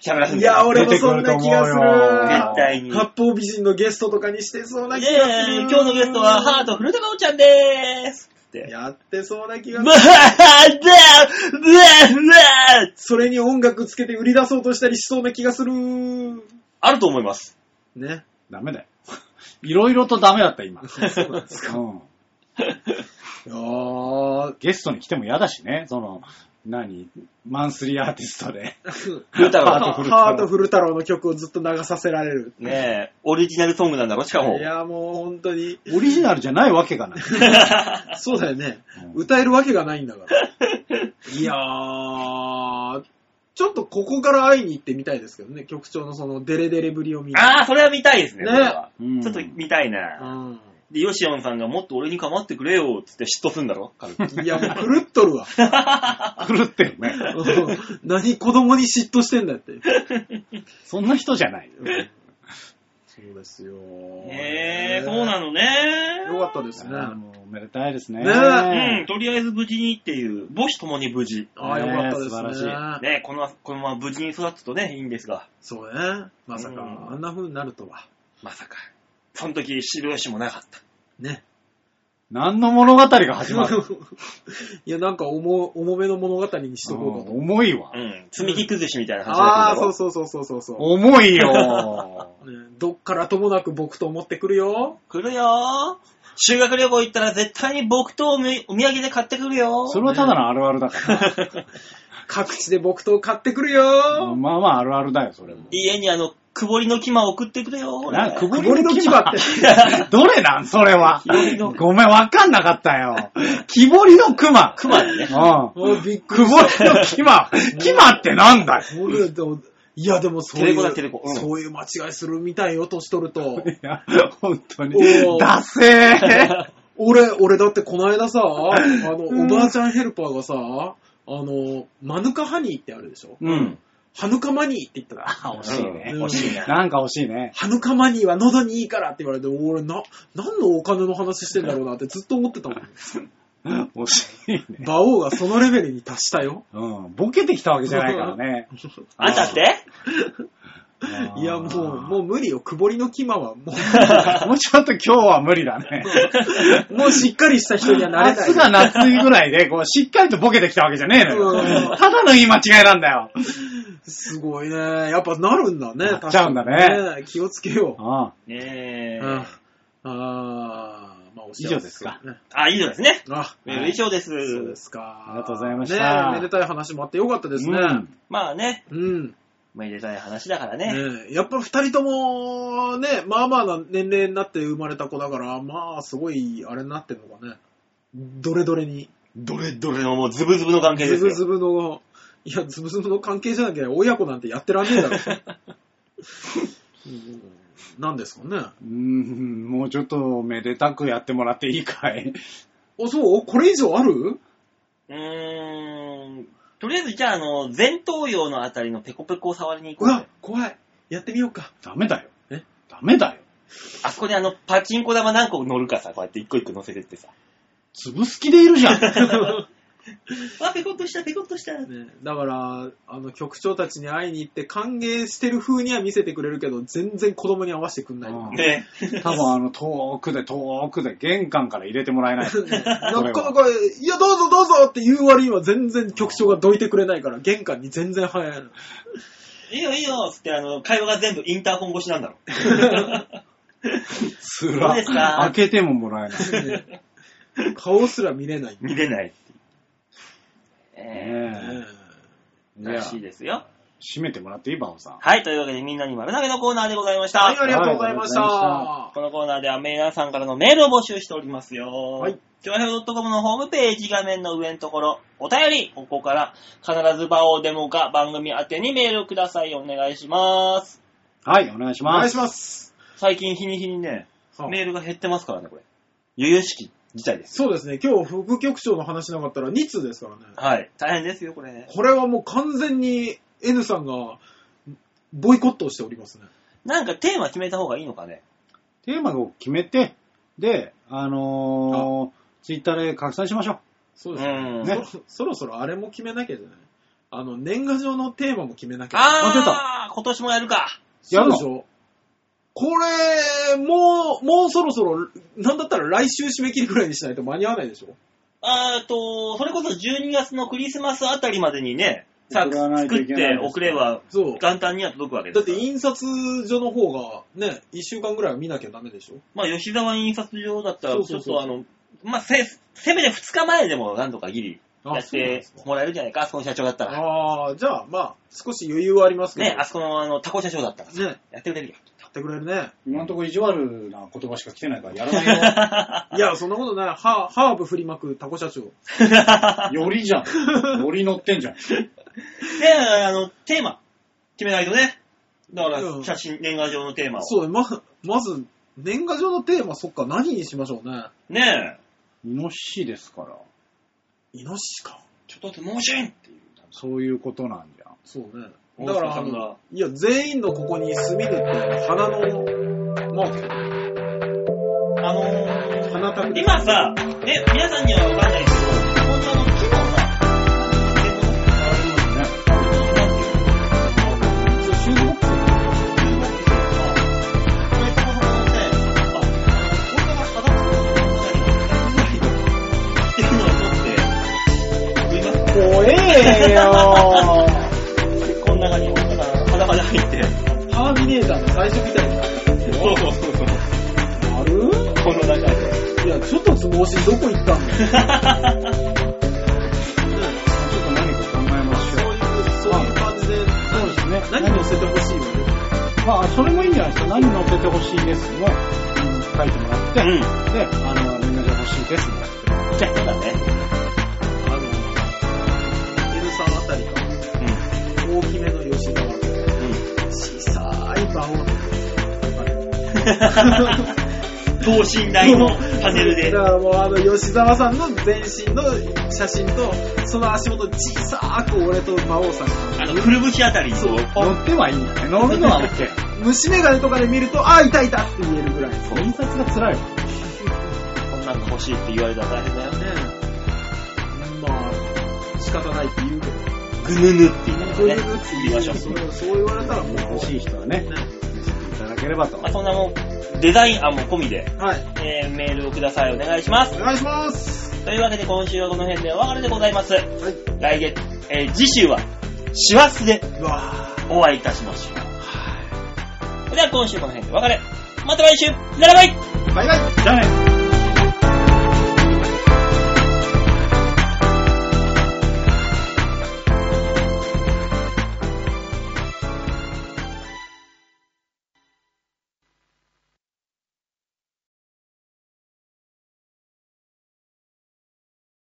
S2: 喋らせるん
S3: い
S2: だよ
S3: や、俺も
S1: 出て
S3: そ
S1: く
S3: ん
S1: ると
S3: な
S1: 思う
S3: 気
S1: よ
S3: がす
S2: 絶
S3: る。
S2: 対に。
S3: 八方美人のゲストとかにしてそうな
S2: イ
S3: 気がす
S2: ェー
S3: る。
S2: イ今日のゲストは、ハート古太郎ちゃんでーすって。
S3: やってそうな気
S2: ブ
S3: が
S2: ー
S3: す
S2: ブー
S3: る。
S2: ブーブー
S3: それに音楽つけて売り出そうとしたりしそうな気がする。
S2: あると思います。
S3: ね。
S1: ダメだよ。いろいろとダメだった、今。
S3: そうなんですか。
S1: うん。
S3: い やー
S1: ゲストに来ても嫌だしね、その、何、マンスリーアーティストで。
S2: 古太
S1: ハ
S2: 郎。
S1: ートフル太郎
S3: ハートフル太郎の曲をずっと流させられる。
S2: ねえ、オリジナルソングなんだろ、しかも
S3: い。や、もう本当に。
S1: オリジナルじゃないわけがない。
S3: そうだよね。
S1: うん
S3: 歌えるわけがないんだから。いやー、ちょっとここから会いに行ってみたいですけどね、局長のそのデレデレぶりを見て。
S2: ああ、それは見たいですね。
S3: ね
S2: それは
S1: うん
S2: ちょっと見たいうな。
S3: ん。
S2: で、ヨシオンさんがもっと俺に構ってくれよ、つって嫉妬すんだろ軽く
S3: いや、もう狂っとるわ。
S1: 狂ってるね。
S3: うん 何子供に嫉妬してんだって。
S1: そんな人じゃない。
S3: そうですよ。
S2: へえ、そうなのね。
S3: よかったですね。
S1: あー
S3: あ
S1: もうおめでたいですね。
S3: ね
S2: うん、とりあえず無事にっていう、母子ともに無事。
S3: あー、よかったですね。
S1: ね素晴ら
S2: ね、このこのまま無事に育つとね、いいんですが、
S3: そうね。まさか、
S2: うん
S3: あんな風になるとは。
S2: まさか。その時、知る由もなかった。
S3: ね。
S1: 何の物語が始まる
S3: いや、なんか重重めの物語にしとこうかと。
S1: 重いわ
S2: う。ん、積み木崩しみたいな話
S3: あ
S2: だ
S3: あ、
S2: ったんだ
S3: そ
S2: ろ
S3: うそうそうそうそうそ
S1: 重いよ。
S3: う、ねどっからともなく僕と思ってくるよ。
S2: 来るよー。修学旅行行ったら絶対に僕とおみお土産で買ってくるよー。
S1: それはただのあるあるだか
S3: 各地で僕と買ってくる
S1: ら。
S3: よ。
S1: まあまああるあるだよ、それも。
S2: 家にあの、くぼりの木馬送ってくれよー。
S1: な、くぼ
S3: くぼり
S1: り
S3: の
S1: の
S3: 牙
S1: 牙
S3: っ
S1: ってて。どれなんそ れは
S2: ぼりの。
S1: ごめん、わかんなかったよ。木彫りの熊。
S2: 熊だね
S1: うん。
S3: もうびっく
S1: く
S3: り
S1: ぼりのキマ。キマってなんだよ。
S3: もうでもいや、でもそうい
S2: テレコだ
S3: う
S2: テレコうん
S3: そういう間違いするみたいよ、年取ると。
S1: いや、本当に
S3: お。ー
S1: ダセー。
S3: 俺、俺だってこの間さ、あの、おばあちゃんヘルパーがさ、あの、マヌカハニーってあるでしょ
S1: うん。
S3: ハヌカマニーって言ったら、
S1: あ、惜しいね。
S2: うん惜しいね。
S1: なんか惜しいね。
S3: ハヌカマニーは喉にいいからって言われて、俺な、何のお金の話してんだろうなってずっと思ってたもん。
S1: 惜しいね。
S3: 馬王がそのレベルに達したよ。
S1: うん。ボケてきたわけじゃないからね。
S2: あんたって
S3: いや、もう、も
S1: う
S3: う無理よ。くぼりのキマは、も
S1: もうちょっと今日は無理だ ね。
S3: う、もうしっかりした人にはなれない
S1: 夏。が夏いぐらいで、こう、しっかりとボケてきたわけじゃねえの
S3: うん
S1: よ。ただの言い間違いなんだよ。
S3: すごいね。やっぱなるんだね。
S1: なっちゃうんだね
S3: 確かにね。気をつけよう。
S1: ああ
S2: ねえ。
S3: ああー、まあ、お幸せ
S1: 以上ですか
S3: ね。
S2: あ、以上ですね。
S3: あ、
S2: メール以上です。
S3: そうですか。
S1: ありがとうございました
S3: ねめでたい話もあってよかったですね。
S1: うん
S2: まあね、
S3: うん。
S2: めでたい話だからね。
S3: ねやっぱ二人とも、ね、まあまあな年齢になって生まれた子だから、まあ、すごい、あれになってんのかね。どれどれに。
S2: どれどれのもうズブズブの関係で
S3: ズ
S2: すよ。
S3: ブズブの、いや、ズブズブの関係じゃなきゃ親子なんてやってらんねえだろ。 うんなんですかね。あ、
S1: うん、もうちょっとめでたくやってもらっていいかい
S3: そうこれ以上ある
S2: うーん。とりあえずじゃあ、あの、前頭葉のあたりのペコペコを触りに行
S3: う
S2: こうぜ
S3: わ、。怖い。やってみようか。
S1: ダメだよ。
S3: え
S1: ダメだよ。
S2: あそこにあの、パチンコ玉何個乗るかさ、こうやって一個一個乗せて ってさ。
S1: 潰す気でいるじゃん。
S2: あ、ペコッとした、ペコッとした。
S3: ね、だから、あの、局長たちに会いに行って歓迎してる風には見せてくれるけど、全然子供に合わせてくんない。
S1: うん
S2: ね。
S1: 多分あの、遠くで遠くで玄関から入れてもらえな い。
S3: なかなか、いや、どうぞどうぞって言う割には全然局長がどいてくれないから、玄関に全然入らない。
S2: いいよいいよ、つってあの、会話が全部インターホン越しなんだろ。
S1: つ
S2: そう
S1: ら
S2: ですか。
S1: 開けてももらえな い。
S3: ね顔すら見れない。
S2: 見れない。え
S1: ねえ
S2: ー、
S1: いや
S2: らしいですよ。
S1: 閉めてもらっていいバオさん。
S2: はい、というわけでみんなに丸投げのコーナーでございました。
S3: はい、ありがとうございました。
S1: は
S2: このコーナーでは皆さんからのメールを募集しておりますよ。
S3: はい。
S2: ドッ .com のホームページ画面の上のところ、お便り、ここから必ず場をデモか番組宛てにメールをください。お願いします。
S1: はい、お願いし
S3: お願
S1: ま
S3: いし
S1: す。
S3: ます。
S2: 最近日に日にね、
S3: はあ
S2: メールが減ってますからね、これ。由々しき事態です。
S3: そうですね。今日副局長の話なかったら2通ですからね。
S2: はい。大変ですよ、これ。
S3: これはもう完全に N さんがボイコットをしておりますね。
S2: なんかテーマ決めた方がいいのかね。
S1: テーマを決めて、で、あのー、ツイッターで拡散しましょ
S3: そうですね。
S2: うん
S3: そろそろそろあれも決めなきゃじゃないあの、年賀状のテーマも決めなきゃ。
S2: あー、
S1: 出
S2: 今年もやるか。
S3: そうで
S1: や
S3: しょこれ、もう、もうそろそろ、なんだったら来週締め切りくらいにしないと間に合わないでしょ
S2: あーと、それこそ12月のクリスマスあたりまでにね、さ
S1: 送らないと
S2: 作
S1: い
S2: っ
S1: けない
S2: て
S1: ですから
S2: 送れば、
S3: そう。
S2: 元旦には届くわけで
S3: だっ
S2: すか
S3: て
S2: ら。
S3: 印刷所の方がね、1週間ぐらいは見なきゃダメでしょ
S2: まあ、吉沢印刷所だった
S3: そ
S2: ら、
S3: う
S2: ち
S3: そ
S2: ょ
S3: う
S2: っ
S3: そう
S2: とあの、まあ、せ、せめて2日前でもなんとかギリや
S3: あ、
S2: っ
S3: そうなんで
S2: て
S3: すか。
S2: もらえるじゃないか、あそこの社長だったら。
S3: あーじゃあまあ、少し余裕はありますけど。
S2: ね、あそこのあの、タコ社長だったらさ、
S3: ね、
S2: やってくれるよ。
S3: やってくれるね。
S1: う。今のところ意地悪な言葉しか来てないからやらない
S3: いや、そんなことない。ハーハーブ振りまくタコ社長。
S1: よ。よりじゃん。より乗ってんじゃん。
S2: で、あの、テーマ、決めないとね。だから
S3: う、ん
S2: 写真、年賀状のテーマを。
S3: そう、ま、まず、年賀状のテーマ、そっか、何にしましょうね。
S2: ねえ、
S1: イノシシですから。
S3: イノシシか。
S2: ちょっとずつ盲信っていう。
S1: そういうことなんじゃん。
S3: そうね。
S2: 大
S3: だから、
S2: 塚さ
S3: あ
S2: んが
S3: の、いや、全員のここに墨塗って、花の、マーク。
S2: あのー、
S3: 花束です
S2: 今さ、ね、皆さんにはわかんないけど、本当あの、木のさ、
S1: ね。
S3: 一応収納
S4: 怖えよ
S2: こんな感じ、裸で入って。
S3: ターミネーターの最初みたいな。
S2: そうそうそうそう。
S3: ある
S2: この中で。
S3: いや、ちょっとつぼ押しどこ行ったんだよ。
S1: ちょっと何か考えまし
S3: そう
S1: ょ。
S3: いうう、そういう感じで、
S1: そうですね。
S3: 何乗せてほしい
S1: まあ、それもいいんじゃないですか。何乗っててほしいですも、うん書いてもらって、
S2: うん。
S1: で、あの、みんなで欲しいですも。
S2: じゃあ、そうだね。
S3: あの、L さんあたりか、
S2: う
S3: 大きめの吉沢。
S2: ん。うん。
S3: 小さい馬王の。
S2: 等身大のパネルで
S3: だ。からもうあの吉沢さんの全身の写真と、その足元小さく俺と馬王さんが。
S2: あの、くるぶしあたりにこう、ポン
S1: 乗ってはいいんだね。乗るのは OK。
S3: 虫眼鏡とかで見ると、あ、いたいたって言えるぐらい。
S2: そう
S1: 印刷が辛いわ。
S2: こんなの欲しいって言われたら大変だよ。
S3: ねまあ、仕方ないって言うけ
S2: ぐ
S3: ど。
S2: ぬぬって言いなが
S3: そうい
S2: ら
S3: う
S2: ね
S3: グッズ、
S2: 言いましょう。
S3: そうそう言われたらもう
S1: 欲しい人はね、いただければと。
S2: まあ、そんなもん、デザイン案も込みで、
S3: はい。
S2: えー、メールをください。お願いします。
S3: お願いします。
S2: というわけで今週はこの辺でお別れでございます。
S3: はい。
S2: 来月、えー、次週は、師走で
S3: うわぁ。
S2: お会いいたしましょう。それでは今週この辺でお別れ。また来週ならばい
S3: バイバイ。
S1: じゃあね